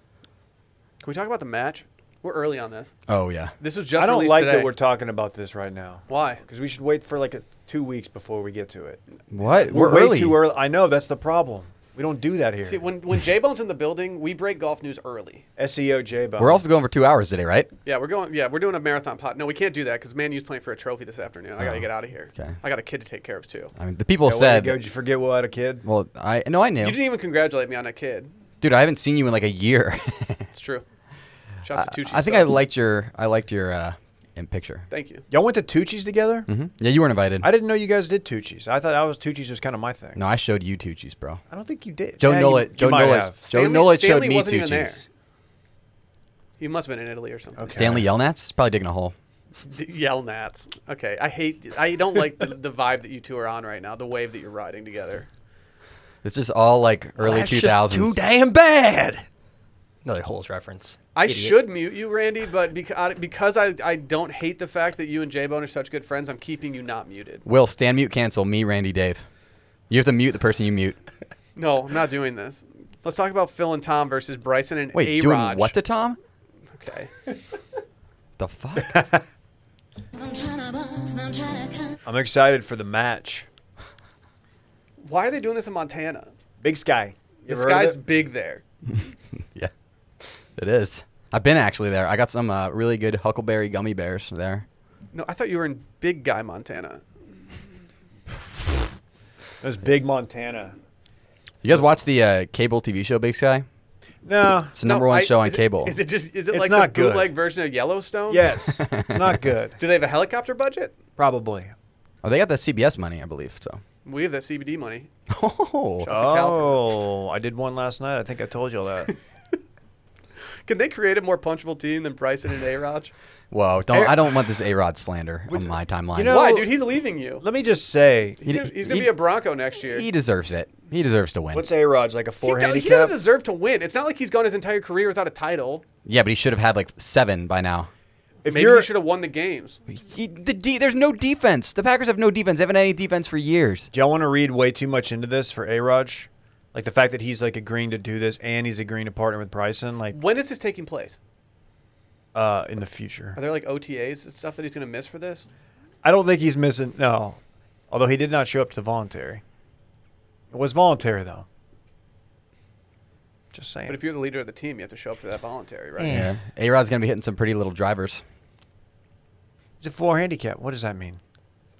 [SPEAKER 1] Can we talk about the match? We're early on this.
[SPEAKER 3] Oh yeah.
[SPEAKER 1] This was just
[SPEAKER 2] I don't
[SPEAKER 1] released
[SPEAKER 2] like
[SPEAKER 1] today.
[SPEAKER 2] that we're talking about this right now.
[SPEAKER 1] Why?
[SPEAKER 2] Because we should wait for like a, two weeks before we get to it.
[SPEAKER 3] What? We're,
[SPEAKER 2] way
[SPEAKER 3] early.
[SPEAKER 2] too early. I know that's the problem. We don't do that here.
[SPEAKER 1] See, when when J Bone's in the building, we break golf news early.
[SPEAKER 2] SEO E J Bone.
[SPEAKER 3] We're also going for two hours today, right?
[SPEAKER 1] Yeah, we're going. Yeah, we're doing a marathon pot. No, we can't do that because Man U's playing for a trophy this afternoon. I gotta
[SPEAKER 3] Oh,
[SPEAKER 1] get out of here.
[SPEAKER 3] okay.
[SPEAKER 1] I got a kid to take care of too.
[SPEAKER 3] I mean, the people
[SPEAKER 2] Yeah, way to
[SPEAKER 3] said.
[SPEAKER 2] go. Did you forget what had a kid?
[SPEAKER 3] Well, I no, I knew,
[SPEAKER 1] You didn't even congratulate me on that kid.
[SPEAKER 3] dude. I haven't seen you in like a year.
[SPEAKER 1] It's true. Shout out to Tucci.
[SPEAKER 3] Uh, I think I
[SPEAKER 1] Subs.
[SPEAKER 3] liked your I liked your uh, in picture.
[SPEAKER 1] Thank you.
[SPEAKER 2] Y'all went to Tucci's together?
[SPEAKER 3] hmm Yeah, you weren't invited.
[SPEAKER 2] I didn't know you guys did Tucci's. I thought I was Tucci's was kind of my thing.
[SPEAKER 3] no, I showed you Tucci's, bro.
[SPEAKER 2] I don't think you did.
[SPEAKER 3] Joe
[SPEAKER 2] Yeah, you-
[SPEAKER 3] Nollet.
[SPEAKER 2] you
[SPEAKER 3] Joe
[SPEAKER 2] might
[SPEAKER 3] Nollet.
[SPEAKER 2] have.
[SPEAKER 3] Joe
[SPEAKER 1] Stanley-
[SPEAKER 3] Nollet showed
[SPEAKER 1] Stanley
[SPEAKER 3] me
[SPEAKER 1] wasn't even
[SPEAKER 3] Tucci's.
[SPEAKER 1] He must have been in Italy or something.
[SPEAKER 2] Okay.
[SPEAKER 3] Stanley Yelnats probably digging a hole.
[SPEAKER 1] D- Yell Nats. Okay, I hate. I don't like the, the vibe that you two are on right now. The wave that you're riding together.
[SPEAKER 3] It's just all like early
[SPEAKER 4] That's
[SPEAKER 3] two
[SPEAKER 4] just
[SPEAKER 3] thousands.
[SPEAKER 4] Too damn bad. Another holes reference.
[SPEAKER 1] I
[SPEAKER 4] Idiot.
[SPEAKER 1] should mute you, Randy, but because because I, I don't hate the fact that you and J Bone are such good friends, I'm keeping you not muted.
[SPEAKER 3] Will stand mute cancel me Randy Dave. You have to mute the person you mute.
[SPEAKER 1] No, I'm not doing this. Let's talk about Phil and Tom versus Bryson and
[SPEAKER 3] Wait,
[SPEAKER 1] A
[SPEAKER 3] doing
[SPEAKER 1] Rod.
[SPEAKER 3] what to Tom?
[SPEAKER 1] Okay.
[SPEAKER 3] The fuck?
[SPEAKER 2] I'm excited for the match.
[SPEAKER 1] Why are they doing this in Montana?
[SPEAKER 2] Big Sky. You
[SPEAKER 1] The
[SPEAKER 2] ever heard of
[SPEAKER 1] sky's
[SPEAKER 2] it?
[SPEAKER 1] big there.
[SPEAKER 3] yeah, it is. I've been actually there. I got some uh, really good huckleberry gummy bears there.
[SPEAKER 1] No, I thought you were in Big Guy, Montana.
[SPEAKER 2] It was Big Montana.
[SPEAKER 3] You guys watch the uh, cable TV show Big Sky?
[SPEAKER 2] No.
[SPEAKER 3] It's the number
[SPEAKER 1] No,
[SPEAKER 3] one
[SPEAKER 1] I-
[SPEAKER 3] show on
[SPEAKER 1] is it-
[SPEAKER 3] cable.
[SPEAKER 1] Is it just is it
[SPEAKER 2] It's
[SPEAKER 1] like
[SPEAKER 2] not
[SPEAKER 1] the
[SPEAKER 2] good.
[SPEAKER 1] bootleg version of Yellowstone?
[SPEAKER 2] Yes. it's not good.
[SPEAKER 1] Do they have a helicopter budget?
[SPEAKER 2] Probably.
[SPEAKER 3] oh, they got that CBS money, I believe. So.
[SPEAKER 1] We have that CBD money.
[SPEAKER 3] Oh.
[SPEAKER 2] Oh, I did one last night. I think I told you all that.
[SPEAKER 1] Can they create a more punchable team than Bryson and A Rod?
[SPEAKER 3] Whoa! Don't
[SPEAKER 2] Air-
[SPEAKER 3] I don't want this A Rod slander on my timeline.
[SPEAKER 2] you know-
[SPEAKER 1] Why,
[SPEAKER 2] No.
[SPEAKER 1] dude? He's leaving you.
[SPEAKER 2] Let me just say,
[SPEAKER 1] He's gonna, he's gonna
[SPEAKER 3] he-
[SPEAKER 1] be a Bronco next year.
[SPEAKER 3] he deserves it. He deserves to win.
[SPEAKER 2] what's A Rod's like a
[SPEAKER 1] He
[SPEAKER 2] four
[SPEAKER 1] do- he
[SPEAKER 2] handicap?
[SPEAKER 1] doesn't deserve to win. It's not like he's gone his entire career without a title.
[SPEAKER 3] yeah, but he should have had like seven by now.
[SPEAKER 2] If
[SPEAKER 1] Maybe
[SPEAKER 2] you're
[SPEAKER 1] he should have won the games.
[SPEAKER 3] He, the D, there's no defense. The Packers have no defense. They haven't had any defense for years.
[SPEAKER 2] Do y'all want to read way too much into this for A Raj? Like the fact that he's like agreeing to do this and he's agreeing to partner with Bryson, like
[SPEAKER 1] When is this taking place?
[SPEAKER 2] uh, in the future.
[SPEAKER 1] Are there like OTAs and stuff that he's gonna miss for this?
[SPEAKER 2] I don't think he's missing. No, although he did not show up to the voluntary. It was voluntary though. Just saying.
[SPEAKER 1] But if you're the leader of the team, you have to show up to that voluntary, right?
[SPEAKER 3] Yeah. A Rod's gonna be hitting some pretty little drivers.
[SPEAKER 2] he's a four handicap. What does that mean?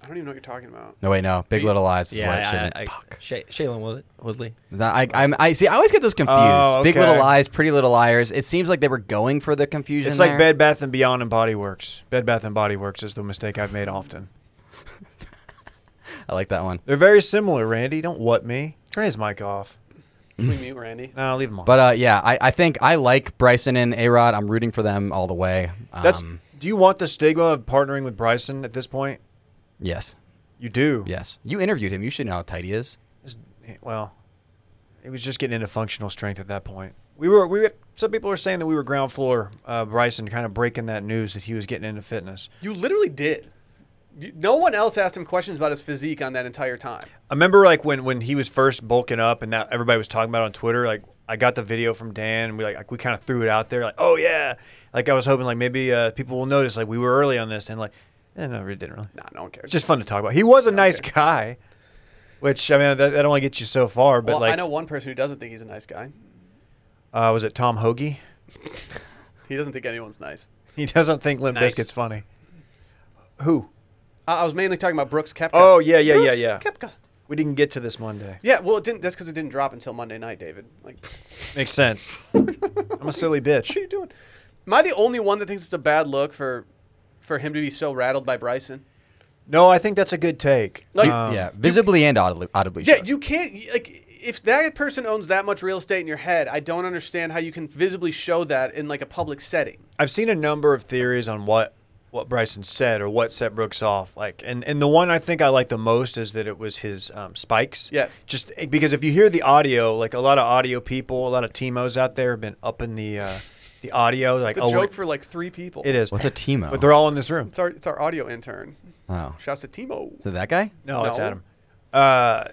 [SPEAKER 1] I don't even know what you're talking about.
[SPEAKER 3] No wait, no. Big Little Lies. Is where it
[SPEAKER 4] Yeah,
[SPEAKER 3] shouldn't.
[SPEAKER 4] I, I, I,
[SPEAKER 3] Fuck.
[SPEAKER 4] Shay- Shailene Wood- Woodley.
[SPEAKER 3] Is that- I, I'm- I see. I always get those confused.
[SPEAKER 2] Oh,
[SPEAKER 3] Big Little
[SPEAKER 2] okay.
[SPEAKER 3] Lies, Pretty Little Liars. It seems like they were going for the confusion.
[SPEAKER 2] It's like
[SPEAKER 3] there.
[SPEAKER 2] Bed Bath and Beyond and Body Works. Bed Bath and Body Works is the mistake I've made often.
[SPEAKER 3] I like that one.
[SPEAKER 2] They're very similar, Randy. Don't what me. Turn his mic off.
[SPEAKER 1] Should we mute Randy?
[SPEAKER 2] No, leave him on.
[SPEAKER 3] But uh, yeah, I, I think I like Bryson and A Rod. I'm rooting for them all the way. Um,
[SPEAKER 2] That's. do you want the stigma of partnering with Bryson at this point?
[SPEAKER 3] yes,
[SPEAKER 2] You do.
[SPEAKER 3] yes. You interviewed him. You should know how tight he is.
[SPEAKER 2] It's- eh, Well, it was just getting into functional strength at that point. We were. We were, some people are saying that we were ground floor uh, Bryson, kind of breaking that news that he was getting into fitness.
[SPEAKER 1] You literally did. You, no one else asked him questions about his physique on that entire time.
[SPEAKER 2] I remember like when when he was first bulking up and that everybody was talking about it on Twitter. Like I got the video from Dan and we like we kind of threw it out there. Like oh yeah, like I was hoping like maybe uh, people will notice like we were early on this and like eh, no, it didn't really.
[SPEAKER 1] Nah, no one cares.
[SPEAKER 2] It's just fun to talk about. He was a nice guy, which I mean that, that only gets you so far. But
[SPEAKER 1] well,
[SPEAKER 2] like,
[SPEAKER 1] I know one person who doesn't think he's a nice guy.
[SPEAKER 2] uh, was it Tom Hoagie?
[SPEAKER 1] He doesn't think anyone's nice.
[SPEAKER 2] He doesn't think Limp
[SPEAKER 1] Nice.
[SPEAKER 2] Bizkit's funny. Who?
[SPEAKER 1] I, I was mainly talking about Brooks Kepka.
[SPEAKER 2] Oh, yeah, yeah, yeah,
[SPEAKER 1] Brooks
[SPEAKER 2] yeah.
[SPEAKER 1] Koepka.
[SPEAKER 2] We didn't get to this Monday.
[SPEAKER 1] Yeah, well, it didn't. That's because it didn't drop until Monday night, David. Like,
[SPEAKER 2] Makes sense. I'm a silly bitch.
[SPEAKER 1] what are you doing? Am I the only one that thinks it's a bad look for, for him to be so rattled by Bryson?
[SPEAKER 2] No, I think that's a good take.
[SPEAKER 1] Like-
[SPEAKER 2] Um,
[SPEAKER 3] yeah, visibly and audibly. audibly
[SPEAKER 1] Yeah,
[SPEAKER 3] sure.
[SPEAKER 1] you can't like if that person owns that much real estate in your head, I don't understand how you can visibly show that in like a public setting.
[SPEAKER 2] I've seen a number of theories on what what Bryson said or what set Brooks off. Like, and and the one I think I like the most is that it was his um, spikes.
[SPEAKER 1] Yes.
[SPEAKER 2] Just because if you hear the audio, like a lot of audio people, a lot of Timos out there have been up in the uh, the audio. Like,
[SPEAKER 1] It's a
[SPEAKER 2] oh,
[SPEAKER 1] joke
[SPEAKER 2] it-
[SPEAKER 1] for like three people.
[SPEAKER 2] it is.
[SPEAKER 3] What's a Timo?
[SPEAKER 2] But they're all in this room.
[SPEAKER 1] It's our it's our audio intern.
[SPEAKER 3] oh,
[SPEAKER 1] Shouts to Timo.
[SPEAKER 3] is it that guy?
[SPEAKER 2] No, it's
[SPEAKER 1] No.
[SPEAKER 2] Adam. Uh,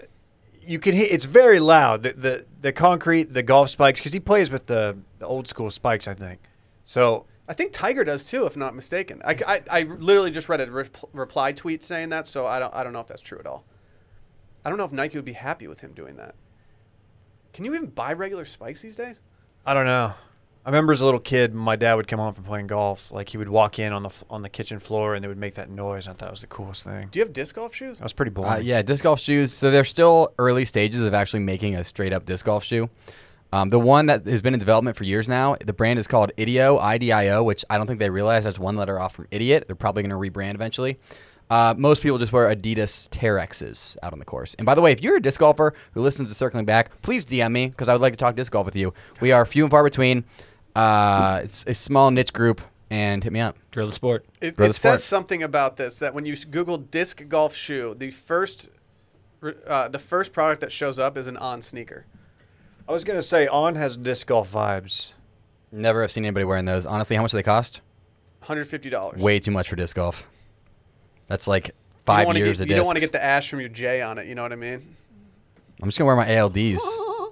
[SPEAKER 2] you can hear it's very loud. The the, the concrete, the golf spikes, because he plays with the, the old school spikes, I think. So
[SPEAKER 1] I think Tiger does too, if not mistaken. I, I, I literally just read a rep- reply tweet saying that, so I don't I don't know if that's true at all. I don't know if Nike would be happy with him doing that. Can you even buy regular spikes these days?
[SPEAKER 2] I don't know. I remember as a little kid, my dad would come home from playing golf. Like he would walk in on the f- on the kitchen floor, and they would make that noise. I thought it was the coolest thing.
[SPEAKER 1] Do you have disc golf shoes?
[SPEAKER 2] I was pretty bored.
[SPEAKER 3] Uh, yeah, disc golf shoes. So they're still early stages of actually making a straight up disc golf shoe. Um, the one that has been in development for years now, the brand is called Idio, IDIO, which I don't think they realize that's one letter off from idiot. They're probably going to rebrand eventually. Uh, most people just wear Adidas Terexes out on the course. And by the way, if you're a disc golfer who listens to Circling Back, please DM me because I would like to talk disc golf with you. We are few and far between. Uh, it's a small niche group, and hit me up.
[SPEAKER 4] Grow the sport.
[SPEAKER 1] It,
[SPEAKER 3] Grow
[SPEAKER 1] it
[SPEAKER 3] the sport.
[SPEAKER 1] says something about this that when you s- Google disc golf shoe, the first r- uh, the first product that shows up is an on sneaker.
[SPEAKER 2] I was gonna say on has disc golf vibes.
[SPEAKER 3] Never have seen anybody wearing those. Honestly, how much do they cost?
[SPEAKER 1] Hundred fifty dollars.
[SPEAKER 3] way too much for disc golf. That's like
[SPEAKER 1] you don't
[SPEAKER 3] five
[SPEAKER 1] wanna
[SPEAKER 3] years
[SPEAKER 1] get,
[SPEAKER 3] of
[SPEAKER 1] You
[SPEAKER 3] discs.
[SPEAKER 1] don't want to get the ash from your J on it. You know what I mean?
[SPEAKER 3] I'm just gonna wear my ALDs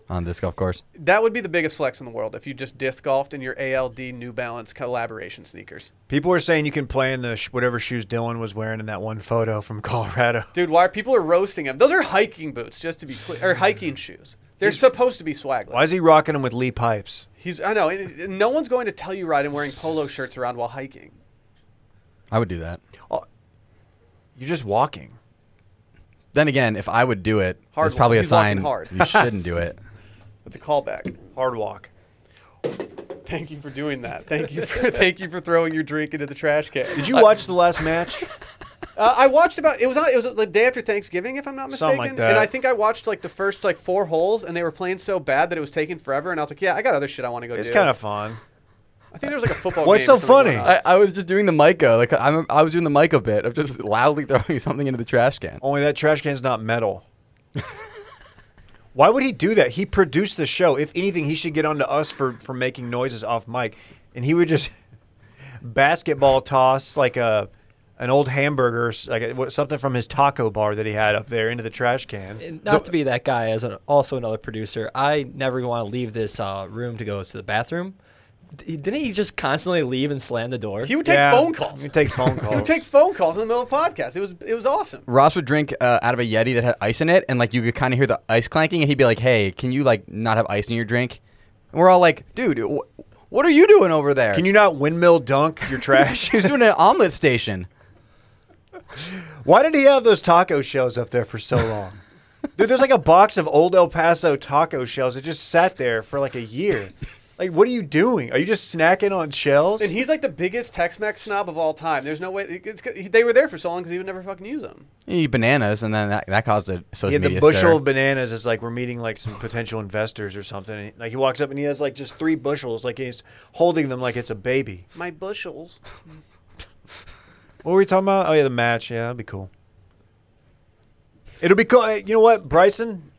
[SPEAKER 3] on disc golf course.
[SPEAKER 1] That would be the biggest flex in the world if you just disc golfed in your ALD New Balance collaboration sneakers.
[SPEAKER 2] People are saying you can play in the sh- whatever shoes Dylan was wearing in that one photo from Colorado.
[SPEAKER 1] Dude, why are people are roasting them? Those are hiking boots, just to be clear, or hiking shoes. They're supposed to be swagless.
[SPEAKER 2] Why is he rocking them with Lee pipes?
[SPEAKER 1] He's I know. and- and No one's going to tell you right and wearing polo shirts around while hiking.
[SPEAKER 3] I would do that.
[SPEAKER 2] Oh. You're just walking.
[SPEAKER 3] Then again, if I would do it,
[SPEAKER 1] Hard
[SPEAKER 3] it's probably
[SPEAKER 1] walk.
[SPEAKER 3] a
[SPEAKER 1] He's walking
[SPEAKER 3] sign
[SPEAKER 1] hard.
[SPEAKER 3] you shouldn't do it.
[SPEAKER 1] That's a callback.
[SPEAKER 2] Hard walk.
[SPEAKER 1] Thank you for doing that. Thank you for thank you for throwing your drink into the trash can.
[SPEAKER 2] Did you watch the last match?
[SPEAKER 1] Uh, I watched about it was on, it was the day after Thanksgiving, if I'm not mistaken.
[SPEAKER 2] Something like
[SPEAKER 1] And
[SPEAKER 2] that.
[SPEAKER 1] I think I watched like the first like four holes, and they were playing so bad that it was taking forever. And I was like, yeah, I got other shit I want to go
[SPEAKER 2] It's
[SPEAKER 1] do.
[SPEAKER 2] kind of fun.
[SPEAKER 1] I think there was like a football.
[SPEAKER 2] What's
[SPEAKER 1] game
[SPEAKER 2] so
[SPEAKER 1] or something
[SPEAKER 2] funny?
[SPEAKER 1] going on.
[SPEAKER 3] I, I was just doing the Micah. Like I'm, I was doing the Micah bit of just loudly throwing something into the trash can.
[SPEAKER 2] Only that trash can's not metal. Why would he do that? He produced the show. If anything, he should get onto us for, for making noises off mic. And he would just basketball toss like a an old hamburger, s- like a, what- something from his taco bar that he had up there into the trash can.
[SPEAKER 4] And not to be that guy as an, also another producer, I never want to leave this uh, room to go to the bathroom. D- didn't he just constantly leave and slam the door?
[SPEAKER 1] He would take
[SPEAKER 2] Yeah,
[SPEAKER 1] phone calls.
[SPEAKER 2] You take phone calls.
[SPEAKER 1] He would take phone calls in the middle of podcasts. It was it was awesome.
[SPEAKER 3] Ross would drink uh, out of a Yeti that had ice in it, and like you could kind of hear the ice clanking, and he'd be like, "Hey, can you like not have ice in your drink?" And we're all like, "Dude, wh- what are you doing over there?"
[SPEAKER 2] Can you not windmill dunk your trash?
[SPEAKER 3] He was doing an omelet station.
[SPEAKER 2] Why did he have those taco shells up there for so long? Dude, there's like a box of old El Paso taco shells that just sat there for like a year. Like, what are you doing? Are you just snacking on shells?
[SPEAKER 1] And he's like the biggest Tex-Mex snob of all time. There's no way it's, they were there for so long because he would never fucking use them.
[SPEAKER 3] You eat Eh, bananas, and then that, that caused a social
[SPEAKER 2] he had the
[SPEAKER 3] media
[SPEAKER 2] bushel
[SPEAKER 3] stir.
[SPEAKER 2] of bananas. It's like we're meeting like some potential investors or something. And he- like he walks up and he has like just three bushels. Like he's holding them like it's a baby.
[SPEAKER 1] My bushels.
[SPEAKER 2] What were we talking about? Oh yeah, the match. Yeah, that'd be cool. It'll be cool. Hey, You know what, Bryson?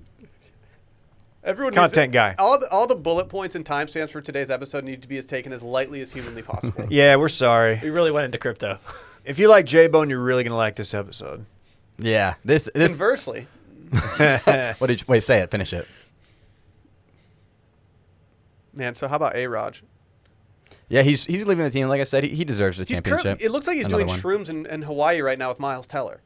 [SPEAKER 1] Everyone
[SPEAKER 2] Content
[SPEAKER 1] needs to-
[SPEAKER 2] guy.
[SPEAKER 1] All the, all the bullet points and timestamps for today's episode need to be as taken as lightly as humanly possible.
[SPEAKER 2] Yeah, we're sorry.
[SPEAKER 4] we really went into crypto.
[SPEAKER 2] If you like J Bone, you're really gonna like this episode.
[SPEAKER 3] Yeah. This this.
[SPEAKER 1] Conversely,
[SPEAKER 3] What did you, wait? Say it. Finish it.
[SPEAKER 1] man. So how about A Raj?
[SPEAKER 3] Yeah, he's he's leaving the team. Like I said, he, he deserves the
[SPEAKER 1] He's
[SPEAKER 3] championship.
[SPEAKER 1] currently. It looks like he's
[SPEAKER 3] Another
[SPEAKER 1] doing
[SPEAKER 3] one.
[SPEAKER 1] shrooms in, in Hawaii right now with Miles Teller.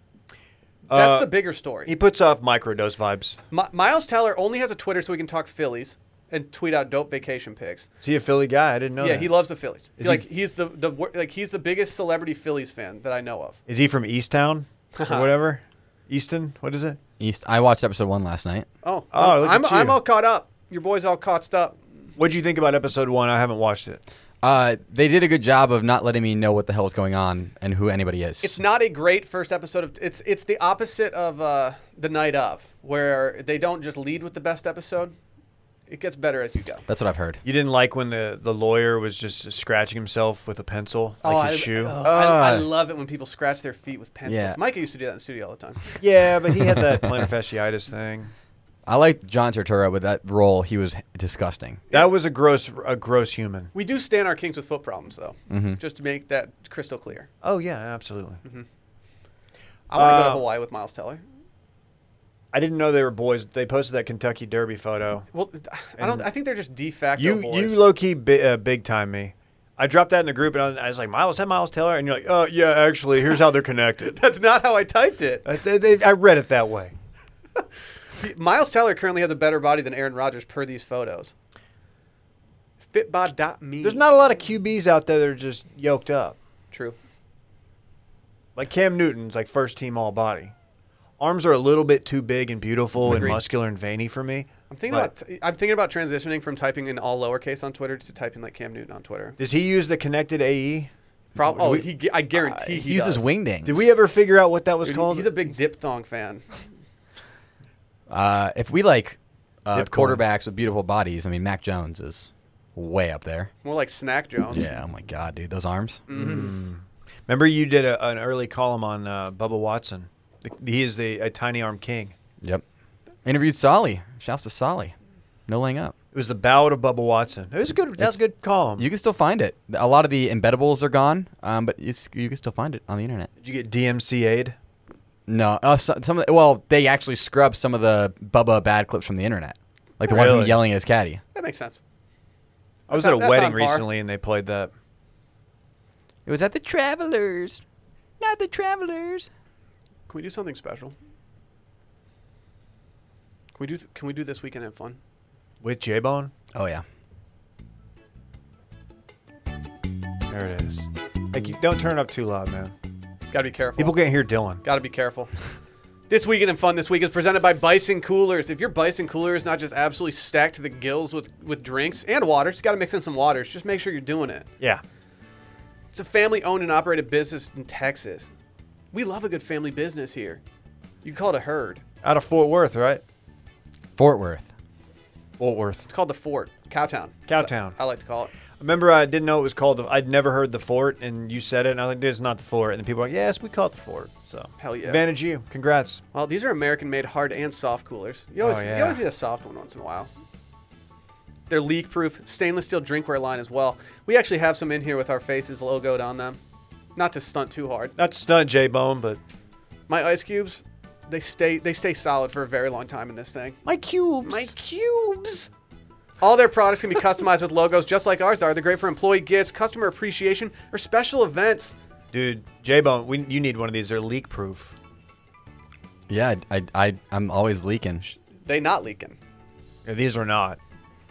[SPEAKER 1] That's
[SPEAKER 2] Uh,
[SPEAKER 1] the bigger story.
[SPEAKER 2] He puts off microdose vibes.
[SPEAKER 1] Mi- Miles Teller only has a Twitter so he can talk Phillies and tweet out dope vacation pics.
[SPEAKER 2] Is he a Philly guy? I didn't know.
[SPEAKER 1] yeah,
[SPEAKER 2] that.
[SPEAKER 1] he loves the Phillies.
[SPEAKER 2] Is
[SPEAKER 1] He, like
[SPEAKER 2] he-
[SPEAKER 1] he's the, the wor- like he's the biggest celebrity Phillies fan that I know of.
[SPEAKER 2] Is he from Easttown or whatever? Easton? What is it?
[SPEAKER 3] East. I watched episode one last night.
[SPEAKER 1] Oh, I'm
[SPEAKER 2] Oh, look
[SPEAKER 1] I'm,
[SPEAKER 2] at you.
[SPEAKER 1] I'm all caught up. Your boy's all caught up.
[SPEAKER 2] What'd you think about episode one? I haven't watched it.
[SPEAKER 3] Uh, Uh, they did a good job of not letting me know what the hell is going on and who anybody is.
[SPEAKER 1] It's not a great first episode of it's it's the opposite of uh, the night of where they don't just lead with the best episode. It gets better as you go.
[SPEAKER 3] That's what I've heard.
[SPEAKER 2] You didn't like when the, the lawyer was just scratching himself with a pencil, like his
[SPEAKER 1] I,
[SPEAKER 2] shoe.
[SPEAKER 1] oh, I, I
[SPEAKER 3] Ah.
[SPEAKER 1] love it when people scratch their feet with pencils.
[SPEAKER 3] Yeah.
[SPEAKER 1] Micah used to do that in the studio all the time.
[SPEAKER 2] Yeah, but he had that plantar fasciitis thing.
[SPEAKER 3] I liked John Turturro with that role. He was disgusting.
[SPEAKER 2] That was a gross a gross human.
[SPEAKER 1] We do stand our kings with foot problems though,
[SPEAKER 2] Mm-hmm.
[SPEAKER 1] just to make that crystal clear.
[SPEAKER 2] Oh yeah, absolutely.
[SPEAKER 1] I want to go to
[SPEAKER 2] Uh,
[SPEAKER 1] Hawaii with Miles Teller.
[SPEAKER 2] I didn't know they were boys. They posted that Kentucky Derby photo.
[SPEAKER 1] Well, I don't. I think they're just de facto
[SPEAKER 2] You
[SPEAKER 1] boys.
[SPEAKER 2] you low key bi- uh, big time me. I dropped that in the group and I was, I was like Miles had Miles Taylor and you're like oh yeah actually here's how they're connected.
[SPEAKER 1] That's not how I typed it.
[SPEAKER 2] I, they, they, I read it that way.
[SPEAKER 1] Miles Teller currently has a better body than Aaron Rodgers per these photos. Fitbod.me.
[SPEAKER 2] There's not a lot of QBs out there that are just yoked up.
[SPEAKER 1] true.
[SPEAKER 2] Like Cam Newton's like first team all body. Arms are a little bit too big and beautiful and
[SPEAKER 3] Agreed.
[SPEAKER 2] muscular and veiny for me.
[SPEAKER 1] I'm thinking
[SPEAKER 2] but-
[SPEAKER 1] about. I'm thinking about transitioning from typing in all lowercase on Twitter to typing like Cam Newton on Twitter.
[SPEAKER 2] Does he use the connected AE?
[SPEAKER 1] Prob- oh, he, gu- I guarantee
[SPEAKER 3] He,
[SPEAKER 1] he,
[SPEAKER 3] uses
[SPEAKER 1] does.
[SPEAKER 3] wingdings.
[SPEAKER 2] Did we ever figure out what that was
[SPEAKER 1] Dude,
[SPEAKER 2] called?
[SPEAKER 1] he's a big dip thong fan.
[SPEAKER 3] Uh, if we like uh,
[SPEAKER 2] Dip coin.
[SPEAKER 3] quarterbacks with beautiful bodies, I mean Mac Jones is way up there.
[SPEAKER 1] More like Snack Jones.
[SPEAKER 3] Yeah. Oh my God, dude, those arms.
[SPEAKER 2] Remember, you did a, an early column on uh, Bubba Watson. The- He is the a tiny arm king.
[SPEAKER 3] Yep. Interviewed Solly. Shouts to Solly. No laying up.
[SPEAKER 2] It was the bow to Bubba Watson. It was a good. That's a good column.
[SPEAKER 3] You can still find it. A lot of the embettables are gone, um, but it's, you can still find it on the internet.
[SPEAKER 2] did you get DMCA'd?
[SPEAKER 3] No, uh, so- some of the, well, they actually scrubbed some of the Bubba bad clips from the internet, like the one of him
[SPEAKER 2] Really?
[SPEAKER 3] yelling at his caddy.
[SPEAKER 1] That makes sense.
[SPEAKER 2] I was
[SPEAKER 1] That's
[SPEAKER 2] at a
[SPEAKER 1] on- that's
[SPEAKER 2] wedding
[SPEAKER 1] on par.
[SPEAKER 2] recently and they played that.
[SPEAKER 3] It was at the Travelers, not the Travelers.
[SPEAKER 1] Can we do something special? Can we do? Can we do this weekend have fun?
[SPEAKER 2] With J Bone?
[SPEAKER 3] Oh yeah,
[SPEAKER 2] There it is. Like, you, don't turn it up too loud, man.
[SPEAKER 1] Got to be careful.
[SPEAKER 2] People can't hear Dylan.
[SPEAKER 1] Got to be careful. This weekend in fun this week is presented by Bison Coolers. If your Bison Cooler is not just absolutely stacked to the gills with with drinks and waters, you got to mix in some waters. Just make sure you're doing it.
[SPEAKER 2] Yeah.
[SPEAKER 1] It's a family owned and operated business in Texas. We love a good family business here. You can call it a herd.
[SPEAKER 2] Out of Fort Worth, right?
[SPEAKER 3] Fort Worth.
[SPEAKER 2] Fort Worth.
[SPEAKER 1] It's called the Fort, Cowtown.
[SPEAKER 2] Cowtown.
[SPEAKER 1] I like to call it.
[SPEAKER 2] Remember, I didn't know it was called. The, I'd never heard the fort, and you said it, and I was like, "Dude, it's not the fort." And then people were like, "Yes, we call it the fort." So
[SPEAKER 1] Hell yeah.
[SPEAKER 2] advantage you. Congrats.
[SPEAKER 1] Well, these are American made hard and soft coolers. You always,
[SPEAKER 2] Oh,
[SPEAKER 1] you
[SPEAKER 2] yeah.
[SPEAKER 1] always need a soft one once in a while. They're leak proof, stainless steel drinkware line as well. We actually have some in here with our faces logoed on them. Not to stunt too hard.
[SPEAKER 2] Not to stunt J Bone, but
[SPEAKER 1] My ice cubes, they stay they stay solid for a very long time in this thing.
[SPEAKER 2] my cubes.
[SPEAKER 1] My cubes. All their products can be customized with logos just like ours are. They're great for employee gifts, customer appreciation, or special events.
[SPEAKER 2] Dude, J Bone, we you need one of these. They're leak proof.
[SPEAKER 3] Yeah, I, I, I I'm always leaking.
[SPEAKER 1] They not leaking.
[SPEAKER 2] These are not.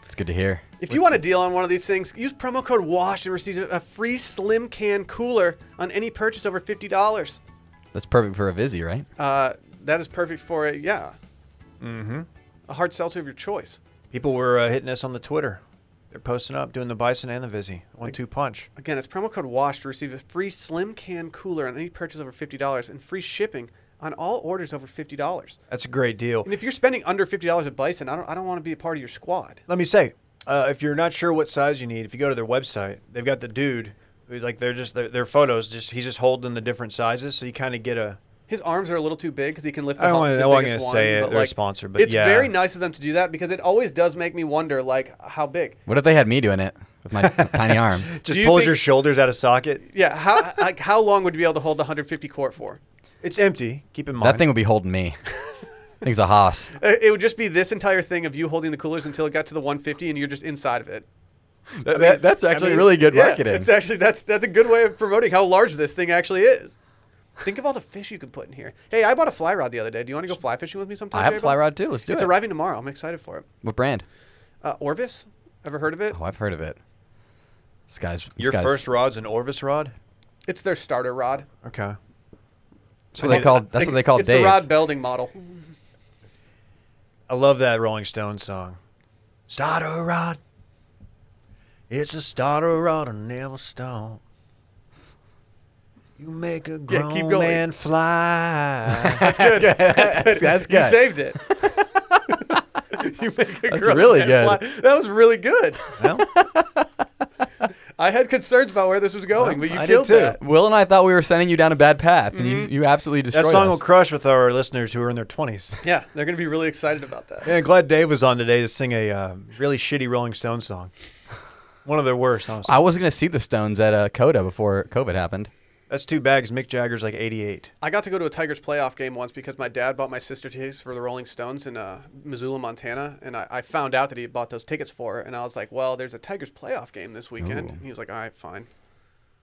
[SPEAKER 3] It's good to hear.
[SPEAKER 1] If you want to deal on one of these things, use promo code WASH and receive a free slim can cooler on any purchase over fifty dollars.
[SPEAKER 3] That's perfect for a Vizzy, right?
[SPEAKER 1] Uh, that is perfect for it. Yeah. Mm-hmm. A hard seltzer of your choice.
[SPEAKER 2] People were uh, hitting us on the Twitter. They're posting up, doing the bison and the Vizzy. One two punch.
[SPEAKER 1] Again, it's promo code WASH to receive a free slim can cooler on any purchase over $50 and free shipping on all orders over $50.
[SPEAKER 2] That's a great deal.
[SPEAKER 1] And if you're spending under $50 at Bison, I don't, I don't want to be a part of your squad.
[SPEAKER 2] Let me say, uh, if you're not sure what size you need, if you go to their website, they've got the dude. who, Like they're just their, their photos. Just he's just holding the different sizes, so you kind of get a.
[SPEAKER 1] His arms are a little too big because he can lift.
[SPEAKER 2] I
[SPEAKER 1] the hu-
[SPEAKER 2] wasn't-
[SPEAKER 1] the
[SPEAKER 2] I wasn't
[SPEAKER 1] biggest
[SPEAKER 2] gonna
[SPEAKER 1] one,
[SPEAKER 2] say it,
[SPEAKER 1] but,
[SPEAKER 2] they're
[SPEAKER 1] like,
[SPEAKER 2] sponsored, but
[SPEAKER 1] it's
[SPEAKER 2] yeah.
[SPEAKER 1] very nice of them to do that because it always does make me wonder, like how big.
[SPEAKER 3] What if they had me doing it with my tiny arms?
[SPEAKER 2] Just
[SPEAKER 1] Do you
[SPEAKER 2] pulls
[SPEAKER 1] think-
[SPEAKER 2] your shoulders out of socket.
[SPEAKER 1] Yeah, how like how long would you be able to hold the 150 quart for?
[SPEAKER 2] It's empty. Keep in mind.
[SPEAKER 3] That thing would be holding me. Thing's a hoss.
[SPEAKER 1] Uh, It would just be this entire thing of you holding the coolers until it got to the 150 and you're just inside of it.
[SPEAKER 3] That- that's actually really good
[SPEAKER 1] Yeah,
[SPEAKER 3] marketing.
[SPEAKER 1] It's actually that's that's a good way of promoting how large this thing actually is. Think of all the fish you can put in here. Hey, I bought a fly rod the other day. Do you want to go fly fishing with me sometime?
[SPEAKER 3] I have a
[SPEAKER 1] Jacob?
[SPEAKER 3] fly rod too. Let's do
[SPEAKER 1] It's
[SPEAKER 3] it.
[SPEAKER 1] arriving tomorrow. I'm excited for it.
[SPEAKER 3] What brand?
[SPEAKER 1] Uh, Orvis, ever heard of it?
[SPEAKER 3] Oh, I've heard of it. This guy's this
[SPEAKER 2] Your
[SPEAKER 3] guy's-
[SPEAKER 2] first rod's an Orvis rod. It's
[SPEAKER 1] It's their starter rod.
[SPEAKER 2] okay.
[SPEAKER 3] That's what they called. That's what they called
[SPEAKER 1] It's
[SPEAKER 3] Dave.
[SPEAKER 1] the rod building model.
[SPEAKER 2] I love that Rolling Stones song. Start a rod. It's a starter rod and never stop. You make a
[SPEAKER 1] Yeah,
[SPEAKER 2] grown
[SPEAKER 1] keep going.
[SPEAKER 2] man fly.
[SPEAKER 1] That's good. That's good.
[SPEAKER 3] that's
[SPEAKER 1] You
[SPEAKER 3] good.
[SPEAKER 1] saved it. you make a
[SPEAKER 3] That's
[SPEAKER 1] grown
[SPEAKER 3] really
[SPEAKER 1] man
[SPEAKER 3] good.
[SPEAKER 1] fly. That was really good.
[SPEAKER 2] well,
[SPEAKER 1] I had concerns about where this was going, but you
[SPEAKER 2] I did
[SPEAKER 1] killed
[SPEAKER 2] too.
[SPEAKER 1] that.
[SPEAKER 3] Will and I thought we were sending you down a bad path, and
[SPEAKER 1] Mm-hmm.
[SPEAKER 3] you, you absolutely destroyed
[SPEAKER 2] that song
[SPEAKER 3] us.
[SPEAKER 2] will crush with our listeners who are in their 20s.
[SPEAKER 1] Yeah, they're going to be really excited about that.
[SPEAKER 2] Yeah, glad Dave was on today to sing a uh, really shitty Rolling Stones song. One of their worst, honestly.
[SPEAKER 3] I was gonna see the Stones at uh, Coda before COVID happened.
[SPEAKER 2] That's too bad 'cause Mick Jagger's like 88.
[SPEAKER 1] I got to go to a Tigers playoff game once because my dad bought my sister tickets for the Rolling Stones in uh, Missoula, Montana, and I, I found out that he had bought those tickets for her, and I was like, "Well, there's a Tigers playoff game this weekend."
[SPEAKER 3] Ooh.
[SPEAKER 1] And he was like, "All right, fine."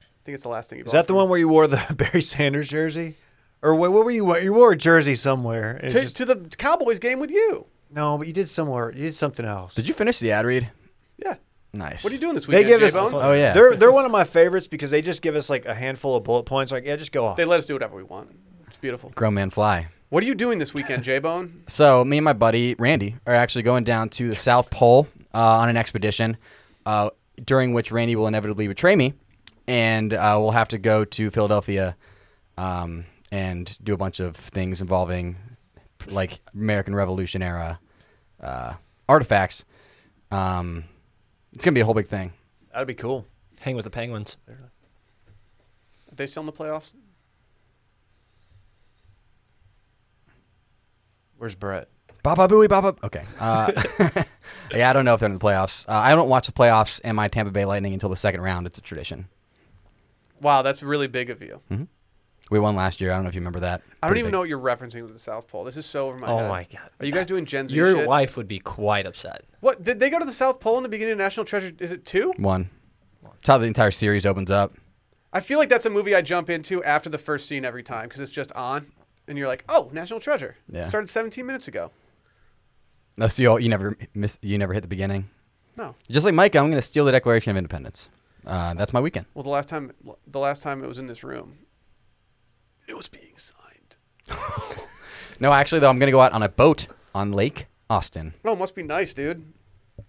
[SPEAKER 1] I think it's the last thing he
[SPEAKER 2] Is that the one
[SPEAKER 1] where
[SPEAKER 2] where you wore the Barry Sanders jersey? Or what, what were you wearing? You wore a jersey somewhere. It's
[SPEAKER 1] to,
[SPEAKER 2] just-
[SPEAKER 1] to the Cowboys game with you?
[SPEAKER 2] no, but you did somewhere. You did something else.
[SPEAKER 3] Did you finish the ad read?
[SPEAKER 1] Yeah.
[SPEAKER 3] Nice.
[SPEAKER 1] What are you doing this
[SPEAKER 2] They
[SPEAKER 1] weekend?
[SPEAKER 2] give us.
[SPEAKER 1] J-Bone?
[SPEAKER 3] Oh, yeah.
[SPEAKER 2] They're they're one of my favorites because they just give us like a handful of bullet points. Like yeah, just go off.
[SPEAKER 1] They let us do whatever we want. It's beautiful.
[SPEAKER 3] Grown man fly.
[SPEAKER 1] What are you doing this weekend, J Bone?
[SPEAKER 3] So me and my buddy Randy are actually going down to the South Pole uh, on an expedition, uh, during which Randy will inevitably betray me, and uh, we'll have to go to Philadelphia, um, and do a bunch of things involving, like American Revolution era, uh, artifacts. Um, it's gonna be a whole big thing.
[SPEAKER 2] That'd be cool.
[SPEAKER 4] Hang with the Penguins.
[SPEAKER 1] Are they still in the playoffs?
[SPEAKER 2] Where's Brett?
[SPEAKER 3] Baba booey, baba. Okay. Uh, yeah, I don't know if they're in the playoffs. Uh, I don't watch the playoffs and my Tampa Bay Lightning until the second round. It's a tradition.
[SPEAKER 1] Wow, that's really big of you.
[SPEAKER 2] Hmm?
[SPEAKER 3] We won last year. I don't know if you remember that.
[SPEAKER 1] I don't
[SPEAKER 3] Pretty
[SPEAKER 1] even
[SPEAKER 3] big.
[SPEAKER 1] know what you're referencing with the South Pole. This is so over my
[SPEAKER 4] Oh
[SPEAKER 1] head.
[SPEAKER 4] my God.
[SPEAKER 1] Are you guys doing Gen Z
[SPEAKER 4] Your
[SPEAKER 1] shit?
[SPEAKER 4] wife would be quite upset.
[SPEAKER 1] What did they go to the South Pole in the beginning of National Treasure? Is it two?
[SPEAKER 3] One. It's how the entire series opens up.
[SPEAKER 1] I feel like that's a movie I jump into after the first scene every time because it's just on, and you're like, "Oh, National Treasure."
[SPEAKER 3] Yeah.
[SPEAKER 1] Started 17 minutes ago.
[SPEAKER 3] No, so you, all, you never miss. You never hit the beginning.
[SPEAKER 1] No.
[SPEAKER 3] Just like Micah, I'm going to steal the Declaration of Independence. Uh, that's my weekend.
[SPEAKER 1] Well, the last time, the last time it was in this room, it was being signed.
[SPEAKER 3] No, actually, though, I'm going to go out on a boat on Lake Austin.
[SPEAKER 1] Oh, must be nice, dude.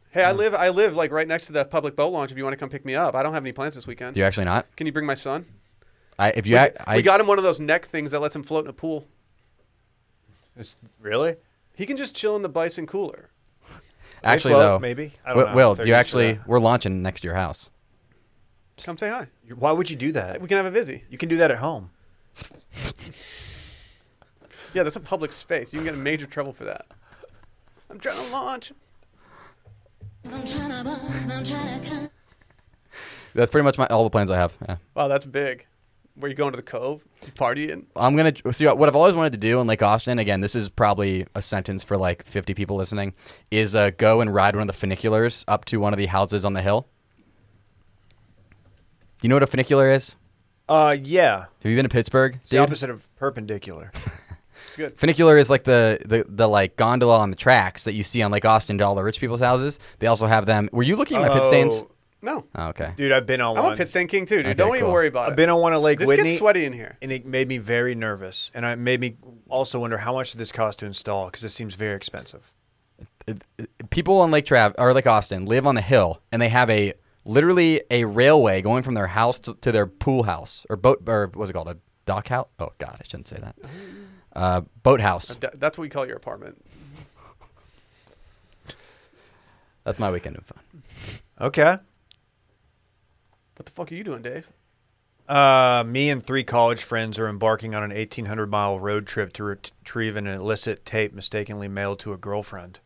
[SPEAKER 1] Hey, I
[SPEAKER 3] Hmm.
[SPEAKER 1] live, I live like right next to the public boat launch. If you want to come pick me up, I don't have any plans this weekend.
[SPEAKER 3] Do you actually not?
[SPEAKER 1] Can you bring my son?
[SPEAKER 3] I, if you,
[SPEAKER 1] we,
[SPEAKER 3] I,
[SPEAKER 1] g-
[SPEAKER 3] I,
[SPEAKER 1] we got him one of those neck things that lets him float in a pool.
[SPEAKER 2] It's, really?
[SPEAKER 1] He can just chill in the bison cooler.
[SPEAKER 3] actually
[SPEAKER 2] float,
[SPEAKER 3] though,
[SPEAKER 2] maybe? I don't
[SPEAKER 3] Wi-
[SPEAKER 2] know
[SPEAKER 3] Will,
[SPEAKER 2] if they're
[SPEAKER 3] do you
[SPEAKER 2] used to
[SPEAKER 3] actually?
[SPEAKER 2] that.
[SPEAKER 3] We're launching next to your house.
[SPEAKER 1] Come say hi.
[SPEAKER 2] Why would you do that?
[SPEAKER 1] We can have a busy.
[SPEAKER 2] You can do that at home.
[SPEAKER 1] Yeah, that's a public space. You can get in major trouble for that. I'm trying to launch.
[SPEAKER 5] I'm trying to bust, I'm trying to cut.
[SPEAKER 3] That's pretty much my all the plans I have. Yeah.
[SPEAKER 1] Wow, that's big. Where you going to the cove? You partying?
[SPEAKER 3] I'm gonna see what I've always wanted to do in Lake Austin. Again, this is probably a sentence for like 50 people listening. Is uh, go and ride one of the funiculars up to one of the houses on the hill. Do you know what a funicular is?
[SPEAKER 2] Uh, yeah.
[SPEAKER 3] Have you been to Pittsburgh?
[SPEAKER 2] It's the
[SPEAKER 3] dude?
[SPEAKER 2] opposite of perpendicular.
[SPEAKER 1] It's good.
[SPEAKER 3] Funicular is like the, the the like gondola on the tracks that you see on Lake Austin to all the rich people's houses. They also have them. Were you looking at my pit stains?
[SPEAKER 2] Oh,
[SPEAKER 1] No,
[SPEAKER 3] Oh, okay.
[SPEAKER 2] Dude, I've been on
[SPEAKER 1] I'm
[SPEAKER 2] one.
[SPEAKER 1] a pit stain king too, dude.
[SPEAKER 3] Okay,
[SPEAKER 1] Don't even
[SPEAKER 3] cool.
[SPEAKER 1] worry about it.
[SPEAKER 2] I've been on one at Lake
[SPEAKER 1] this
[SPEAKER 2] Whitney.
[SPEAKER 1] gets sweaty in here.
[SPEAKER 2] and it made me very nervous. And it made me also wonder how much did this cost to install because it seems very expensive.
[SPEAKER 3] people on Lake Trav or Lake Austin live on the hill, and they have a literally a railway going from their house to, to their pool house or boat or what's it called a dock house? Oh God, I shouldn't say that. Uh, boat house.
[SPEAKER 1] D- That's what we call your apartment.
[SPEAKER 3] That's my weekend of fun.
[SPEAKER 2] Okay.
[SPEAKER 1] What the fuck are you doing, Dave?
[SPEAKER 2] Uh, me and three college friends are embarking on an 1,800 mile road trip to retrieve an illicit tape mistakenly mailed to a girlfriend.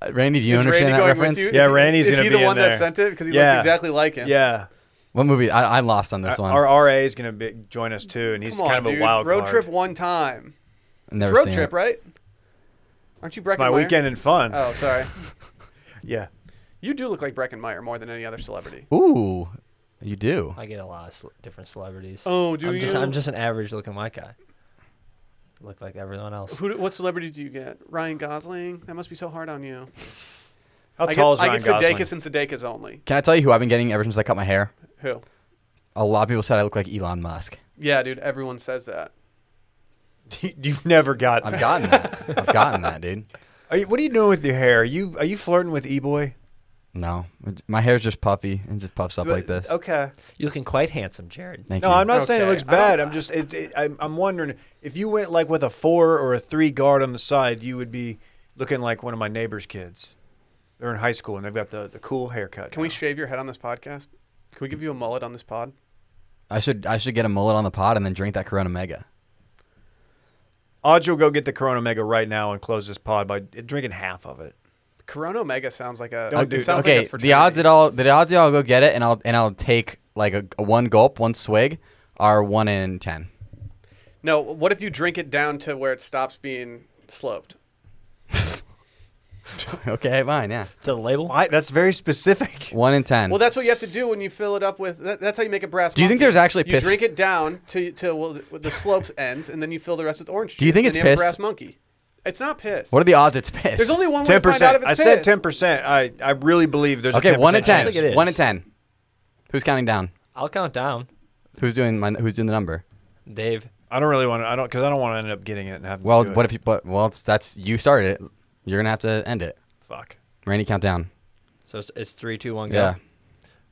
[SPEAKER 3] Uh, Randy, do you
[SPEAKER 1] Is
[SPEAKER 3] understand
[SPEAKER 1] Randy
[SPEAKER 3] that
[SPEAKER 1] going
[SPEAKER 3] reference?
[SPEAKER 1] with you?
[SPEAKER 2] Yeah,
[SPEAKER 1] Is he-
[SPEAKER 2] Randy's
[SPEAKER 1] is
[SPEAKER 2] gonna
[SPEAKER 1] he
[SPEAKER 2] be
[SPEAKER 1] the
[SPEAKER 2] in
[SPEAKER 1] one
[SPEAKER 2] there.
[SPEAKER 1] that sent it because he
[SPEAKER 2] Yeah.
[SPEAKER 1] looks exactly like him.
[SPEAKER 2] Yeah.
[SPEAKER 3] What movie? I, I lost on this
[SPEAKER 1] Uh,
[SPEAKER 3] one.
[SPEAKER 2] Our RA is going to be, join us too, and he's
[SPEAKER 1] Come on,
[SPEAKER 2] kind of
[SPEAKER 1] dude.
[SPEAKER 2] a wild
[SPEAKER 1] road
[SPEAKER 2] card.
[SPEAKER 1] trip one time.
[SPEAKER 3] I've never
[SPEAKER 1] It's road
[SPEAKER 3] seen
[SPEAKER 1] trip,
[SPEAKER 3] it.
[SPEAKER 1] right? Aren't you Breckenmeyer?
[SPEAKER 2] It's my weekend and fun.
[SPEAKER 1] Oh, sorry.
[SPEAKER 2] Yeah.
[SPEAKER 1] You do look like Breckenmeyer more than any other celebrity.
[SPEAKER 3] Ooh, you do.
[SPEAKER 4] I get a lot of cel- different celebrities.
[SPEAKER 1] Oh, do
[SPEAKER 4] I'm Just,
[SPEAKER 1] you?
[SPEAKER 4] I'm just an average looking white guy. Look like everyone else.
[SPEAKER 1] Who? do- What celebrity do you get? Ryan Gosling. That must be so hard on you.
[SPEAKER 2] How
[SPEAKER 1] I
[SPEAKER 2] tall
[SPEAKER 1] get, I
[SPEAKER 2] is
[SPEAKER 1] get
[SPEAKER 2] Ryan Gosling?
[SPEAKER 1] Sudeikis and Sudeikis only.
[SPEAKER 3] Can I tell you who I've been getting ever since I cut my hair?
[SPEAKER 1] Who?
[SPEAKER 3] A lot of people said I look like Elon Musk.
[SPEAKER 1] Yeah, dude. Everyone says that.
[SPEAKER 2] You've never got.
[SPEAKER 3] I've gotten that. I've gotten that, dude.
[SPEAKER 2] Are you, what are you doing with your hair? Are you are you flirting with e boy?
[SPEAKER 3] No, my hair's just puffy and just puffs up like this.
[SPEAKER 2] Okay.
[SPEAKER 4] You're looking quite handsome, Jared.
[SPEAKER 3] Thank
[SPEAKER 2] No,
[SPEAKER 3] you.
[SPEAKER 2] I'm not saying it
[SPEAKER 1] Okay.
[SPEAKER 2] looks
[SPEAKER 1] I don't-
[SPEAKER 2] bad. I'm just it, it, I'm, I'm wondering if you went like with a four or a three guard on the side, you would be looking like one of my neighbor's kids. They're in high school and they've got the, the cool haircut.
[SPEAKER 1] Can we
[SPEAKER 2] now.
[SPEAKER 1] shave your head on this podcast? Can we give you a mullet on this pod?
[SPEAKER 3] I should I should get a mullet on the pod and then drink that Corona Mega.
[SPEAKER 2] Audrey will go get the Corona Mega right now and close this pod by drinking half of it.
[SPEAKER 1] Corona Omega sounds like a.
[SPEAKER 2] Don't
[SPEAKER 1] it
[SPEAKER 2] do that.
[SPEAKER 1] sounds
[SPEAKER 3] okay,
[SPEAKER 1] like a
[SPEAKER 3] the odds
[SPEAKER 1] fraternity.
[SPEAKER 3] at all the odds at all go get it and I'll and I'll take like a, a one gulp, one swig, are one in ten.
[SPEAKER 1] No, what if you drink it down to where it stops being sloped?
[SPEAKER 3] okay, fine, yeah,
[SPEAKER 4] To the label?
[SPEAKER 2] Why? That's very specific.
[SPEAKER 3] one in ten.
[SPEAKER 1] Well, that's what you have to do when you fill it up with. That, that's how you make a brass.
[SPEAKER 3] Do you think
[SPEAKER 1] monkey.
[SPEAKER 3] there's actually
[SPEAKER 1] you
[SPEAKER 3] piss-
[SPEAKER 1] drink it down to to well, the, the slopes ends, and then you fill the rest with orange juice.
[SPEAKER 3] Do you think
[SPEAKER 1] and
[SPEAKER 3] it's
[SPEAKER 1] you have a
[SPEAKER 3] piss?
[SPEAKER 1] brass monkey? It's not piss.
[SPEAKER 3] what are the odds it's piss?
[SPEAKER 1] There's only one way
[SPEAKER 2] Ten
[SPEAKER 1] to find out if
[SPEAKER 2] percent.
[SPEAKER 1] it's
[SPEAKER 2] I said
[SPEAKER 1] piss.
[SPEAKER 2] ten percent. I, I really believe there's
[SPEAKER 3] okay,
[SPEAKER 2] a 10%
[SPEAKER 3] one in ten.
[SPEAKER 4] think it
[SPEAKER 2] chance.
[SPEAKER 4] is.
[SPEAKER 3] One in ten. Who's counting down?
[SPEAKER 4] I'll count down.
[SPEAKER 3] Who's doing my Who's doing the number?
[SPEAKER 4] Dave.
[SPEAKER 2] I don't really want to. I don't because I don't want to end up getting it and having.
[SPEAKER 3] Well,
[SPEAKER 2] to do
[SPEAKER 3] what
[SPEAKER 2] it.
[SPEAKER 3] if you? But well, it's, that's you started it. You're gonna have to end it.
[SPEAKER 2] Fuck.
[SPEAKER 3] Randy, count down.
[SPEAKER 4] So it's, it's three, two, one, go.
[SPEAKER 3] Yeah,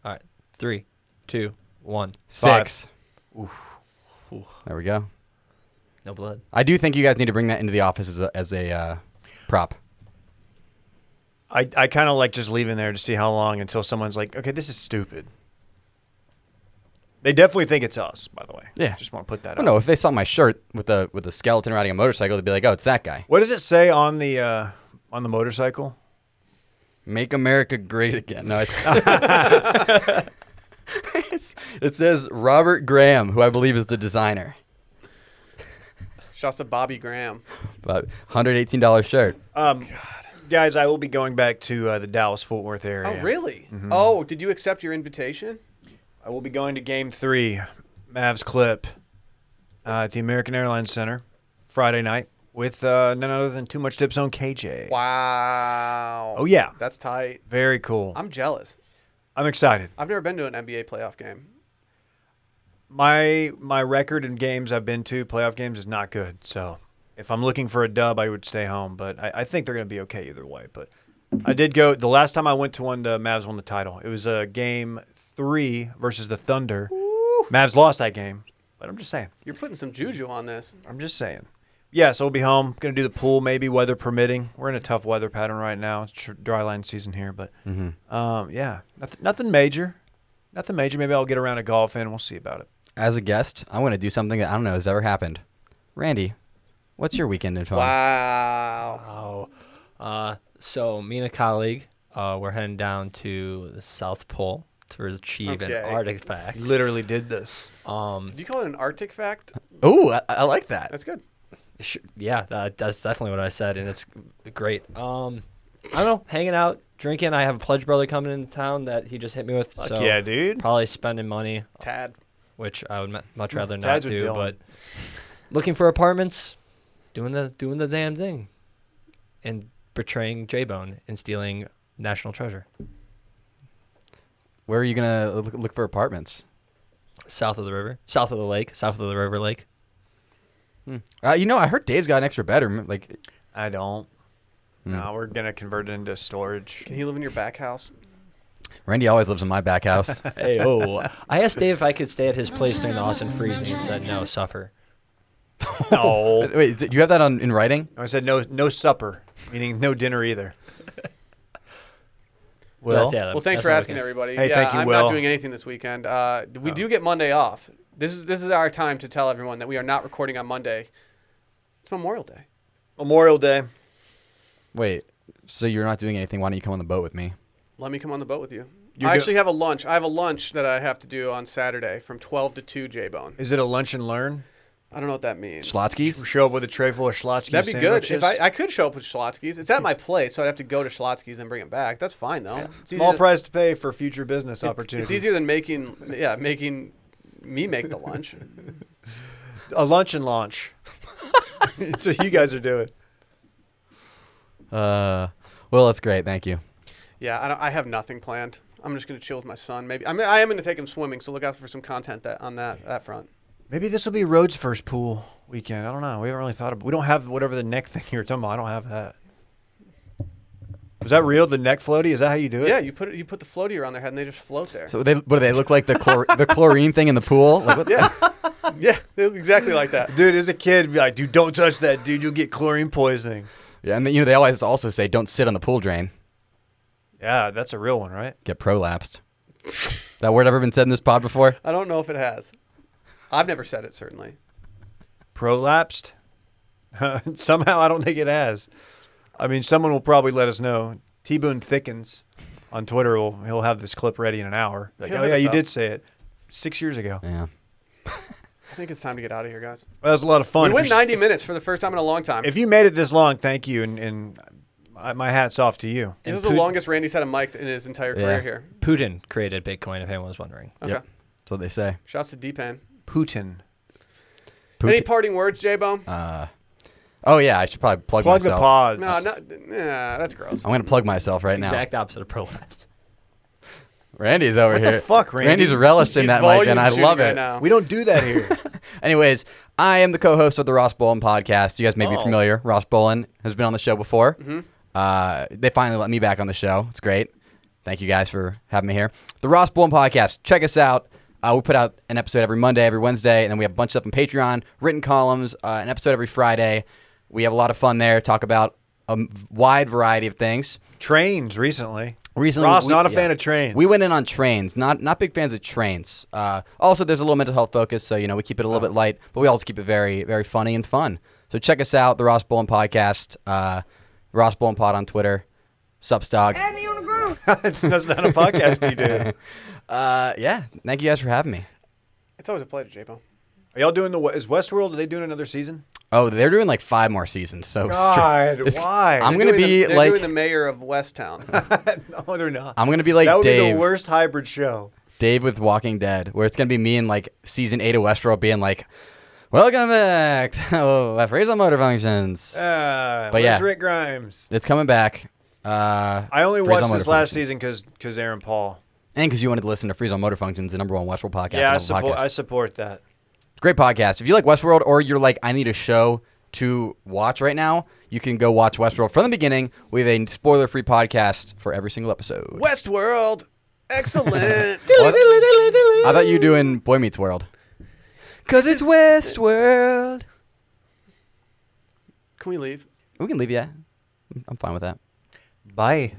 [SPEAKER 4] All right. Three, two, one.
[SPEAKER 2] Five.
[SPEAKER 3] six. There we go.
[SPEAKER 4] No blood.
[SPEAKER 3] I do think you guys need to bring that into the office as a, as a uh, prop.
[SPEAKER 2] I, I kind of like just leaving there to see how long until someone's like, okay, this is stupid. They definitely think it's us, by the way.
[SPEAKER 3] Yeah.
[SPEAKER 2] Just want to put that
[SPEAKER 3] I
[SPEAKER 2] out.
[SPEAKER 3] don't know if they saw my shirt with a with a skeleton riding a motorcycle, they'd be like, "Oh, it's that guy."
[SPEAKER 2] What does it say on the uh, on the motorcycle?
[SPEAKER 3] Make America Great Again. No, it's, it's it says Robert Graham, who I believe is the designer.
[SPEAKER 1] Shouts to Bobby Graham.
[SPEAKER 3] But hundred eighteen dollar shirt.
[SPEAKER 2] Um, Guys, I will be going back to uh, the Dallas Fort Worth area.
[SPEAKER 1] Oh, really?
[SPEAKER 2] Mm-hmm.
[SPEAKER 1] Oh, did you accept your invitation?
[SPEAKER 2] I will be going to Game Three, Mavs Clip, uh, at the American Airlines Center, Friday night with uh, none other than Too Much Tips on KJ.
[SPEAKER 1] Wow.
[SPEAKER 2] Oh yeah,
[SPEAKER 1] That's tight.
[SPEAKER 2] very cool. I'm,
[SPEAKER 1] I'm jealous.
[SPEAKER 2] I'm excited.
[SPEAKER 1] I've never been to an NBA playoff game.
[SPEAKER 2] my my record in games I've been to, playoff games, is not good. So if I'm looking for a dub, I would stay home. But I, I think they're going to be okay either way. But I did go the last time I went to one. The Mavs won the title. It was a uh, game three versus the Thunder. Mavs lost that game. But I'm just saying.
[SPEAKER 1] You're putting some juju on this.
[SPEAKER 2] I'm just saying. Yeah, so we'll be home. Going to do the pool, maybe weather permitting. We're in a tough weather pattern right now. It's tr- dry line season here, but um, yeah, nothing, nothing major, nothing major. Maybe I'll get around to golf and we'll see about it.
[SPEAKER 3] As a guest, I want to do something that I don't know has ever happened. Randy, what's your weekend in fun?
[SPEAKER 2] Um,
[SPEAKER 1] Wow.
[SPEAKER 4] Oh. Uh, so me and a colleague, uh, we're heading down to the South Pole to achieve
[SPEAKER 1] Okay.
[SPEAKER 4] an artifact.
[SPEAKER 2] Literally did this.
[SPEAKER 4] Um,
[SPEAKER 1] Did you call it an Arctic fact?
[SPEAKER 3] Ooh, I, I like that.
[SPEAKER 1] That's good.
[SPEAKER 4] sh- yeah, that, that's definitely what I said, and it's great. Um, I don't know, hanging out, drinking. I have a pledge brother coming into town that he just hit me with. so
[SPEAKER 2] yeah, dude.
[SPEAKER 4] Probably spending money,
[SPEAKER 1] Tad.
[SPEAKER 4] which I would mu- much rather not
[SPEAKER 2] Dad's with
[SPEAKER 4] do.
[SPEAKER 2] Dylan.
[SPEAKER 4] But looking for apartments, doing the doing the damn thing, and betraying J Bone and stealing national treasure
[SPEAKER 3] Where are you gonna look, look for apartments?
[SPEAKER 4] south of the river, south of the lake, south of the river lake.
[SPEAKER 3] Uh, you know, I heard Dave's got an extra bedroom. Like,
[SPEAKER 2] I don't.
[SPEAKER 1] Hmm.
[SPEAKER 2] No, we're gonna convert it into storage.
[SPEAKER 1] Can he live in your back house?
[SPEAKER 3] Randy always lives in my back house.
[SPEAKER 4] Hey, oh! I asked Dave if I could stay at his place during the Austin freeze, and he said no, suffer.
[SPEAKER 2] No,
[SPEAKER 3] Uh, Wait, do you have that on in writing?
[SPEAKER 2] I said no, no supper, meaning no dinner either.
[SPEAKER 4] Well,
[SPEAKER 2] Well,
[SPEAKER 4] that's- yeah,
[SPEAKER 1] Well, thanks
[SPEAKER 4] that's
[SPEAKER 1] for
[SPEAKER 4] my
[SPEAKER 1] asking,
[SPEAKER 4] weekend.
[SPEAKER 1] everybody.
[SPEAKER 2] Hey,
[SPEAKER 1] yeah,
[SPEAKER 2] thank you,
[SPEAKER 1] I'm
[SPEAKER 2] Will.
[SPEAKER 1] not doing anything this weekend. Uh, we do get Monday off. This is this is our time to tell everyone that we are not recording on Monday. It's Memorial Day.
[SPEAKER 2] Memorial Day.
[SPEAKER 3] Wait, so you're not doing anything? Why don't you come on the boat with me?
[SPEAKER 1] Let me come on the boat with you.
[SPEAKER 2] You're
[SPEAKER 1] I
[SPEAKER 2] go-
[SPEAKER 1] actually have a lunch. I have a lunch that I have to do on Saturday from 12 to 2, J Bone.
[SPEAKER 2] Is it a lunch and learn?
[SPEAKER 1] I don't know what that means.
[SPEAKER 3] Schlotsky's?
[SPEAKER 2] Show up with a tray full of schlotsky
[SPEAKER 1] That'd be good.
[SPEAKER 2] sandwiches.
[SPEAKER 1] If I, I could show up with Schlotsky's. It's at my place, so I'd have to go to Schlotsky's and bring it back. That's fine, though. It's
[SPEAKER 2] Small
[SPEAKER 1] easier-
[SPEAKER 2] price to pay for future business
[SPEAKER 1] it's-
[SPEAKER 2] opportunities.
[SPEAKER 1] It's easier than making, yeah, making me make the lunch.
[SPEAKER 2] A lunch and launch. That's what you guys are doing.
[SPEAKER 3] Uh, well, that's great. Thank you.
[SPEAKER 1] Yeah, I, don't, I have nothing planned. I'm just gonna chill with my son. Maybe I mean I am gonna take him swimming, so look out for some content that on that that front.
[SPEAKER 2] Maybe this will be Rhodes' first pool weekend. I don't know. We haven't really thought about. We don't have whatever the neck thing you were talking about. I don't have that. Is that real? The neck floaty? Is that how you do it?
[SPEAKER 1] Yeah, you put it, you put the floaty around their head and they just float there.
[SPEAKER 3] So they what do they look like the chlor- the chlorine thing in the pool? Like, what-
[SPEAKER 1] yeah, yeah, they look exactly like that.
[SPEAKER 2] Dude, as a kid, be like, dude, don't touch that, dude. You'll get chlorine poisoning.
[SPEAKER 3] Yeah, and then, you know they always also say don't sit on the pool drain,
[SPEAKER 2] Yeah, that's a real one, right?
[SPEAKER 3] get prolapsed. that word ever been said in this pod before?
[SPEAKER 1] I don't know if it has. I've never said it certainly.
[SPEAKER 2] Prolapsed? Somehow, I don't think it has. I mean, someone will probably let us know. T Boone Thickens on Twitter will he'll have this clip ready in an hour. Like,
[SPEAKER 1] He'll
[SPEAKER 2] oh
[SPEAKER 1] hit
[SPEAKER 2] yeah,
[SPEAKER 1] us
[SPEAKER 2] you
[SPEAKER 1] up."
[SPEAKER 2] did say it six years ago.
[SPEAKER 3] Yeah.
[SPEAKER 1] I think it's time to get out of here, guys.
[SPEAKER 2] That was a lot of fun.
[SPEAKER 1] We
[SPEAKER 2] If
[SPEAKER 1] went
[SPEAKER 2] you're-
[SPEAKER 1] 90 minutes for the first time in a long time.
[SPEAKER 2] If you made it this long, thank you, and and I- my hat's off to you.
[SPEAKER 1] this is
[SPEAKER 4] Putin-
[SPEAKER 1] the longest Randy's had a mic in his entire career
[SPEAKER 3] Yeah.
[SPEAKER 1] here.
[SPEAKER 4] Putin created Bitcoin, if anyone was wondering.
[SPEAKER 1] Okay.
[SPEAKER 3] Yep. That's what they say.
[SPEAKER 1] Shouts to D-Pan.
[SPEAKER 2] Putin.
[SPEAKER 1] Any
[SPEAKER 3] Poot-
[SPEAKER 1] parting words, J-Bone?
[SPEAKER 3] Uh, oh yeah, I should probably plug,
[SPEAKER 2] Plug the
[SPEAKER 3] myself.
[SPEAKER 2] pods.
[SPEAKER 1] no, no, nah, that's gross.
[SPEAKER 3] I'm gonna plug myself right now.
[SPEAKER 4] Exact opposite of prolapse.
[SPEAKER 3] Randy's over
[SPEAKER 2] the
[SPEAKER 3] here.
[SPEAKER 2] fuck, Randy?
[SPEAKER 3] Randy's relished in
[SPEAKER 1] He's
[SPEAKER 3] that mic,
[SPEAKER 1] volume
[SPEAKER 3] and I
[SPEAKER 1] shooting
[SPEAKER 3] love
[SPEAKER 1] right
[SPEAKER 3] it.
[SPEAKER 1] now.
[SPEAKER 2] We don't do that here.
[SPEAKER 3] Anyways, I am the co-host of the Ross Bolin podcast. You guys may be
[SPEAKER 2] Oh.
[SPEAKER 3] familiar. Ross Bolin has been on the show before. Uh, they finally let me back on the show. It's great. Thank you guys for having me here. The Ross Bolin podcast. Check us out. Uh, we put out an episode every Monday, every Wednesday, and then we have a bunch of stuff on Patreon, written columns, uh, an episode every Friday. We have a lot of fun there. Talk about a m- wide variety of things.
[SPEAKER 2] Trains recently.
[SPEAKER 3] Recently,
[SPEAKER 2] Ross,
[SPEAKER 3] we-
[SPEAKER 2] not a
[SPEAKER 3] yeah.
[SPEAKER 2] fan of trains.
[SPEAKER 3] We went in on trains. Not not big fans of trains. Uh, also, there's a little mental health focus, so you know we keep it a little bit light, but we also keep it very very funny and fun. So check us out, the Ross Bolin podcast, uh, Ross Bolin Pod on Twitter, Substock.
[SPEAKER 2] that's, that's not a podcast you do.
[SPEAKER 3] Uh, yeah, thank you guys for having me.
[SPEAKER 1] It's always a pleasure, J-Bone.
[SPEAKER 2] Are y'all doing the is Westworld? Are they doing another season?
[SPEAKER 3] Oh, they're doing like five more seasons, so it's tr-
[SPEAKER 2] God, why?
[SPEAKER 3] I'm
[SPEAKER 1] They're doing
[SPEAKER 3] gonna be
[SPEAKER 1] the, they're
[SPEAKER 3] like
[SPEAKER 1] doing the mayor of Westtown.
[SPEAKER 2] no, they're not.
[SPEAKER 3] I'm gonna be like
[SPEAKER 2] that would be
[SPEAKER 3] Dave.
[SPEAKER 2] the worst hybrid show.
[SPEAKER 3] Dave with Walking Dead, where it's gonna be me and like season eight of Westworld being like, "Welcome back, oh, appraisal motor functions."
[SPEAKER 2] Uh,
[SPEAKER 3] But
[SPEAKER 2] where's
[SPEAKER 3] yeah.
[SPEAKER 2] Rick Grimes?
[SPEAKER 3] It's coming back. Uh,
[SPEAKER 2] I only
[SPEAKER 3] Freeze on
[SPEAKER 2] watched
[SPEAKER 3] motor
[SPEAKER 2] this last
[SPEAKER 3] functions.
[SPEAKER 2] season because because Aaron Paul.
[SPEAKER 3] and because you wanted to listen to Freeze on Motor Functions, the number one Westworld podcast.
[SPEAKER 2] yeah, I
[SPEAKER 3] on
[SPEAKER 2] support.
[SPEAKER 3] podcast.
[SPEAKER 2] I support that.
[SPEAKER 3] Great podcast. If you like Westworld, or you're like, I need a show to watch right now, you can go watch Westworld from the beginning. We have a spoiler-free podcast for every single episode.
[SPEAKER 1] Westworld. Excellent.
[SPEAKER 3] What? I thought you were doing Boy Meets World. Cause it's Westworld.
[SPEAKER 1] Can we leave?
[SPEAKER 3] We can leave, yeah. I'm fine with that.
[SPEAKER 2] Bye.